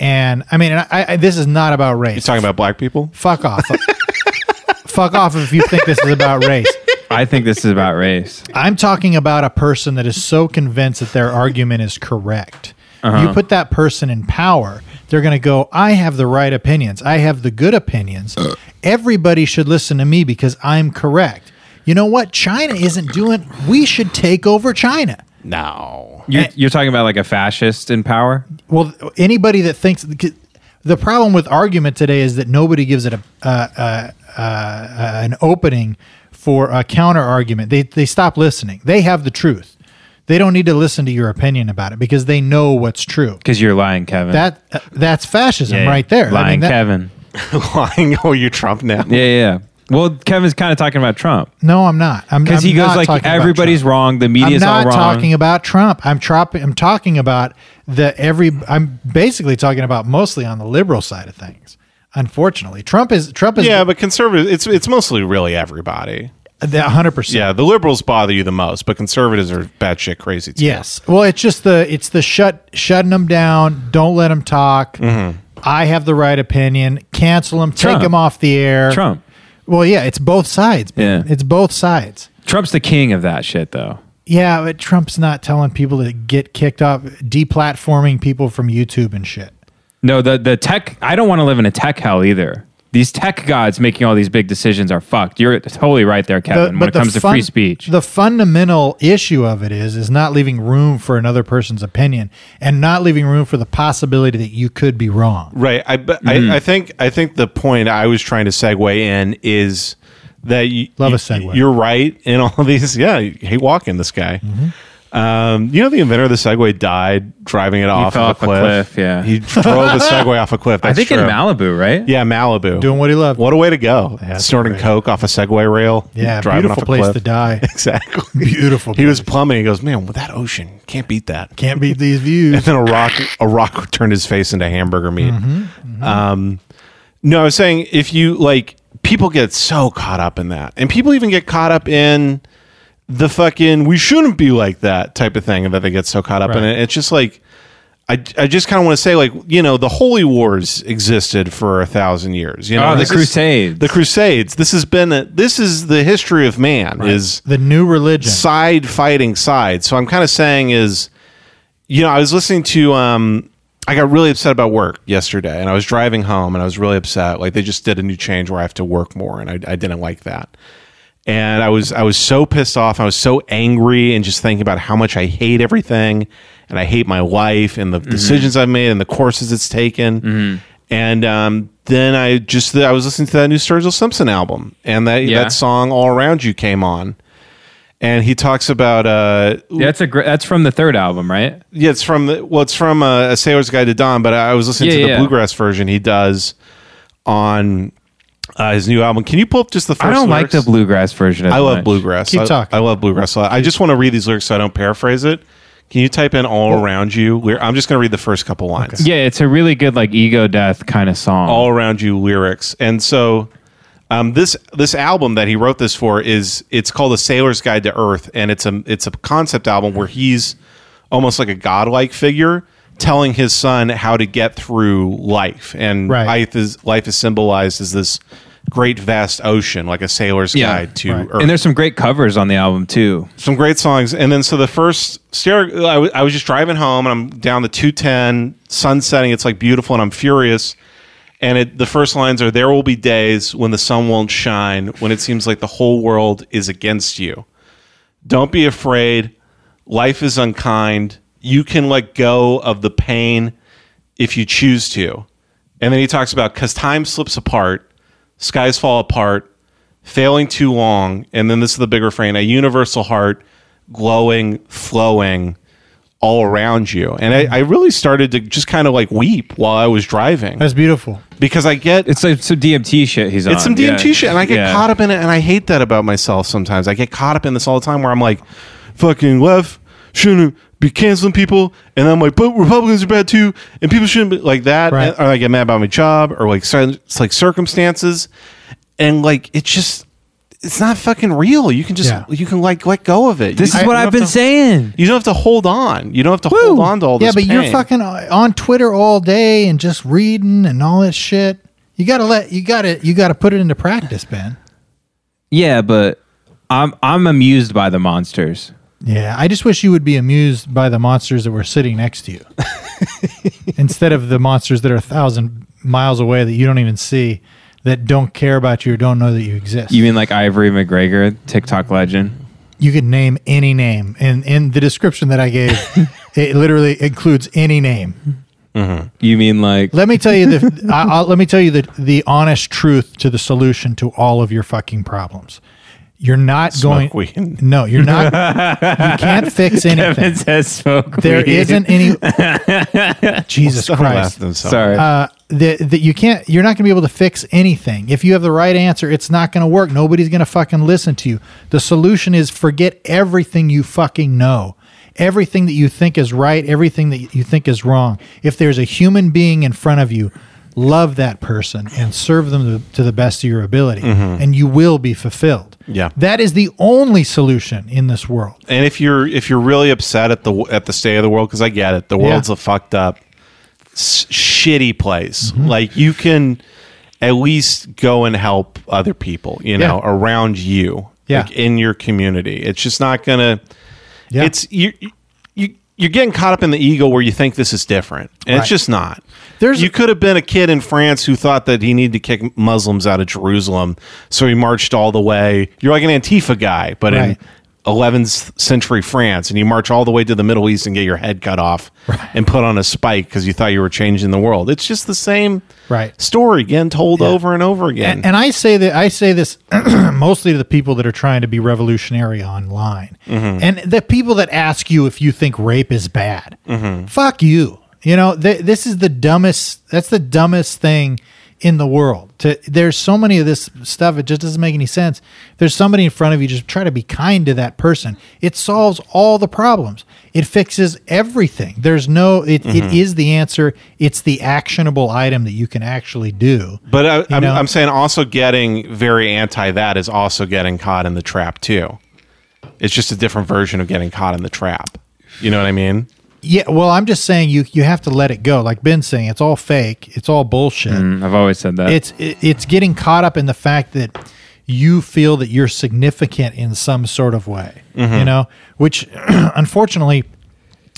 Speaker 1: And I mean, and I, I, this is not about race.
Speaker 3: You're talking about black people?
Speaker 1: Fuck off. Fuck off if you think this is about race.
Speaker 2: I think this is about race.
Speaker 1: I'm talking about a person that is so convinced that their argument is correct.
Speaker 2: Uh-huh.
Speaker 1: You put that person in power, they're going to go, I have the right opinions. I have the good opinions. Everybody should listen to me because I'm correct. You know what? China isn't doing, we should take over China.
Speaker 3: No.
Speaker 2: You're, you're talking about like a fascist in power?
Speaker 1: Well, anybody that thinks the problem with argument today is that nobody gives it a uh, uh, uh, uh, an opening for a counter argument. They they stop listening. They have the truth. They don't need to listen to your opinion about it because they know what's true.
Speaker 2: Because you're lying, Kevin.
Speaker 1: That uh, that's fascism
Speaker 2: Yeah, yeah.
Speaker 1: right there.
Speaker 2: Lying,
Speaker 1: that-
Speaker 2: Kevin.
Speaker 3: lying. Oh, you're Trump now.
Speaker 2: Yeah, yeah. Well, Kevin's kind of talking about Trump
Speaker 1: No, I'm not. I'm
Speaker 2: because
Speaker 1: I'm
Speaker 2: he goes
Speaker 1: not
Speaker 2: like
Speaker 1: talking about
Speaker 2: everybody's
Speaker 1: Trump.
Speaker 2: wrong, the media's
Speaker 1: I'm
Speaker 2: all
Speaker 1: not
Speaker 2: wrong.
Speaker 1: talking about Trump. I'm trop- I'm talking about the every. I'm basically talking about mostly on the liberal side of things. Unfortunately, Trump is Trump is
Speaker 3: yeah, but conservatives, it's it's mostly really everybody.
Speaker 1: hundred percent.
Speaker 3: Yeah, the liberals bother you the most, but conservatives are batshit crazy too.
Speaker 1: Yes. Well, it's just the it's the shut shutting them down. Don't let them talk. I have the right opinion. Cancel them. Take
Speaker 2: Mm-hmm. Trump.
Speaker 1: them off the air.
Speaker 2: Trump.
Speaker 1: Well, yeah, it's both sides. man.
Speaker 2: Yeah.
Speaker 1: It's both sides.
Speaker 2: Trump's the king of that shit, though.
Speaker 1: Yeah, but Trump's not telling people to get kicked off, deplatforming people from YouTube and shit.
Speaker 2: No, the the tech. I don't want to live in a tech hell either. These tech gods making all these big decisions are fucked. You're totally right there, Kevin.
Speaker 1: The-
Speaker 2: when
Speaker 1: but
Speaker 2: it
Speaker 1: the
Speaker 2: comes to
Speaker 1: fun-
Speaker 2: free speech,
Speaker 1: The fundamental issue of it is is not leaving room for another person's opinion and not leaving room for the possibility that you could be wrong.
Speaker 3: Right. I, but
Speaker 1: Mhm.
Speaker 2: Mm-hmm.
Speaker 3: I, I think I think the point I was trying to segue in is that you love a segue. You're right in all these. Yeah, you hate walking this guy.
Speaker 1: Mm-hmm.
Speaker 3: Um, you know the inventor of the Segway died driving it off,
Speaker 2: fell
Speaker 3: of
Speaker 2: off a cliff, yeah.
Speaker 3: he drove the Segway off a cliff.
Speaker 2: I
Speaker 3: That's
Speaker 2: think in
Speaker 3: true.
Speaker 2: Malibu, right?
Speaker 3: Yeah, Malibu.
Speaker 1: Doing what he loved.
Speaker 3: What a way to go! Snorting coke off a Segway rail.
Speaker 1: Yeah, beautiful place to die.
Speaker 3: Exactly.
Speaker 1: Beautiful.
Speaker 3: He was plumbing. He goes, man, with that ocean, can't beat that.
Speaker 1: Can't beat these views.
Speaker 3: And then a rock, a rock turned his face into hamburger meat.
Speaker 2: Mm-hmm,
Speaker 3: Um, no, I was saying if you like, people get so caught up in that, and people even get caught up in the fucking we shouldn't be like that type of thing that they get so caught up in
Speaker 10: Right.
Speaker 3: it. It's just like. I, I just kind of want to say like you know the holy wars existed for a thousand years you know
Speaker 2: Oh, the
Speaker 3: This is-
Speaker 2: Crusades.
Speaker 3: the crusades this has been a, this is the history of man is
Speaker 1: the new religion
Speaker 3: side fighting side so i'm kind of saying is you know, I was listening to um I got really upset about work yesterday and I was driving home and I was really upset. Like they just did a new change where I have to work more and I, I didn't like that. And I was I was so pissed off. I was so angry and just thinking about how much I hate everything and I hate my life and
Speaker 2: Mm-hmm.
Speaker 3: the decisions I've made and the courses it's taken. And um, then I just I was listening to that new Sturgill Simpson album and that
Speaker 2: Yeah.
Speaker 3: that song All Around You came on. And he talks about uh,
Speaker 2: that's a gr- that's from the third album, right?
Speaker 3: yeah, it's from the, well, it's from uh, a Sailor's Guide to Dawn, but I I was listening
Speaker 2: Yeah,
Speaker 3: to the
Speaker 2: yeah.
Speaker 3: bluegrass version he does on uh, his new album. Can you pull up just the first?
Speaker 2: I don't like the
Speaker 3: lyrics?
Speaker 2: bluegrass version. As
Speaker 3: I love
Speaker 2: much.
Speaker 3: bluegrass. I, I love bluegrass a lot. I just want to read these lyrics so I don't paraphrase it. Can you type in "all around you"? Lyr- I'm just going to read the first couple lines.
Speaker 2: Yeah, it's a really good like ego death kind of song.
Speaker 3: all around you lyrics. And so um, this this album that he wrote this for is it's called A Sailor's Guide to Earth, and it's a it's a concept album where he's almost like a godlike figure telling his son how to get through life. And
Speaker 1: Right.
Speaker 3: life is life is symbolized as this great vast ocean, like a sailor's guide to earth.
Speaker 2: And there's some great covers on the album too.
Speaker 3: some great songs. And then so the first stair, I wa- I was just driving home and I'm down the 210, sun setting. It's like beautiful and I'm furious. And it, the first lines are there will be days when the sun won't shine, when it seems like the whole world is against you. Don't be afraid. Life is unkind. You can let go of the pain if you choose to. And then he talks about because time slips apart, Skies Fall Apart, Failing Too Long, and then this is the big refrain a universal heart glowing, flowing all around you. And I, I really started to just kind of like weep while I was driving.
Speaker 1: That's beautiful.
Speaker 3: Because I get
Speaker 2: it's like some DMT shit. He's
Speaker 3: it's some DMT shit, and I get caught up in it, and I hate that about myself sometimes. I get caught up in this all the time, where I'm like, "Fucking left shouldn't be canceling people," and I'm like, "But Republicans are bad too, and people shouldn't be like that."
Speaker 1: Right.
Speaker 3: and- or I get mad about my job, or like cir- it's like circumstances, and like it's just it's not fucking real. You can just
Speaker 1: Yeah.
Speaker 3: you can like let go of it.
Speaker 2: This
Speaker 3: You-
Speaker 2: is
Speaker 3: you
Speaker 2: what
Speaker 3: don't
Speaker 2: I've
Speaker 3: have
Speaker 2: been
Speaker 3: to-
Speaker 2: saying.
Speaker 3: You don't have to hold on. You don't have to hold on to all
Speaker 1: yeah,
Speaker 3: this.
Speaker 1: but you're
Speaker 3: pain.
Speaker 1: fucking on Twitter all day and just reading and all that shit. You gotta let you gotta you gotta put it into practice, Ben.
Speaker 2: Yeah, but I'm I'm amused by the monsters.
Speaker 1: Yeah, I just wish you would be amused by the monsters that were sitting next to you instead of the monsters that are a thousand miles away that you don't even see, that don't care about you or don't know that you exist.
Speaker 2: You mean like Ivory McGregor, TikTok legend?
Speaker 1: you could name any name, and in the description that I gave, it literally includes any name.
Speaker 2: You mean like
Speaker 1: Let me tell you the I, I'll, let me tell you the the honest truth to the solution to all of your fucking problems. You're not going.
Speaker 3: weed.
Speaker 1: No, you're not. you can't fix anything.
Speaker 2: Kevin says smoke
Speaker 1: There
Speaker 2: weed.
Speaker 1: not any. Jesus
Speaker 3: Someone laughed
Speaker 1: Christ.
Speaker 3: themselves.
Speaker 2: Sorry.
Speaker 1: Uh, that that you can't. You're not going to be able to fix anything. If you have the right answer, it's not going to work. Nobody's going to fucking listen to you. The solution is forget everything you fucking know. Everything that you think is right, everything that you think is wrong. If there's a human being in front of you, love that person and serve them to, to the best of your ability, and you will be fulfilled.
Speaker 3: Mm-hmm. Yeah.
Speaker 1: that is the only solution in this world.
Speaker 3: And if you're if you're really upset at the at the state of the world, because I get it, the world's a fucked up, s- shitty place.
Speaker 1: Mm-hmm.
Speaker 3: Like you can at least go and help other people, you know,
Speaker 1: Yeah.
Speaker 3: around you,
Speaker 1: Yeah.
Speaker 3: like in your community. It's just not gonna.
Speaker 1: Yeah.
Speaker 3: It's you. You you're getting caught up in the ego where you think this is different, and
Speaker 1: Right.
Speaker 3: it's just not.
Speaker 1: There's-
Speaker 3: you could have been a kid in France who thought that he needed to kick Muslims out of Jerusalem, so he marched all the way. You're like an Antifa guy, but in
Speaker 1: Right.
Speaker 3: 11th century France, and you march all the way to the Middle East and get your head cut off and put on a spike because you thought you were changing the world. It's just the same
Speaker 1: Right.
Speaker 3: story getting told over and over again.
Speaker 1: and, and I say that I say this mostly to the people that are trying to be revolutionary online, and the people that ask you if you think rape is bad. Fuck you. You know th- this is the dumbest. That's the dumbest thing in the world. To there's so many of this stuff. It just doesn't make any sense. If there's somebody in front of you. Just try to be kind to that person. It solves all the problems. It fixes everything. There's no. It, it is the answer. It's the actionable item that you can actually do.
Speaker 3: but I, I'm,
Speaker 1: know?
Speaker 3: I'm saying also getting very anti that is also getting caught in the trap too. It's just a different version of getting caught in the trap. You know what I mean?
Speaker 1: Yeah, well, I'm just saying you you have to let it go. Like Ben's saying, it's all fake. It's all bullshit.
Speaker 2: Mm, I've always said that.
Speaker 1: It's it, it's getting caught up in the fact that you feel that you're significant in some sort of way. You know, which unfortunately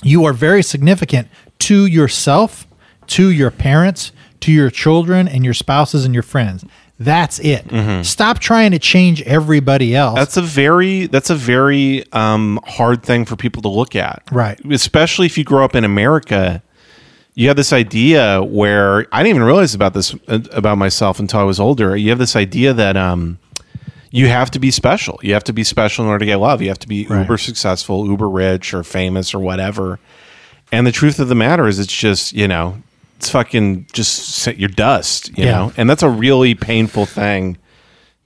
Speaker 1: you are very significant to yourself, to your parents, to your children and your spouses and your friends. That's it. Stop trying to change everybody else.
Speaker 3: That's a very that's a very um, hard thing for people to look at,
Speaker 1: Right.
Speaker 3: Especially if you grow up in America, you have this idea where I didn't even realize about this uh, about myself until I was older. You have this idea that um, you have to be special. You have to be special in order to get love. You have to be uber successful, uber rich, or famous, or whatever. And the truth of the matter is, it's just you know, it's fucking just your dust, you
Speaker 1: Yeah.
Speaker 3: know. And that's a really painful thing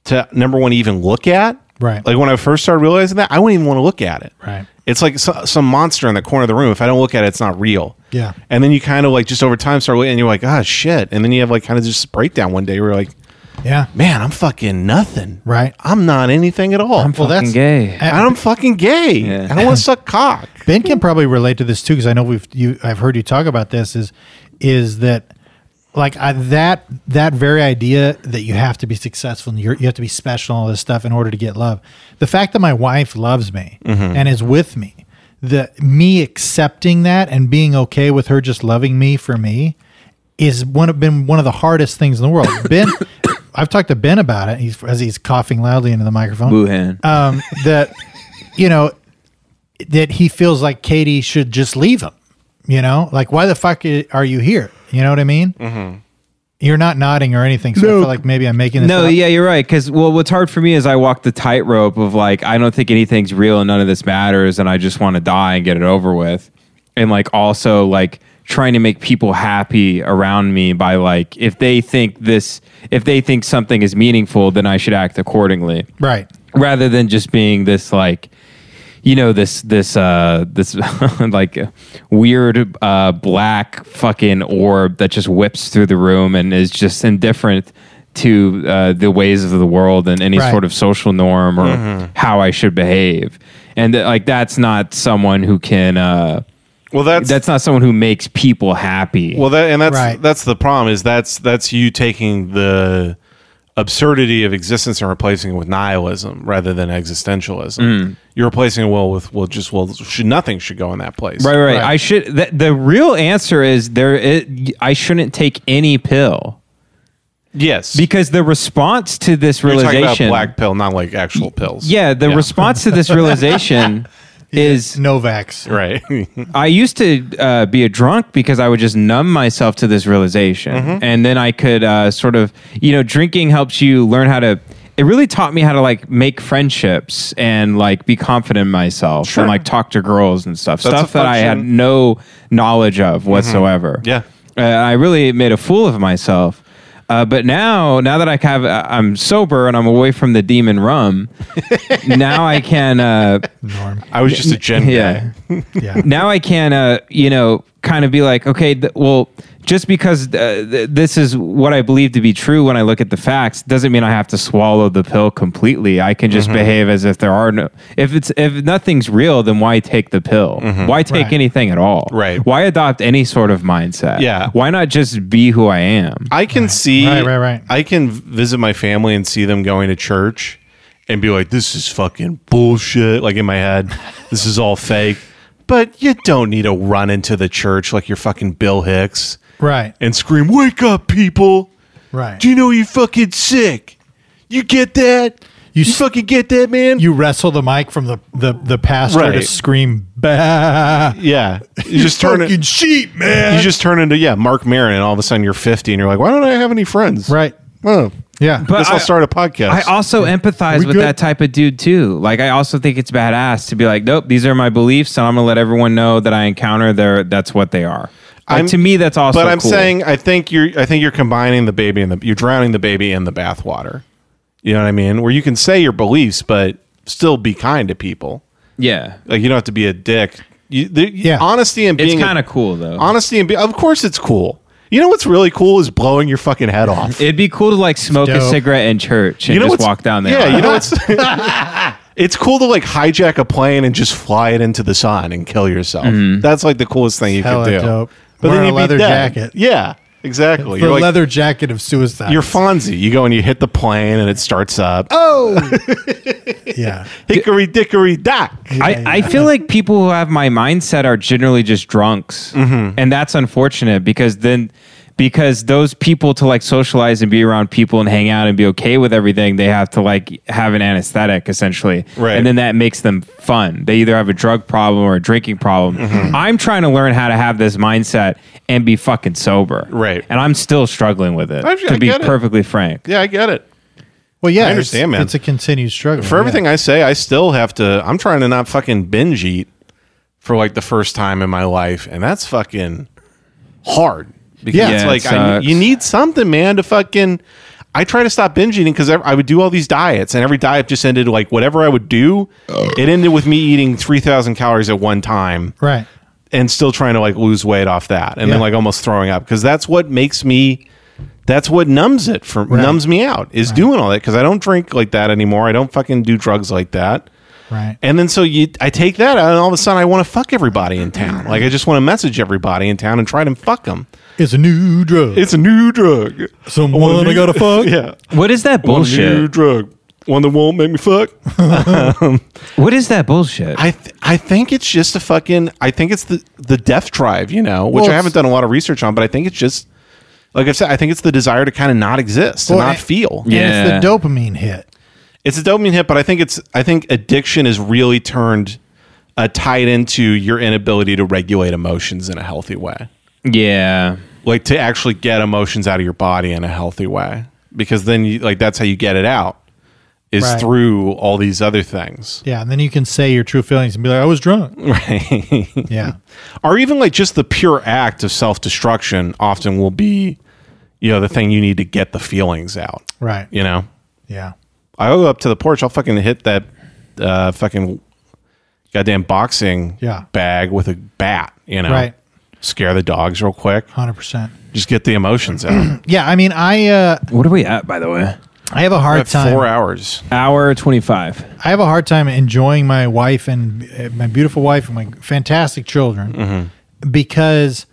Speaker 3: to number one even look at.
Speaker 1: Right.
Speaker 3: Like when I first started realizing that, I wouldn't even want to look at it.
Speaker 1: Right.
Speaker 3: It's like so, some monster in the corner of the room. If I don't look at it, it's not real.
Speaker 1: Yeah.
Speaker 3: And then you kind of like just over time start looking and you're like, ah, shit. And then you have like kind of just a breakdown one day where you're like,
Speaker 1: yeah.
Speaker 3: man, I'm fucking nothing.
Speaker 1: Right.
Speaker 3: I'm not anything at all. I'm
Speaker 1: Well, that's
Speaker 2: gay.
Speaker 3: I'm fucking gay.
Speaker 2: Yeah.
Speaker 3: I don't want to suck cock.
Speaker 1: Ben can probably relate to this too because I know we've you I've heard you talk about this is is that like I, that that very idea that you have to be successful and you're, you have to be special and all this stuff in order to get love. The fact that my wife loves me and is with me, the me accepting that and being okay with her just loving me for me is one of been one of the hardest things in the world. Ben, I've talked to Ben about it. He's as he's coughing loudly into the microphone
Speaker 2: Wuhan.
Speaker 1: um, that you know that he feels like Katie should
Speaker 3: Mm-hmm.
Speaker 1: just leave him. You know, like why the fuck i- are you here? You know what I mean? You're not nodding or anything, so I feel like maybe I'm making this
Speaker 2: No,
Speaker 1: up.
Speaker 2: yeah, you're right. Because well, what's hard for me is I walk the tightrope of like I don't think anything's real and none of this matters, and I just want to die and get it over with, and like also like trying to make people happy around me by like if they think this if they think something is meaningful, then I should act accordingly,
Speaker 1: Right.
Speaker 2: rather than just being this like you know this this uh this like weird uh black fucking orb that just whips through the room and is just indifferent to uh, the ways of the world and any
Speaker 7: Right.
Speaker 2: sort of social norm or
Speaker 3: Mm-hmm.
Speaker 7: Mhm.
Speaker 2: how I should behave and that like that's not someone who can uh
Speaker 3: well that's
Speaker 2: that's not someone who makes people happy
Speaker 3: Well, that and that's that's the problem is that's that's you taking the absurdity of existence and replacing it with nihilism rather than existentialism.
Speaker 2: Mm.
Speaker 3: You're replacing it well with well just well should, nothing should go in that place.
Speaker 2: Right, right. I should. Th- the real answer is there. It, I shouldn't take any pill.
Speaker 3: Yes,
Speaker 2: because the response to this
Speaker 3: You're talking about
Speaker 2: realization.
Speaker 3: black pill, not like actual pills.
Speaker 2: yeah, the response to this realization is
Speaker 1: Novavax.
Speaker 3: Right.
Speaker 2: I used to uh, be a drunk because I would just numb myself to this realization,
Speaker 7: Mm-hmm.
Speaker 2: and then I could uh, sort of, you know, drinking helps you learn how to. It really taught me how to like make friendships and like be confident in myself and like talk to girls and stuff.
Speaker 7: That's a
Speaker 2: stuff that I had
Speaker 7: function. Mm-hmm.
Speaker 2: no knowledge of whatsoever.
Speaker 3: Yeah.
Speaker 2: Uh, I really made a fool of myself. Uh, but now, now that I have, uh, I'm sober and I'm away from the demon rum. now I can. Uh,
Speaker 3: I was just a gen
Speaker 2: Yeah.
Speaker 1: yeah.
Speaker 2: Now I can, uh, you know, kind of be like, okay, th- well, just because uh, th- this is what I believe to be true when I look at the facts, doesn't mean I have to swallow the pill completely. I can just
Speaker 7: Mhm.
Speaker 2: behave as if there are no. If it's if nothing's real, then why take the pill? Why take
Speaker 7: Right.
Speaker 2: anything at all? Right. Why adopt any sort of mindset?
Speaker 3: Yeah.
Speaker 2: Why not just be who I am?
Speaker 3: I can see
Speaker 2: Right, right, right.
Speaker 3: I can v- visit my family and see them going to church and be like, This is fucking bullshit. Like in my head, this is all fake. But you don't need to run into the church like you're fucking Bill Hicks
Speaker 1: Right.
Speaker 3: and scream, Wake up, people.
Speaker 1: Right.
Speaker 3: Do you know you're fucking sick? You get that?
Speaker 1: You,
Speaker 3: fucking get that, man.
Speaker 1: You wrestle the mic from the the, the pastor to
Speaker 3: Right.
Speaker 1: scream. Bah.
Speaker 3: Yeah.
Speaker 1: You fucking sheep, man.
Speaker 3: You just turn into, yeah, Mark Maron, and all of a sudden you're 50 and you're like, Why don't I have any friends?
Speaker 1: Right.
Speaker 3: Oh.
Speaker 1: Yeah.
Speaker 3: Guess I'll start a podcast.
Speaker 2: I also empathize
Speaker 3: We
Speaker 2: with
Speaker 3: good?
Speaker 2: that type of dude too. Like I also think it's badass to be like, nope, these are my beliefs, and I'm gonna let everyone know that I encounter their that's what they are. Like,
Speaker 3: I'm-
Speaker 2: to me, that's also.
Speaker 3: But I'm
Speaker 2: cool.
Speaker 3: saying I think you're I think you're combining the baby and the you're drowning the baby in the bathwater. You know what I mean? Where you can say your beliefs, but still be kind to people.
Speaker 2: yeah,
Speaker 3: Like you don't have to be a dick. You, the, honesty and
Speaker 2: It's
Speaker 3: being a-
Speaker 2: kinda cool, though.
Speaker 3: Honesty and be, of course it's cool. You know what's really cool is blowing your fucking head off.
Speaker 2: it'd be cool to like smoke a
Speaker 3: dope.
Speaker 2: cigarette in church and
Speaker 3: You know
Speaker 2: just
Speaker 3: what's-
Speaker 2: walk down there.
Speaker 3: yeah, you know what's- It's cool to like hijack a plane and just fly it into the sun and kill yourself.
Speaker 2: Mm-hmm.
Speaker 3: That's like the coolest thing you
Speaker 1: Hella
Speaker 3: could do.
Speaker 1: dope.
Speaker 3: But
Speaker 1: Wear
Speaker 3: then
Speaker 1: a
Speaker 3: you'd be
Speaker 1: leather
Speaker 3: dead.
Speaker 1: jacket.
Speaker 3: Yeah, exactly.
Speaker 1: the
Speaker 3: You're like-
Speaker 1: leather jacket of suicide.
Speaker 3: You're Fonzie. You go and you hit the plane and it starts up.
Speaker 1: oh. yeah.
Speaker 3: Hickory dickory dock.
Speaker 2: I, I feel like people who have my mindset are generally just drunks,
Speaker 3: Mm-hmm.
Speaker 2: and that's unfortunate because then because those people to like socialize and be around people and hang out and be okay with everything, they have to like have an anesthetic essentially,
Speaker 7: Right.
Speaker 2: And then that makes them fun. They either have a drug problem or a drinking problem.
Speaker 3: Mm-hmm.
Speaker 2: I'm trying to learn how to have this mindset and be fucking sober, right? And I'm still struggling with it,
Speaker 3: I- I
Speaker 2: to be
Speaker 3: get it.
Speaker 2: perfectly frank.
Speaker 3: Yeah, I get it.
Speaker 1: Well, yeah.
Speaker 3: I understand,
Speaker 1: it's,
Speaker 3: man.
Speaker 1: It's a continued struggle
Speaker 3: For
Speaker 1: yeah.
Speaker 3: everything I say, I still have to. I'm trying to not fucking binge eat for like the first time in my life, and that's fucking hard. Because
Speaker 1: Yeah.
Speaker 3: it's
Speaker 1: Yeah, it
Speaker 3: like I,
Speaker 1: sucks.
Speaker 3: you need something, man, to fucking. I try to stop binge eating because I, I would do all these diets, and every diet just ended like whatever I would do, it ended with me eating three thousand calories at one time.
Speaker 1: Right.
Speaker 3: and still trying to like lose weight off that and then
Speaker 1: Yeah.
Speaker 3: like almost throwing up because that's what makes me that's what numbs it for numbs me out is doing all that because i don't drink like that anymore i don't fucking do drugs like that
Speaker 1: Right.
Speaker 3: and then so you i take that out and all of a sudden i want to fuck everybody in town like i just want to message everybody in town and try to fuck them
Speaker 1: It's a new drug.
Speaker 3: It's a new drug.
Speaker 1: Someone I, gotta fuck.
Speaker 3: yeah
Speaker 2: What is that
Speaker 3: One new
Speaker 2: bullshit?
Speaker 3: drug. One that won't make me fuck.
Speaker 2: what is that bullshit?
Speaker 3: I th- I think it's just a fucking. I think it's the the death drive, you know, which
Speaker 1: Well,
Speaker 3: I haven't
Speaker 1: it's-
Speaker 3: done a lot of research on, but I think it's just like I've said. I think it's the desire to kind of not exist, to
Speaker 1: Well,
Speaker 3: not
Speaker 1: and-
Speaker 3: feel.
Speaker 1: And it's the dopamine hit.
Speaker 3: It's a dopamine hit, but I think it's. I think addiction is really turned uh, tied into your inability to regulate emotions in a healthy way.
Speaker 2: yeah.
Speaker 3: like to actually get emotions out of your body in a healthy way because then you like that's how you get it out is
Speaker 1: Right.
Speaker 3: through all these other things
Speaker 1: Yeah, and then you can say your true feelings and be like, I was drunk.
Speaker 3: right
Speaker 1: Yeah.
Speaker 3: or even like just the pure act of self-destruction often will be you know the thing you need to get the feelings out
Speaker 1: Right.
Speaker 3: you know
Speaker 1: Yeah.
Speaker 3: i go up to the porch i'll fucking hit that uh fucking goddamn boxing
Speaker 1: Yeah.
Speaker 3: bag with a bat you know
Speaker 1: Right.
Speaker 3: scare the dogs real quick
Speaker 1: 100%.
Speaker 3: just get the emotions out
Speaker 1: Yeah, I mean, I uh
Speaker 2: What are we at, by the way?
Speaker 1: I have a hard
Speaker 3: At
Speaker 1: time.
Speaker 3: four hours
Speaker 2: Hour 25.
Speaker 1: I have a hard time enjoying my wife and uh, my beautiful wife and my fantastic children because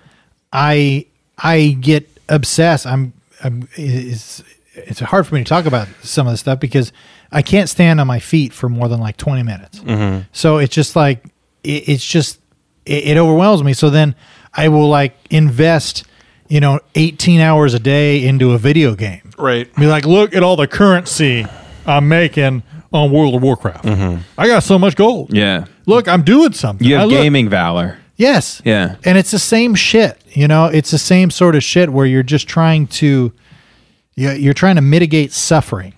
Speaker 1: I I get obsessed. I'm, I'm it's it's hard for me to talk about some of this stuff because I can't stand on my feet for more than like 20 minutes. So it's just like it, it's just it, it overwhelms me. So then I will like invest you know 18 hours a day into a video game.
Speaker 3: right
Speaker 1: Be like, look at all the currency I'm making on World of Warcraft. I got so much gold.
Speaker 2: Mm-hmm. Yeah.
Speaker 1: Look, I'm doing something.
Speaker 2: You
Speaker 1: I
Speaker 2: have
Speaker 1: look-
Speaker 2: gaming valor.
Speaker 1: Yes.
Speaker 2: Yeah.
Speaker 1: And it's the same shit. You know, it's the same sort of shit where you're just trying to, you- you're trying to mitigate suffering.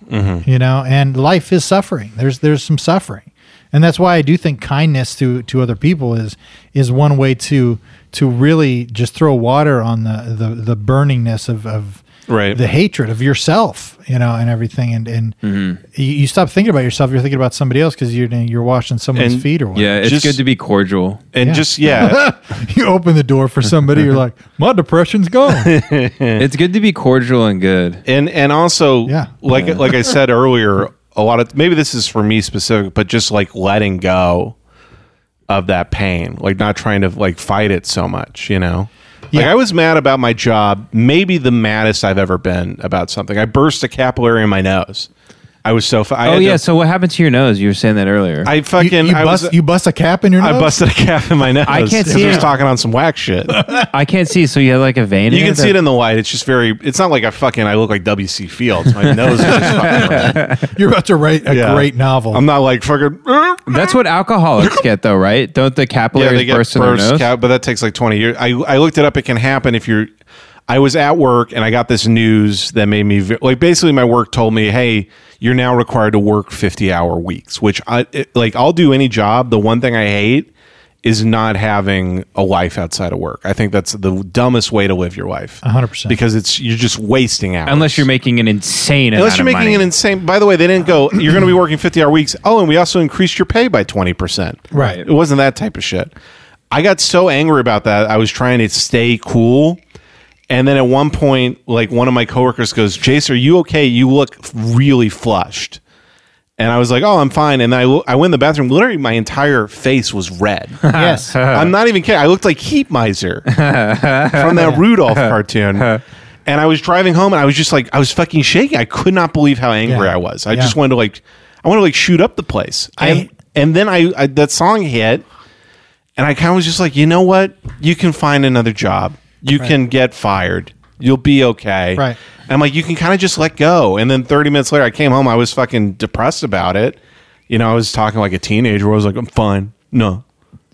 Speaker 1: You know, and life is suffering. There's there's some suffering, and that's why I do think kindness to to other people is is one way to to really just throw water on the the the burningness of of
Speaker 3: Right.
Speaker 1: the hatred of yourself. You know, and everything, and and you, you stop thinking about yourself. You're thinking about somebody else because you're you're washing someone's
Speaker 3: And-
Speaker 1: feet or whatever
Speaker 2: Yeah, it's
Speaker 3: Just-
Speaker 2: good to be cordial.
Speaker 3: and just yeah
Speaker 1: you open the door for somebody, you're like, my depression's gone.
Speaker 2: It's good to be cordial and good.
Speaker 3: and and also
Speaker 1: Yeah.
Speaker 3: like like i said earlier a lot of maybe this is for me specific but just like letting go of that pain like not trying to like fight it so much you know like
Speaker 1: Yeah.
Speaker 3: i was mad about my job maybe the maddest i've ever been about something i burst a capillary in my nose i was so fu- I
Speaker 2: Oh,
Speaker 3: had to-
Speaker 2: yeah. So, what happened to your nose? You were saying that earlier.
Speaker 3: uh, i fucking
Speaker 1: you, you
Speaker 3: I,
Speaker 1: bust,
Speaker 3: was,
Speaker 1: you bust a cap in your nose.
Speaker 3: I busted a cap in my nose
Speaker 2: I can't
Speaker 3: 'cause
Speaker 2: see
Speaker 3: I was
Speaker 2: it.
Speaker 3: talking on some whack shit
Speaker 2: I can't see. So, you had like a vein
Speaker 3: You can see it in the light. It's just very. It's not like I fucking. I look like W. C. Fields. My nose is just fucking. red.
Speaker 1: You're about to write a
Speaker 3: Yeah.
Speaker 1: great novel.
Speaker 3: I'm not like fucking. "Er,
Speaker 2: That's what alcoholics get, though, right? Don't the capillaries burst in their nose?
Speaker 3: out, but that takes like 20 years. I, I looked it up. It can happen if you're. I was at work and I got this news that made me ve- like basically my work told me, hey, you're now required to work 50 hour weeks, which I it- like. I'll do any job. The one thing I hate is not having a life outside of work. I think that's the dumbest way to live your life.
Speaker 1: 100%.
Speaker 3: Because it's you're just wasting hours.
Speaker 2: Unless you're making an insane
Speaker 3: Unless
Speaker 2: amount
Speaker 3: you're
Speaker 2: of
Speaker 3: making
Speaker 2: money.
Speaker 3: an insane. By the way, they didn't go. You're going to be working 50 hour weeks. Oh, and we also increased your pay by 20 percent.
Speaker 1: Right.
Speaker 3: It wasn't that type of shit. I got so angry about that. I was trying to stay cool, and then at one point, like one of my coworkers goes, "Jace, are you okay? You look really flushed." And I was like, "Oh, I'm fine." And I lo- I went in the bathroom. Literally, my entire face was red.
Speaker 2: Ah,
Speaker 1: yes.
Speaker 3: I'm not even kidding. I looked like Heat Miser from that Rudolph cartoon. and I was driving home and I was just like, I was fucking shaking. I could not believe how angry
Speaker 1: Yeah.
Speaker 3: I was. I
Speaker 1: Yeah.
Speaker 3: just wanted to like, I wanted to like shoot up the place.
Speaker 1: I-
Speaker 3: and, and then I, I, that song hit and I kind of was just like, you know what? You can find another job. You can get fired. You'll be okay.
Speaker 1: Right.
Speaker 3: And I'm like, you can kind of just let go. And then 30 minutes later, I came home. I was fucking depressed about it. You know, I was talking like a teenager. Where I was like, I'm fine. No.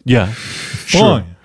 Speaker 3: Yeah. Sure.
Speaker 1: Fine.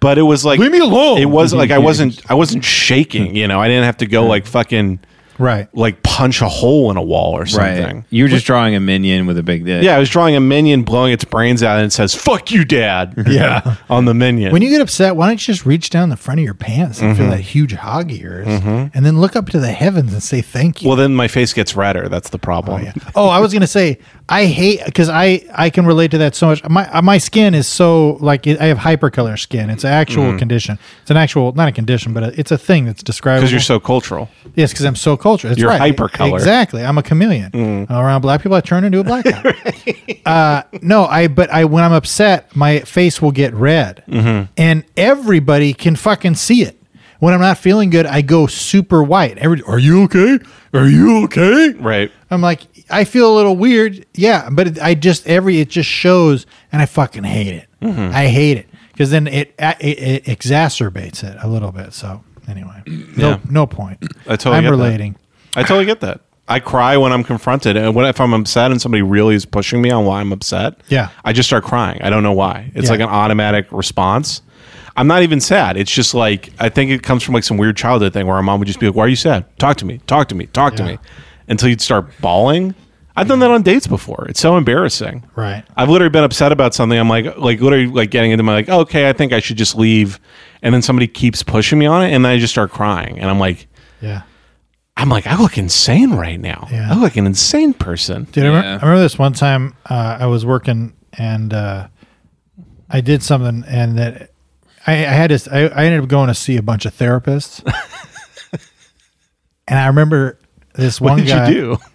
Speaker 3: But it was like
Speaker 1: Leave me alone.
Speaker 3: It was like I wasn't I wasn't shaking, you know. I didn't have to go like fucking
Speaker 1: Right.
Speaker 3: like punch a hole in a wall or something.
Speaker 2: Right. You're just drawing a minion with a big dick.
Speaker 3: Yeah, I was drawing a minion blowing its brains out and it says, Fuck you, Dad.
Speaker 1: Yeah.
Speaker 3: on the minion.
Speaker 1: When you get upset, why don't you just reach down the front of your pants and
Speaker 3: Mm-hmm.
Speaker 1: feel that huge hog ears and then look up to the heavens and say thank you?
Speaker 3: well then my face gets redder. That's the problem.
Speaker 1: oh, I was gonna say I hate because I I can relate to that so much. My uh, my skin is so like I have hypercolor skin. It's an actual
Speaker 3: Mm-hmm.
Speaker 1: condition. It's an actual not a condition, but a, it's a thing that's described.
Speaker 3: Because you're so cultural.
Speaker 1: Yes, because I'm so cultured. That's
Speaker 3: You're
Speaker 1: right.
Speaker 3: hypercolor. Mm.
Speaker 1: Exactly. I'm a chameleon. Around black people, I turn into a black guy. uh, no, I. But I when I'm upset, my face will get red,
Speaker 3: Mm-hmm.
Speaker 1: and everybody can fucking see it. When I'm not feeling good, I go super white. Every, are you okay? Are you okay?
Speaker 3: Right.
Speaker 1: I'm like, I feel a little weird. Yeah, but it, I just every it just shows, and I fucking hate it.
Speaker 3: Mm-hmm.
Speaker 1: I hate it because then it, it it exacerbates it a little bit. So anyway, no
Speaker 3: Yeah.
Speaker 1: no point.
Speaker 3: I totally
Speaker 1: I'm
Speaker 3: get that.
Speaker 1: relating.
Speaker 3: I totally get that. I cry when I'm confronted. And when if I'm upset and somebody really is pushing me on why I'm upset,
Speaker 1: Yeah.
Speaker 3: I just start crying. I don't know why. It's
Speaker 1: Yeah.
Speaker 3: like an automatic response. I'm not even sad. It's just like I think it comes from like some weird childhood thing where our mom would just be like, "Why are you sad? Talk to me. Talk to me. Talk to me," until you'd start bawling. I've done that on dates before. It's so embarrassing.
Speaker 1: Right.
Speaker 3: I've literally been upset about something. I'm like, like literally, like getting into my like, oh, okay, I think I should just leave, and then somebody keeps pushing me on it, and then I just start crying, and I'm like,
Speaker 1: Yeah.
Speaker 3: I'm like, I look insane right now. I look like an insane person.
Speaker 1: Dude, I, remember, I remember this one time uh, I was working and uh, I did something and that I, I had this. I, I ended up going to see a bunch of therapists, and I remember this
Speaker 3: What
Speaker 1: one
Speaker 3: did you
Speaker 1: guy.
Speaker 3: do?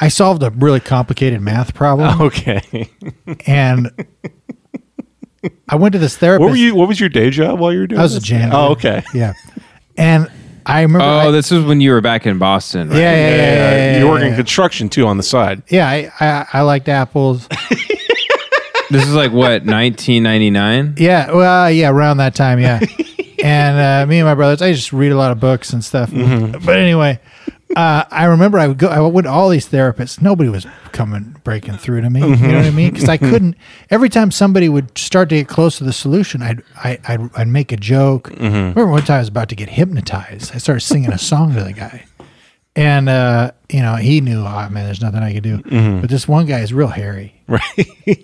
Speaker 1: I solved a really complicated math problem.
Speaker 3: Okay.
Speaker 1: and I went to this therapist.
Speaker 3: Oh. What were you? What was your day job while you were doing?
Speaker 1: I was a
Speaker 3: this?
Speaker 1: janitor.
Speaker 3: Oh, okay.
Speaker 1: Yeah, and I remember. I-
Speaker 2: Oh, this is when you were back in Boston. Right?
Speaker 1: Yeah, yeah, yeah, yeah, yeah, yeah,
Speaker 3: You're working
Speaker 1: yeah.
Speaker 3: construction too on the side.
Speaker 1: yeah, I, I I liked apples.
Speaker 2: This is like what 1999.
Speaker 1: Yeah, well, yeah, around that time, yeah. and uh, me and my brothers, I just read a lot of books and stuff.
Speaker 3: Mm-hmm.
Speaker 1: But anyway, uh, I remember I would go. I went to all these therapists. Nobody was coming breaking through to me. You know what I mean?
Speaker 3: Mm-hmm.
Speaker 1: Because I couldn't. Every time somebody would start to get close to the solution, I'd I, I'd, I'd make a joke.
Speaker 3: Mm-hmm.
Speaker 1: Remember one time I was about to get hypnotized. I started singing a song to the guy. And uh, you know he knew, oh, man, there's nothing I could do. But this one guy is real hairy.
Speaker 3: Mm-hmm.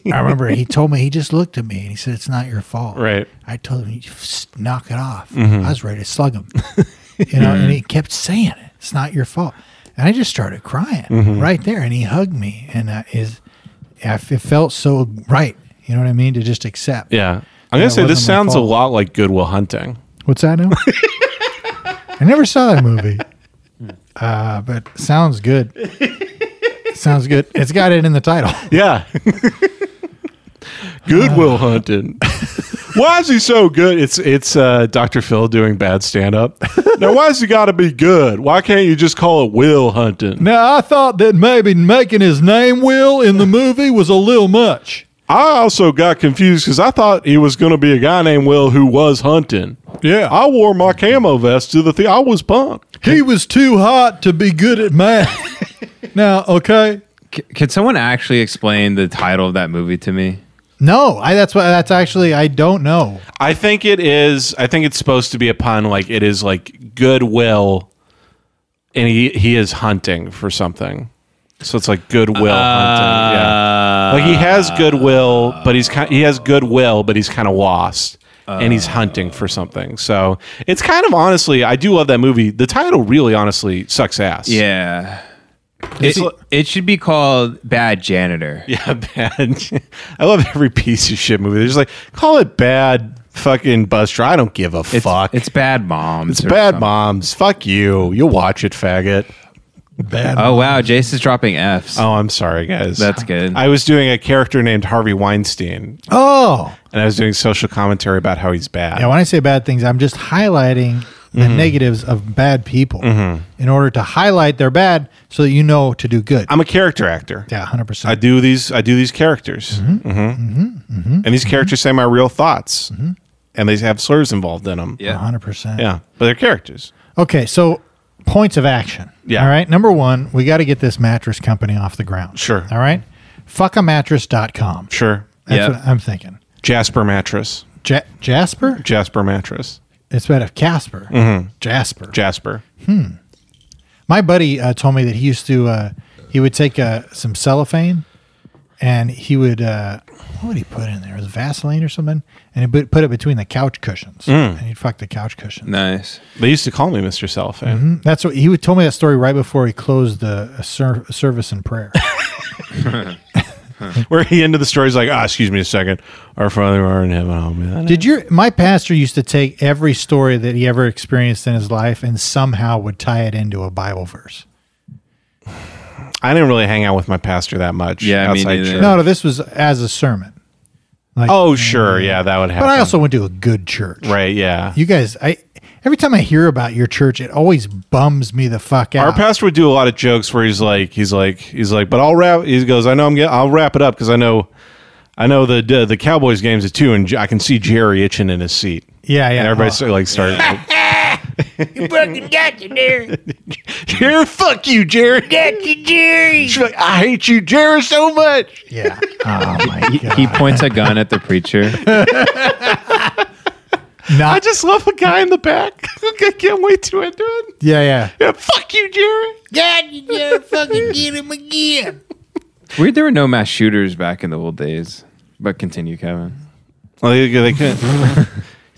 Speaker 3: Right.
Speaker 1: I remember he told me he just looked at me and he said, "It's not your fault."
Speaker 3: Right. Mm-hmm.
Speaker 1: I told him, "You f- knock it off. I was ready to slug him. you know, and he kept saying it. It's not your fault. And I just started crying right there. And he hugged me. And uh, is, I f- it felt so right. You know what I mean? To just accept.
Speaker 3: Yeah.
Speaker 1: Yeah,
Speaker 3: I'm gonna
Speaker 1: it
Speaker 3: say this
Speaker 1: wasn't my
Speaker 3: sounds a
Speaker 1: fault.
Speaker 3: lot like Goodwill Hunting.
Speaker 1: What's that now? I never saw that movie. Uh, but sounds good. sounds good. It's got it in the title.
Speaker 3: Yeah. Goodwill Hunting. why is he so good? It's it's uh, Dr. Phil doing bad stand up. now why has he gotta be good? Why can't you just call it Will Hunting?
Speaker 1: Now, I thought that maybe making his name Will in the movie was a little much.
Speaker 3: I also got confused because I thought he was gonna be a guy named Will who was hunting.
Speaker 1: Yeah.
Speaker 3: I wore my camo vest to the thing. I was pumped.
Speaker 1: He was too hot to be good at math. now, okay.
Speaker 2: C- could someone actually explain the title of that movie to me?
Speaker 1: No, I that's what that's actually I don't know.
Speaker 3: I think it is. I think it's supposed to be a pun. Like it is like goodwill, and he he is hunting for something. So it's like goodwill
Speaker 2: Uh,
Speaker 3: hunting. Yeah, like he has goodwill, but he's kind. He has goodwill, but he's kind of lost, and he's hunting for something. So it's kind of honestly, I do love that movie. The title really honestly sucks ass.
Speaker 2: Yeah. It, it should be called Bad Janitor.
Speaker 3: Yeah, bad. I love every piece of shit movie. They're just like, call it bad fucking bus driver. I don't give a
Speaker 2: It's,
Speaker 3: fuck.
Speaker 2: It's Bad Moms.
Speaker 3: It's
Speaker 2: or
Speaker 3: bad
Speaker 2: something.
Speaker 3: moms. Fuck you. You'll watch it, faggot.
Speaker 1: Bad.
Speaker 2: Oh, wow. Jace is dropping F's.
Speaker 3: Oh, I'm sorry, guys.
Speaker 2: That's good.
Speaker 3: I was doing a character named Harvey Weinstein,
Speaker 1: Oh.
Speaker 3: and I was doing social commentary about how he's bad.
Speaker 1: Yeah, when I say bad things, I'm just highlighting the
Speaker 3: Mm-hmm.
Speaker 1: negatives of bad people in order to highlight their bad so that you know to do good.
Speaker 3: I'm a character actor.
Speaker 1: yeah, Mm-hmm. 100%.
Speaker 3: I do these. I do these characters, hmm
Speaker 1: Mm-hmm.
Speaker 3: and these characters say my real thoughts, and they have slurs involved in them.
Speaker 2: Yeah.
Speaker 1: 100%.
Speaker 3: yeah, but they're characters.
Speaker 1: Okay, so points of action.
Speaker 3: Yeah.
Speaker 1: All right. Number 1, we got to get this mattress company off the ground.
Speaker 3: Sure.
Speaker 1: All right? fuckamattress.com.
Speaker 3: Sure.
Speaker 1: That's
Speaker 2: Yeah.
Speaker 1: what I'm thinking.
Speaker 3: Jasper mattress.
Speaker 1: Ja- Jasper?
Speaker 3: Jasper mattress.
Speaker 1: Instead of Casper.
Speaker 3: Mm-hmm.
Speaker 1: Jasper.
Speaker 3: Jasper.
Speaker 1: My buddy uh, told me that he used to uh, he would take uh, some cellophane and he would uh, what would he put in there? It was Vaseline or something, and he put, put it between the couch cushions,
Speaker 3: Mm.
Speaker 1: and he'd fuck the couch cushion.
Speaker 2: Nice.
Speaker 3: They used to call me Mr. Cellophane.
Speaker 1: That's what he would told me that story right before he closed the uh, ser- service in prayer.
Speaker 3: Where he ended the story is like, ah, excuse me a second. Our Father who art in heaven, oh man.
Speaker 1: Did your my pastor used to take every story that he ever experienced in his life and somehow would tie it into a Bible verse.
Speaker 3: I didn't really hang out with my pastor that much.
Speaker 2: Yeah, me neither.
Speaker 1: No, no, this was as a sermon. Like,
Speaker 3: Oh, sure. Yeah, that would happen.
Speaker 1: but I also went to a good church.
Speaker 3: right. Yeah.
Speaker 1: You guys, I every time I hear about your church, it always bums me the fuck out.
Speaker 3: Our pastor would do a lot of jokes where he's like, he's like, he's like, but I'll wrap. He goes, I know I'm. Get, I'll wrap it up because I know, I know the the, the Cowboys games at two, and J- I can see Jerry itching in his seat.
Speaker 1: yeah, yeah.
Speaker 3: And everybody
Speaker 1: oh,
Speaker 3: start, like started. you fucking got you, Jerry. Jerry, fuck you, Jerry. Got you, Jerry. She's like, I hate you, Jerry, so much.
Speaker 1: yeah. Oh my
Speaker 2: He
Speaker 1: god.
Speaker 2: points a gun at the preacher.
Speaker 1: Not,
Speaker 3: I just love a guy in the back. I can't wait to enter it.
Speaker 1: yeah, yeah.
Speaker 3: Yeah, fuck you, Jerry.
Speaker 10: God, you never fucking get him again.
Speaker 2: Weird, there were no mass shooters back in the old days. But continue, Kevin.
Speaker 3: Well, they, they couldn't-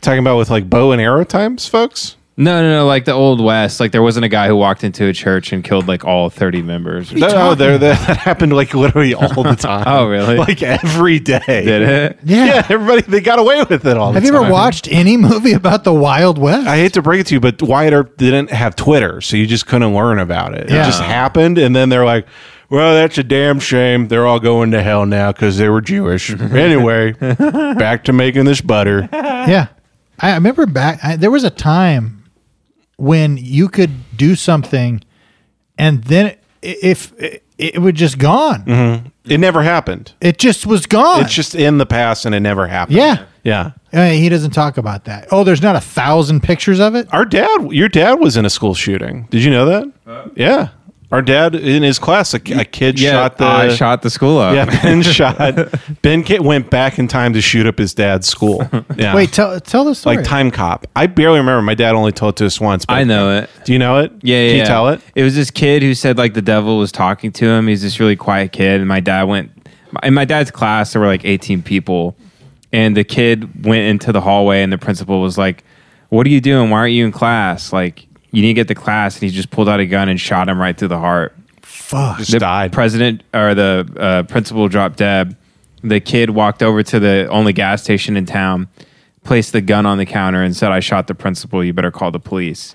Speaker 3: Talking about with like bow and arrow times, folks.
Speaker 2: No, no, no. Like the old west, like there wasn't a guy who walked into a church and killed like all thirty members.
Speaker 3: No, no, there that happened like literally all the time.
Speaker 2: Oh, really?
Speaker 3: Like every day. Did
Speaker 2: it?
Speaker 3: Yeah. everybody they got away with it all.
Speaker 1: Have
Speaker 3: the
Speaker 1: you ever
Speaker 3: time.
Speaker 1: watched any movie about the Wild West?
Speaker 3: I hate to break it to you, but Wyatt Earp didn't have Twitter, so you just couldn't learn about it. It
Speaker 1: Yeah.
Speaker 3: just happened, and then they're like, "Well, that's a damn shame. They're all going to hell now because they were Jewish." anyway, back to making this butter.
Speaker 1: yeah. I I remember back, I, there was a time when you could do something and then i- if it, it would just gone,
Speaker 3: Mhm. It never happened.
Speaker 1: it just was gone.
Speaker 3: It's just in the past, and it never happened.
Speaker 1: Yeah.
Speaker 3: yeah.
Speaker 1: I mean, he doesn't talk about that. Oh, there's not a thousand pictures of it.
Speaker 3: Our dad, your dad was in a school shooting. Did you know that? yeah. Our dad in his class, a, ki- a kid
Speaker 2: Yeah,
Speaker 3: shot the
Speaker 2: I shot the school up.
Speaker 3: Yeah, Ben shot. Ben Kit went back in time to shoot up his dad's school. Yeah.
Speaker 1: Wait, tell tell the story.
Speaker 3: like time cop. I barely remember. My dad only told it to us once. But
Speaker 2: I know it.
Speaker 3: Do you know it?
Speaker 2: Yeah, yeah.
Speaker 3: Can you
Speaker 2: yeah.
Speaker 3: tell it?
Speaker 2: It was this kid who said like the devil was talking to him. He's this really quiet kid, and my dad went in my dad's class. There were like eighteen people, and the kid went into the hallway, and the principal was like, "What are you doing? Why aren't you in class? Like, you need to get to class." And he just pulled out a gun and shot him right through the heart.
Speaker 1: Fuck.
Speaker 2: the President or the uh, principal dropped dead. The kid walked over to the only gas station in town, placed the gun on the counter, and said, "I shot the principal. You better call the police."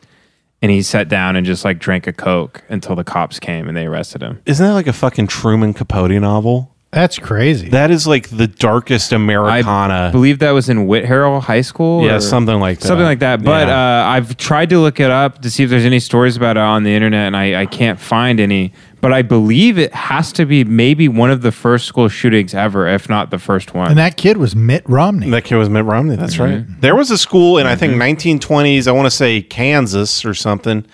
Speaker 2: And he sat down and just like drank a coke until the cops came and they arrested him.
Speaker 3: Isn't that like a fucking Truman Capote novel?
Speaker 1: That's crazy.
Speaker 3: That is like the darkest Americana.
Speaker 2: I believe that was in Whitehall High School.
Speaker 3: Yeah, something like that.
Speaker 2: Something like that. But uh, I've tried to look it up to see if there's any stories about it on the internet, and I, I can't find any. But I believe it has to be maybe one of the first school shootings ever, if not the first one.
Speaker 1: and that kid was Mitt Romney.
Speaker 3: That kid was Mitt Romney. That's
Speaker 2: Mm-hmm.
Speaker 3: right. There was a school in I think 1920s. I want to say Kansas or something.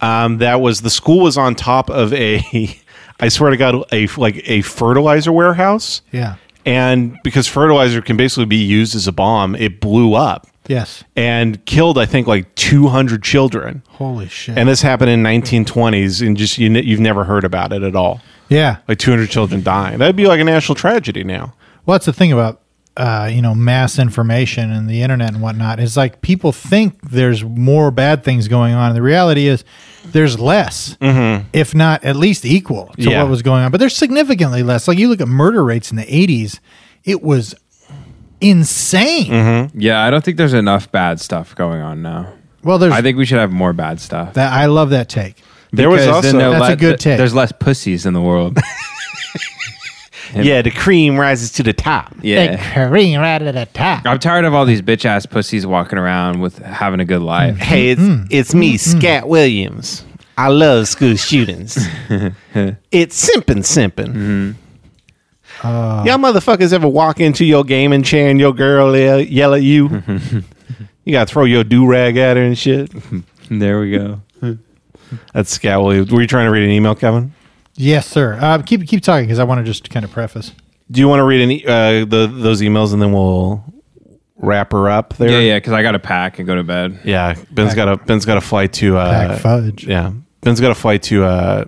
Speaker 3: Um, that was the school was on top of a. I swear to God, a like a fertilizer warehouse.
Speaker 1: Yeah.
Speaker 3: And because fertilizer can basically be used as a bomb, it blew up
Speaker 1: Yes.
Speaker 3: and killed I think like 200 children.
Speaker 1: Holy shit.
Speaker 3: And this happened in 1920s, and just you ne- you've never heard about it at all.
Speaker 1: yeah.
Speaker 3: Like 200 children dying. That'd be like a national tragedy now.
Speaker 1: Well, that's the thing about uh, you know mass information and the internet and whatnot. Is like people think there's more bad things going on, and the reality is there's less, if not at least equal to
Speaker 3: Yeah.
Speaker 1: what was going on. But there's significantly less. Like you look at murder rates in the '80s, it was insane.
Speaker 2: Yeah, I don't think there's enough bad stuff going on now.
Speaker 1: Well, there's
Speaker 2: I think we should have more bad stuff.
Speaker 1: that. I love that take.
Speaker 3: There was
Speaker 2: Because then
Speaker 3: also-
Speaker 2: there'll
Speaker 1: That's
Speaker 2: le-
Speaker 1: a good take.
Speaker 2: There's less pussies in the world.
Speaker 3: Yeah, the cream rises to the top.
Speaker 2: Yeah.
Speaker 1: Korean right at the top.
Speaker 2: I'm tired of all these bitch ass pussies walking around with having a good life.
Speaker 3: Hey, it's it's me, Scat Williams. I love school shootings. it's simpin' simpin'. Mm-hmm. Y'all motherfuckers ever walk into your game and cheering your girl yell, yell at you? you gotta throw your do rag at her and shit.
Speaker 2: There we go.
Speaker 3: That's Scat Williams. Were you trying to read an email, Kevin?
Speaker 1: Yes, sir. Uh, keep keep talking because I want to just kind of preface.
Speaker 3: Do you want to read any uh, the those emails and then we'll wrap her up there?
Speaker 2: Yeah, yeah, because I got to pack and go to bed.
Speaker 3: Yeah, Ben's got a Ben's got a flight to uh,
Speaker 1: Pack fudge.
Speaker 3: Yeah, Ben's got a flight to uh,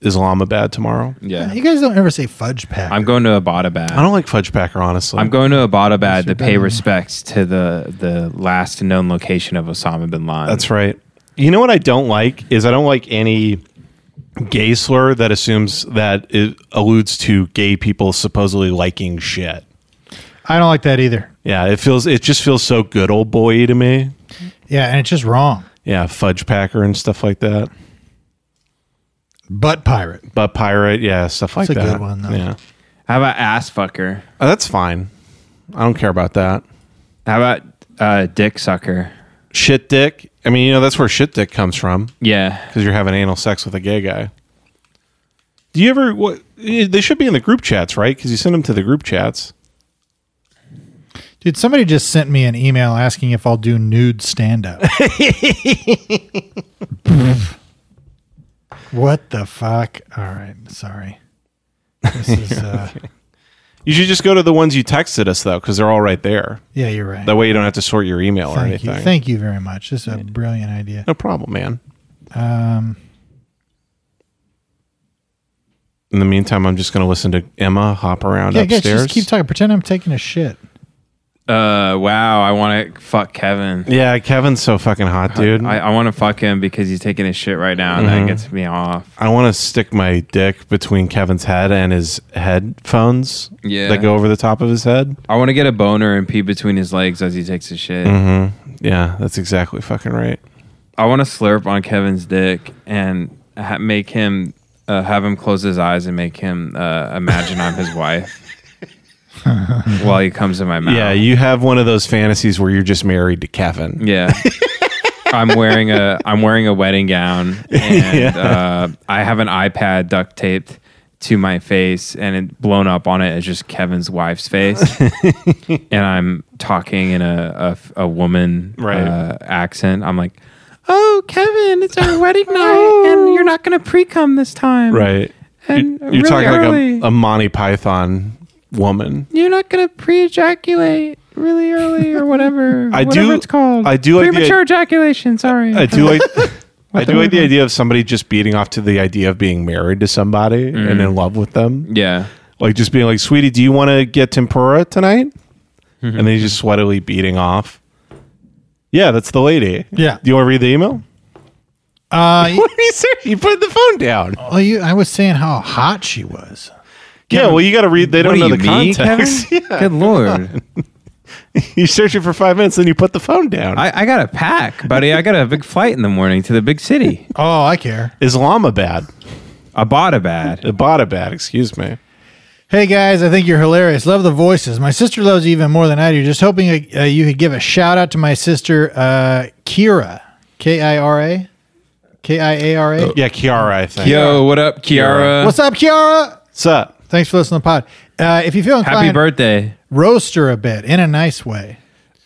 Speaker 3: Islamabad tomorrow.
Speaker 2: Yeah.
Speaker 1: You guys don't ever say fudge pack.
Speaker 2: I'm going to Abbottabad.
Speaker 3: I don't like fudge packer, honestly.
Speaker 2: I'm going to Abbottabad to pay respects to the the last known location of Osama bin Laden.
Speaker 3: That's right. You know what I don't like is I don't like any gay slur that assumes that it alludes to gay people supposedly liking shit.
Speaker 1: I don't like that either.
Speaker 3: Yeah, it feels it just feels so good old boy to me.
Speaker 1: Yeah, and it's just wrong.
Speaker 3: Yeah, fudge packer and stuff like that.
Speaker 1: Butt pirate.
Speaker 3: But pirate, yeah, stuff like
Speaker 1: That's a
Speaker 3: that.
Speaker 1: good one, though.
Speaker 3: Yeah,
Speaker 2: How about ass fucker?
Speaker 3: Uh, that's fine. I don't care about that.
Speaker 2: How about uh, dick sucker?
Speaker 3: Shit dick. I mean, you know that's where shit dick comes from.
Speaker 2: Yeah.
Speaker 3: because you're having anal sex with a gay guy. Do you ever? What eh, they should be in the group chats, right? Because you send them to the group chats.
Speaker 1: Dude, somebody just sent me an email asking if I'll do nude stand up. what the fuck? All right, sorry. This is uh
Speaker 3: You should just go to the ones you texted us though, because they're all right there.
Speaker 1: Yeah, you're right.
Speaker 3: That way you don't have to sort your email or
Speaker 1: Thank you.
Speaker 3: anything.
Speaker 1: Thank you very much. This is a brilliant idea.
Speaker 3: No problem, man.
Speaker 1: Um,
Speaker 3: In the meantime, I'm just going to listen to Emma hop around
Speaker 1: yeah, guys,
Speaker 3: upstairs.
Speaker 1: just keep talking. Pretend I'm taking a shit.
Speaker 2: Uh, wow, I want to fuck Kevin.
Speaker 3: yeah, Kevin's so fucking hot, dude.
Speaker 2: I, I want to fuck him because he's taking his shit right now, and
Speaker 3: Mhm.
Speaker 2: that gets me off.
Speaker 3: I want to stick my dick between Kevin's head and his headphones
Speaker 2: Yeah.
Speaker 3: that go over the top of his head.
Speaker 2: I want to get a boner and pee between his legs as he takes his shit.
Speaker 3: hmm Yeah, that's exactly fucking right.
Speaker 2: I want to slurp on Kevin's dick and ha- make him uh, have him close his eyes and make him uh, imagine I'm his wife while he comes in my mouth.
Speaker 3: Yeah, you have one of those fantasies where you're just married to Kevin.
Speaker 2: Yeah. I'm wearing a I'm wearing a wedding gown and
Speaker 3: Yeah.
Speaker 2: uh, I have an iPad duct taped to my face and it blown up on it is just Kevin's wife's face and I'm talking in a a, a woman uh, accent. I'm like,
Speaker 11: Oh, Kevin, it's our wedding night, and you're not going to pre cum this time.
Speaker 3: Right.
Speaker 11: And
Speaker 3: you're
Speaker 11: really
Speaker 3: talking
Speaker 11: early.
Speaker 3: like a, a Monty Python woman.
Speaker 11: You're not going to pre ejaculate really early or whatever.
Speaker 3: I
Speaker 11: whatever
Speaker 3: do-
Speaker 11: It's called.
Speaker 3: I do like the-
Speaker 11: Premature ejaculation. Sorry.
Speaker 3: I do like I do like the idea of somebody just beating off to the idea of being married to somebody and in love with them.
Speaker 2: Yeah.
Speaker 3: Like just being like, sweetie, do you want to get tempura tonight? And then he's just sweatily beating off. Yeah, that's the lady.
Speaker 1: Yeah.
Speaker 3: Do you want to read the email?
Speaker 1: Uh,
Speaker 3: what are you saying? You put the phone down.
Speaker 1: Well, you, I was saying how hot she was.
Speaker 3: yeah,
Speaker 1: Kevin,
Speaker 3: well, you got to read. They
Speaker 1: what
Speaker 3: don't know
Speaker 1: are
Speaker 3: the
Speaker 1: you, me,
Speaker 3: context.
Speaker 1: Kevin?
Speaker 3: Yeah,
Speaker 1: Good
Speaker 2: lord.
Speaker 3: you search it for five minutes, then you put the phone down.
Speaker 2: I, I got a pack, buddy. I got a big flight in the morning to the big city.
Speaker 1: Oh, I care.
Speaker 3: Islamabad.
Speaker 2: Abbottabad.
Speaker 3: Abbottabad, excuse me.
Speaker 1: Hey guys, I think you're hilarious. Love the voices. My sister loves you even more than I do. Just hoping uh, you could give a shout out to my sister uh, Kira, K I R A, K I A R
Speaker 2: Oh.
Speaker 1: A.
Speaker 3: Yeah, Kiara, I think.
Speaker 2: Yo, what up, Kiara?
Speaker 1: What's up, Kiara?
Speaker 3: What's up?
Speaker 1: Thanks for listening to the pod. Uh, if you feel inclined,
Speaker 2: Happy birthday.
Speaker 1: roast her a bit in a nice way.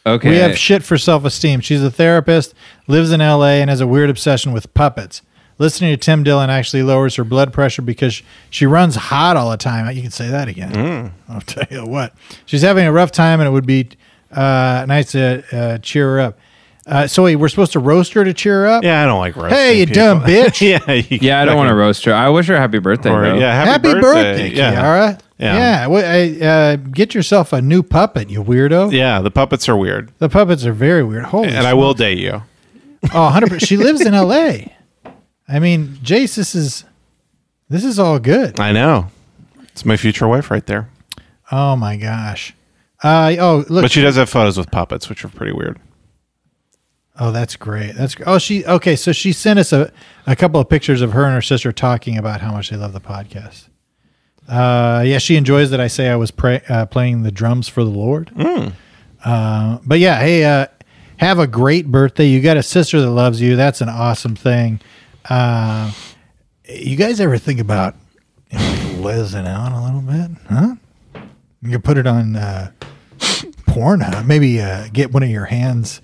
Speaker 2: Okay.
Speaker 1: We have shit for self esteem. She's a therapist, lives in LA, and has a weird obsession with puppets. Listening to Tim Dillon actually lowers her blood pressure because she runs hot all the time. You can say that again.
Speaker 3: Mm.
Speaker 1: I'll tell you what. She's having a rough time, and it would be uh, nice to uh, cheer her up. Uh, so wait, we're supposed to roast her to cheer her up?
Speaker 3: Yeah, I don't like roasting.
Speaker 1: Hey, you dumb bitch.
Speaker 3: yeah,
Speaker 2: yeah, I don't want to roast her. I wish her happy birthday.
Speaker 3: Or-
Speaker 2: though.
Speaker 3: yeah,
Speaker 1: Happy, birthday, Kiara.
Speaker 3: Yeah.
Speaker 1: Yeah. Well, I, uh, get yourself a new puppet, you weirdo.
Speaker 3: Yeah, the puppets are weird.
Speaker 1: The puppets are very weird. Holy
Speaker 3: and I will date you.
Speaker 1: Oh, 100%. She lives in LA. I mean, Jace, this is this is all good.
Speaker 3: I know. It's my future wife right there.
Speaker 1: Oh my gosh. Uh oh, look.
Speaker 3: but she does have photos with puppets, which are pretty weird.
Speaker 1: Oh, that's great. That's gr- Oh, she Okay, so she sent us a a couple of pictures of her and her sister talking about how much they love the podcast. Uh yeah, she enjoys that I say I was pray, uh, playing the drums for the Lord. Uh, but yeah, hey, uh, have a great birthday. You got a sister that loves you. That's an awesome thing. Uh, you guys ever think about you know, lezzing out a little bit, huh? You could put it on uh, Pornhub. Maybe uh, get one of your hands,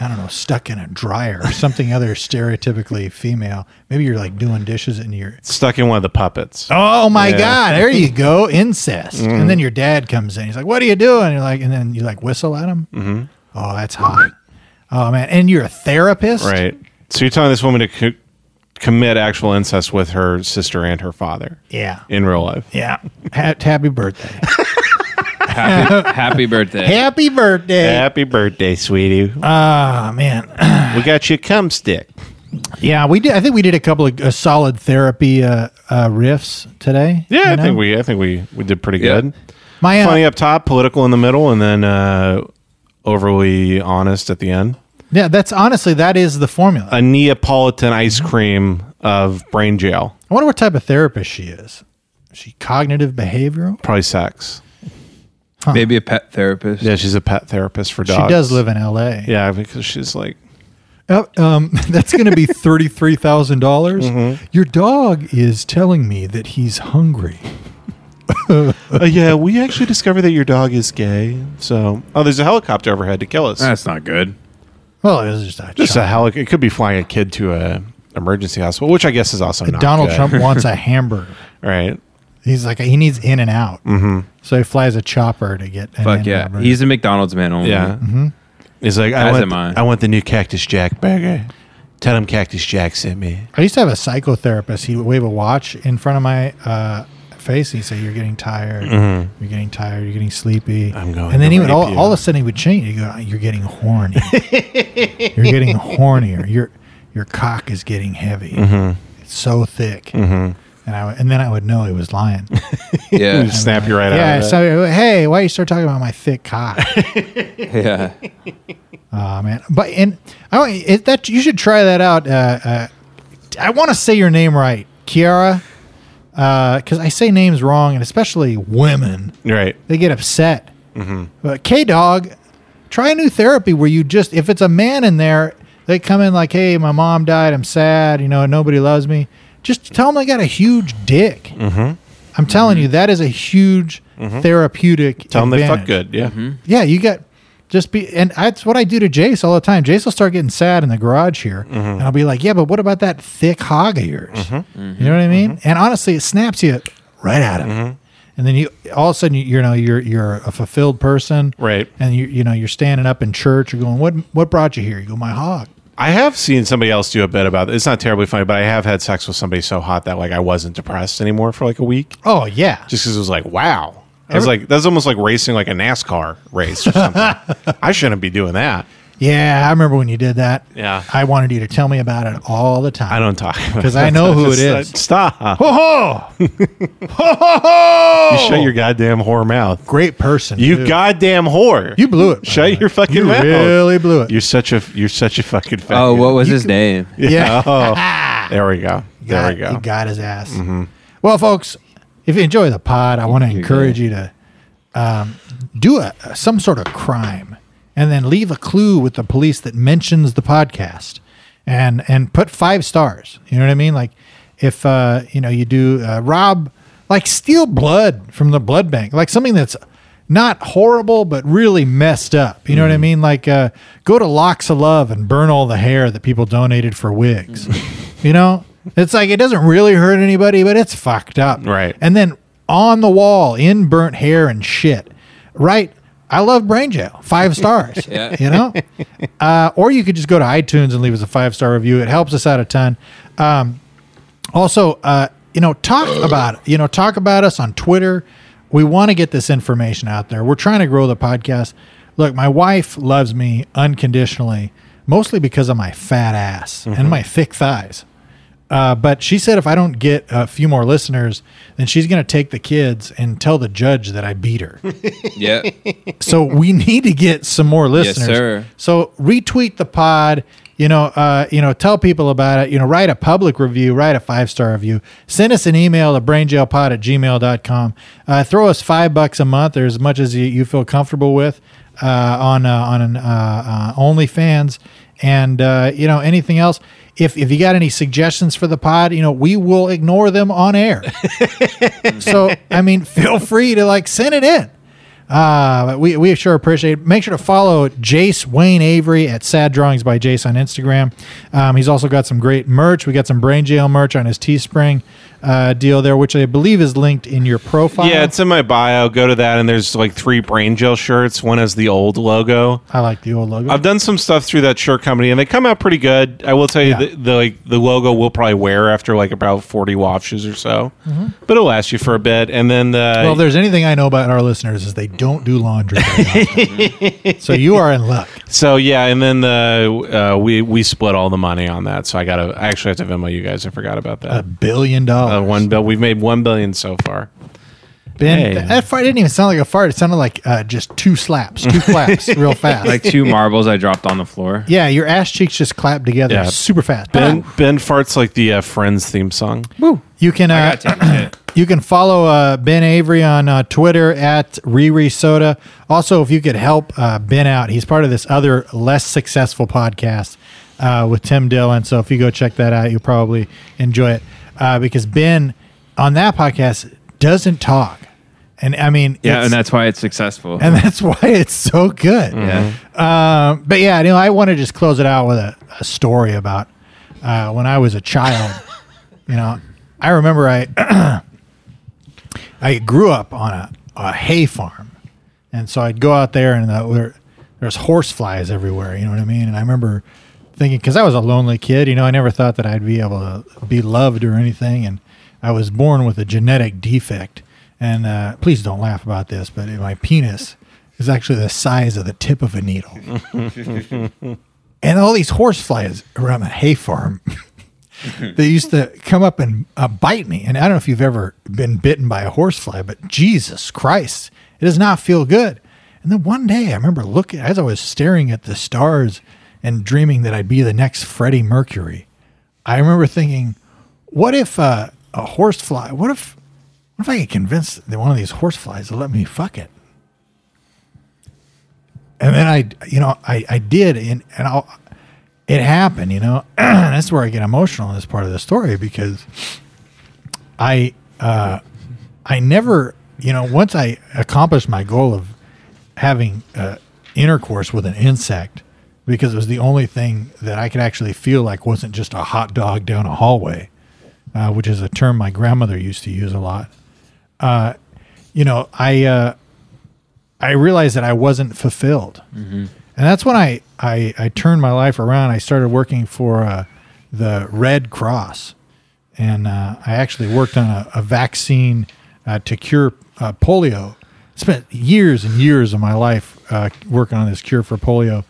Speaker 1: I don't know, stuck in a dryer or something other stereotypically female. Maybe you're like doing dishes and you're
Speaker 3: Stuck in one of the puppets.
Speaker 1: Oh my
Speaker 3: Yeah.
Speaker 1: God, there you go, incest.
Speaker 3: Mhm.
Speaker 1: And then your dad comes in. He's like, "What are you doing?" You're like, and then you like whistle at him.
Speaker 3: hmm
Speaker 1: Oh, that's hot. Oh man, and you're a therapist.
Speaker 3: Right. So you're telling this woman to co- commit actual incest with her sister and her father
Speaker 1: Yeah.
Speaker 3: in real life.
Speaker 1: Yeah. Ha- happy birthday.
Speaker 2: Happy, happy birthday.
Speaker 1: happy birthday.
Speaker 3: Happy birthday, sweetie.
Speaker 1: Ah man.
Speaker 3: we got you a cum stick.
Speaker 1: Yeah, we did. I think we did a couple of uh, solid therapy uh, uh, riffs today.
Speaker 3: Yeah,
Speaker 1: you
Speaker 3: I
Speaker 1: know?
Speaker 3: think we I think we we did pretty good.
Speaker 1: My, uh,
Speaker 3: funny up top, political in the middle, and then uh, overly honest at the end.
Speaker 1: Yeah, that's honestly that is the formula.
Speaker 3: A Neapolitan ice cream of brain jail,
Speaker 1: I wonder what type of therapist she is. Is she cognitive behavioral?
Speaker 3: probably sex.
Speaker 2: Maybe a pet therapist.
Speaker 3: Yeah, she's a pet therapist for dogs.
Speaker 1: She does live in L.A.
Speaker 3: Yeah, because she's like
Speaker 1: Uh, um, that's going to be thirty-three dollars.
Speaker 3: Mm-hmm.
Speaker 1: Your dog is telling me that he's hungry.
Speaker 3: Uh, yeah, we actually discovered that your dog is gay. So, oh, there's a helicopter overhead to kill us.
Speaker 2: That's not good.
Speaker 1: Well, it was just a,
Speaker 3: Just a helic. It could be flying a kid to a emergency hospital, which I guess is also not
Speaker 1: Donald
Speaker 3: good.
Speaker 1: Trump wants a hamburger.
Speaker 3: right.
Speaker 1: He's like he needs in and out,
Speaker 2: Mhm.
Speaker 3: Mm-hmm.
Speaker 1: so he flies a chopper to get. an in
Speaker 2: Fuck
Speaker 1: and
Speaker 2: yeah.
Speaker 1: out burger.
Speaker 2: He's a McDonald's man only.
Speaker 1: Yeah. Mhm.
Speaker 3: Mm-hmm. He's like, I
Speaker 2: As
Speaker 3: want,
Speaker 2: am I.
Speaker 3: I want the new Cactus Jack burger. Tell him Cactus Jack sent me.
Speaker 1: I used to have a psychotherapist. He would wave a watch in front of my uh, face. He'd say, "You're getting tired.
Speaker 3: Mhm.
Speaker 1: You're getting tired. You're getting sleepy." I'm
Speaker 3: going
Speaker 1: And then
Speaker 3: to
Speaker 1: he would
Speaker 3: rape
Speaker 1: all,
Speaker 3: you.
Speaker 1: all of a sudden he would change. He'd go, "You're getting horny. you're getting hornier. Your your cock is getting heavy.
Speaker 3: Mhm.
Speaker 1: It's so thick."
Speaker 3: Mhm.
Speaker 1: And I would- and then I would know he was lying.
Speaker 3: Yeah. Just snap you right
Speaker 1: yeah.
Speaker 3: out of
Speaker 1: So hey, why you start talking about my thick cock?
Speaker 2: Yeah.
Speaker 1: Oh man, but and I want- it, that you should try that out. Uh, uh, I want to say your name right, Kiara, because I say names wrong, and especially women,
Speaker 3: Right.
Speaker 1: they get upset.
Speaker 3: Mm-hmm.
Speaker 1: But K Dog, try a new therapy where you just if it's a man in there, they come in like, hey, my mom died, I'm sad, you know, nobody loves me. Just tell them they got a huge dick.
Speaker 3: Mm-hmm.
Speaker 1: I'm telling you, that is a huge
Speaker 3: Mhm.
Speaker 1: therapeutic.
Speaker 3: Tell him they
Speaker 1: advantage.
Speaker 3: fuck good. Yeah.
Speaker 2: Mm-hmm.
Speaker 1: Yeah, you got just be, and that's what I do to Jace all the time. Jace will start getting sad in the garage here,
Speaker 3: Mm-hmm.
Speaker 1: and I'll be like, "Yeah, but what about that thick hog of yours?"
Speaker 3: Mm-hmm.
Speaker 1: You know what I mean? And honestly, it snaps you right at him,
Speaker 3: Mm-hmm.
Speaker 1: and then you all of a sudden you, you know you're you're a fulfilled person,
Speaker 3: Right.
Speaker 1: And you you know you're standing up in church, you're going, "What what brought you here?" You go, "My hog."
Speaker 3: I have seen somebody else do a bit about it. It's not terribly funny, but I have had sex with somebody so hot that like I wasn't depressed anymore for like a week.
Speaker 1: Oh yeah,
Speaker 3: Just because it was like, wow. I was like, that's almost like racing like a NASCAR race or something. I shouldn't be doing that.
Speaker 1: yeah. I remember when you did that.
Speaker 3: Yeah.
Speaker 1: I wanted you to tell me about it all the time.
Speaker 3: I don't talk about
Speaker 1: 'Cause I know who it
Speaker 3: Just, uh,
Speaker 1: is.
Speaker 3: Stop.
Speaker 1: Ho ho! ho ho ho!
Speaker 3: You shut your goddamn whore mouth.
Speaker 1: Great person.
Speaker 3: You
Speaker 1: too.
Speaker 3: goddamn whore.
Speaker 1: You blew it.
Speaker 3: shut your fucking
Speaker 1: You
Speaker 3: mouth.
Speaker 1: really blew it.
Speaker 3: You're such a you're such a fucking faggot.
Speaker 2: Oh, what was his name?
Speaker 1: Yeah.
Speaker 3: Yeah. Oh, there we go. There
Speaker 1: got-
Speaker 3: we go.
Speaker 1: he got his ass.
Speaker 3: Mhm.
Speaker 1: Well, folks, if you enjoy the pod, I want to encourage you to um, do a, some sort of crime and then leave a clue with the police that mentions the podcast and and put five stars. You know what I mean? Like if uh, you know you do uh, rob like steal blood from the blood bank, like something that's not horrible but really messed up. You know what
Speaker 3: Mm-hmm.
Speaker 1: I mean? Like uh, go to Locks of Love and burn all the hair that people donated for wigs. you know, it's like it doesn't really hurt anybody, but it's fucked up.
Speaker 3: Right.
Speaker 1: And then on the wall in burnt hair and shit. Right. I love Brain Jail. Five stars.
Speaker 12: Yeah.
Speaker 1: You know? Uh, or you could just go to iTunes and leave us a five star review. It helps us out a ton. Um, also, uh, you know, talk about it. You know, talk about us on Twitter. We want to get this information out there. We're trying to grow the podcast. Look, my wife loves me unconditionally, mostly because of my fat ass and my thick thighs. Uh, but she said if I don't get a few more listeners, then she's going to take the kids and tell the judge that I beat her.
Speaker 2: Yeah.
Speaker 1: so we need to get some more
Speaker 2: Yes,
Speaker 1: listeners.
Speaker 2: sir.
Speaker 1: So retweet the pod. You know, uh, you know, tell people about it. You know, write a public review, write a five star review. Send us an email to brainjailpod at gmail.com. Uh, throw us five bucks a month or as much as you, you feel comfortable with uh, on uh, on an, uh, uh, OnlyFans and uh, you know anything else. If if you got any suggestions for the pod, you know we will ignore them on air. so I mean, feel free to like send it in. Uh, but we, we sure appreciate it. Make sure to follow Jace Wayne Avery at Sad Drawings by Jace on Instagram. Um, he's also got some great merch. We got some Brain Jail merch on his Teespring uh, deal there, which I believe is linked in your profile.
Speaker 3: Yeah, it's in my bio. Go to that, and there's like three brain gel shirts. One has the old logo.
Speaker 1: I like the old logo.
Speaker 3: I've done some stuff through that shirt company, and they come out pretty good. I will tell you, the, the like the logo we'll probably wear after like about forty washes or so,
Speaker 1: Mhm.
Speaker 3: but it'll last you for a bit. And then the
Speaker 1: well, if there's anything I know about our listeners is they don't do laundry. very often. so you are in luck.
Speaker 3: so yeah, and then the uh, we we split all the money on that. So I gotta I actually have to Venmo you guys. I forgot about that. A
Speaker 1: billion dollars.
Speaker 3: Uh, one bill. We've made one billion so far.
Speaker 1: Ben,
Speaker 3: Hey.
Speaker 1: that fart didn't even sound like a fart. It sounded like uh, just two slaps, two claps, real fast.
Speaker 2: Like two marbles I dropped on the floor.
Speaker 1: Yeah, your ass cheeks just clapped together
Speaker 3: Yeah.
Speaker 1: super fast.
Speaker 3: Ben Ben farts like the uh, Friends theme song.
Speaker 1: Woo. You can uh, you can follow uh, Ben Avery on uh, Twitter at Riri Soda. Also, if you could help uh, Ben out, he's part of this other less successful podcast uh, with Tim Dillon. So if you go check that out, you'll probably enjoy it uh, because Ben on that podcast doesn't talk, and I mean,
Speaker 2: Yeah,
Speaker 1: it's-
Speaker 2: and that's why it's successful.
Speaker 1: and that's why it's so good.
Speaker 2: Yeah.
Speaker 1: Um, but yeah, you know, I want to just close it out with a, a story about uh, when I was a child. you know, I remember I I grew up on a, a hay farm, and so I'd go out there and uh, there, there's horse flies everywhere. You know what I mean? And I remember thinking because I was a lonely kid. You know, I never thought that I'd be able to be loved or anything, and I was born with a genetic defect. And uh, please don't laugh about this, but my penis is actually the size of the tip of a needle. and all these horse flies around the hay farm they used to come up and uh, bite me and i don't know if you've ever been bitten by a horsefly but jesus christ it does not feel good and then one day i remember looking as i was staring at the stars and dreaming that i'd be the next freddie mercury i remember thinking what if uh, a horsefly what if what if i could convince that one of these horseflies to let me fuck it and then I, you know, I, I did, and and I'll, it happened, you know. That's where I get emotional in this part of the story because I, uh, I never, you know, once I accomplished my goal of having uh, intercourse with an insect, because it was the only thing that I could actually feel like wasn't just a hot dog down a hallway, uh, which is a term my grandmother used to use a lot. Uh, you know, I. Uh, I realized that I wasn't fulfilled. And that's when I, I, I turned my life around. I started working for uh, the Red Cross. And uh, I actually worked on a, a vaccine uh, to cure uh, polio. Spent years and years of my life uh, working on this cure for polio.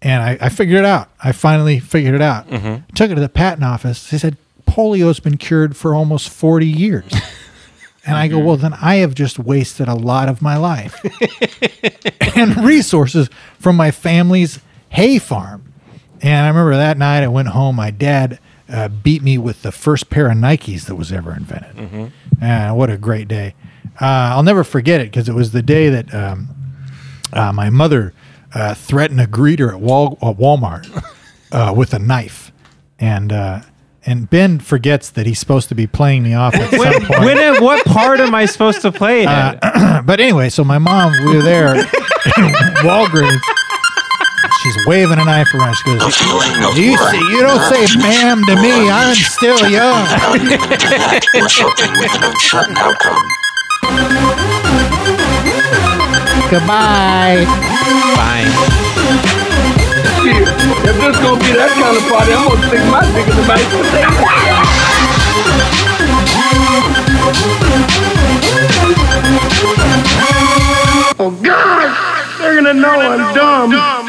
Speaker 1: And I, I figured it out. I finally figured it out. Took it to the patent office. They said, polio's been cured for almost 40 years. And I go,
Speaker 7: Mm-hmm.
Speaker 1: well, then I have just wasted a lot of my life and resources from my family's hay farm. And I remember that night I went home. My dad uh, beat me with the first pair of Nikes that was ever invented.
Speaker 7: Mm-hmm.
Speaker 1: And what a great day. Uh, I'll never forget it because it was the day that um, uh, my mother uh, threatened a greeter at Wal- uh, Walmart uh, with a knife. And, uh, and Ben forgets that he's supposed to be playing me off at some point.
Speaker 7: when and what part am I supposed to play?
Speaker 1: Uh, but anyway, so my mom, we were there in Walgreens. She's waving a knife around. She goes, "You see, you don't say ma'am to me. I'm still young."
Speaker 4: Something with an uncertain outcome.
Speaker 1: Goodbye.
Speaker 2: Bye.
Speaker 5: Shit, if this gonna be that kind of party, I'm gonna stick my dick in the mashed potatoes. Oh God, they're gonna know I'm dumb.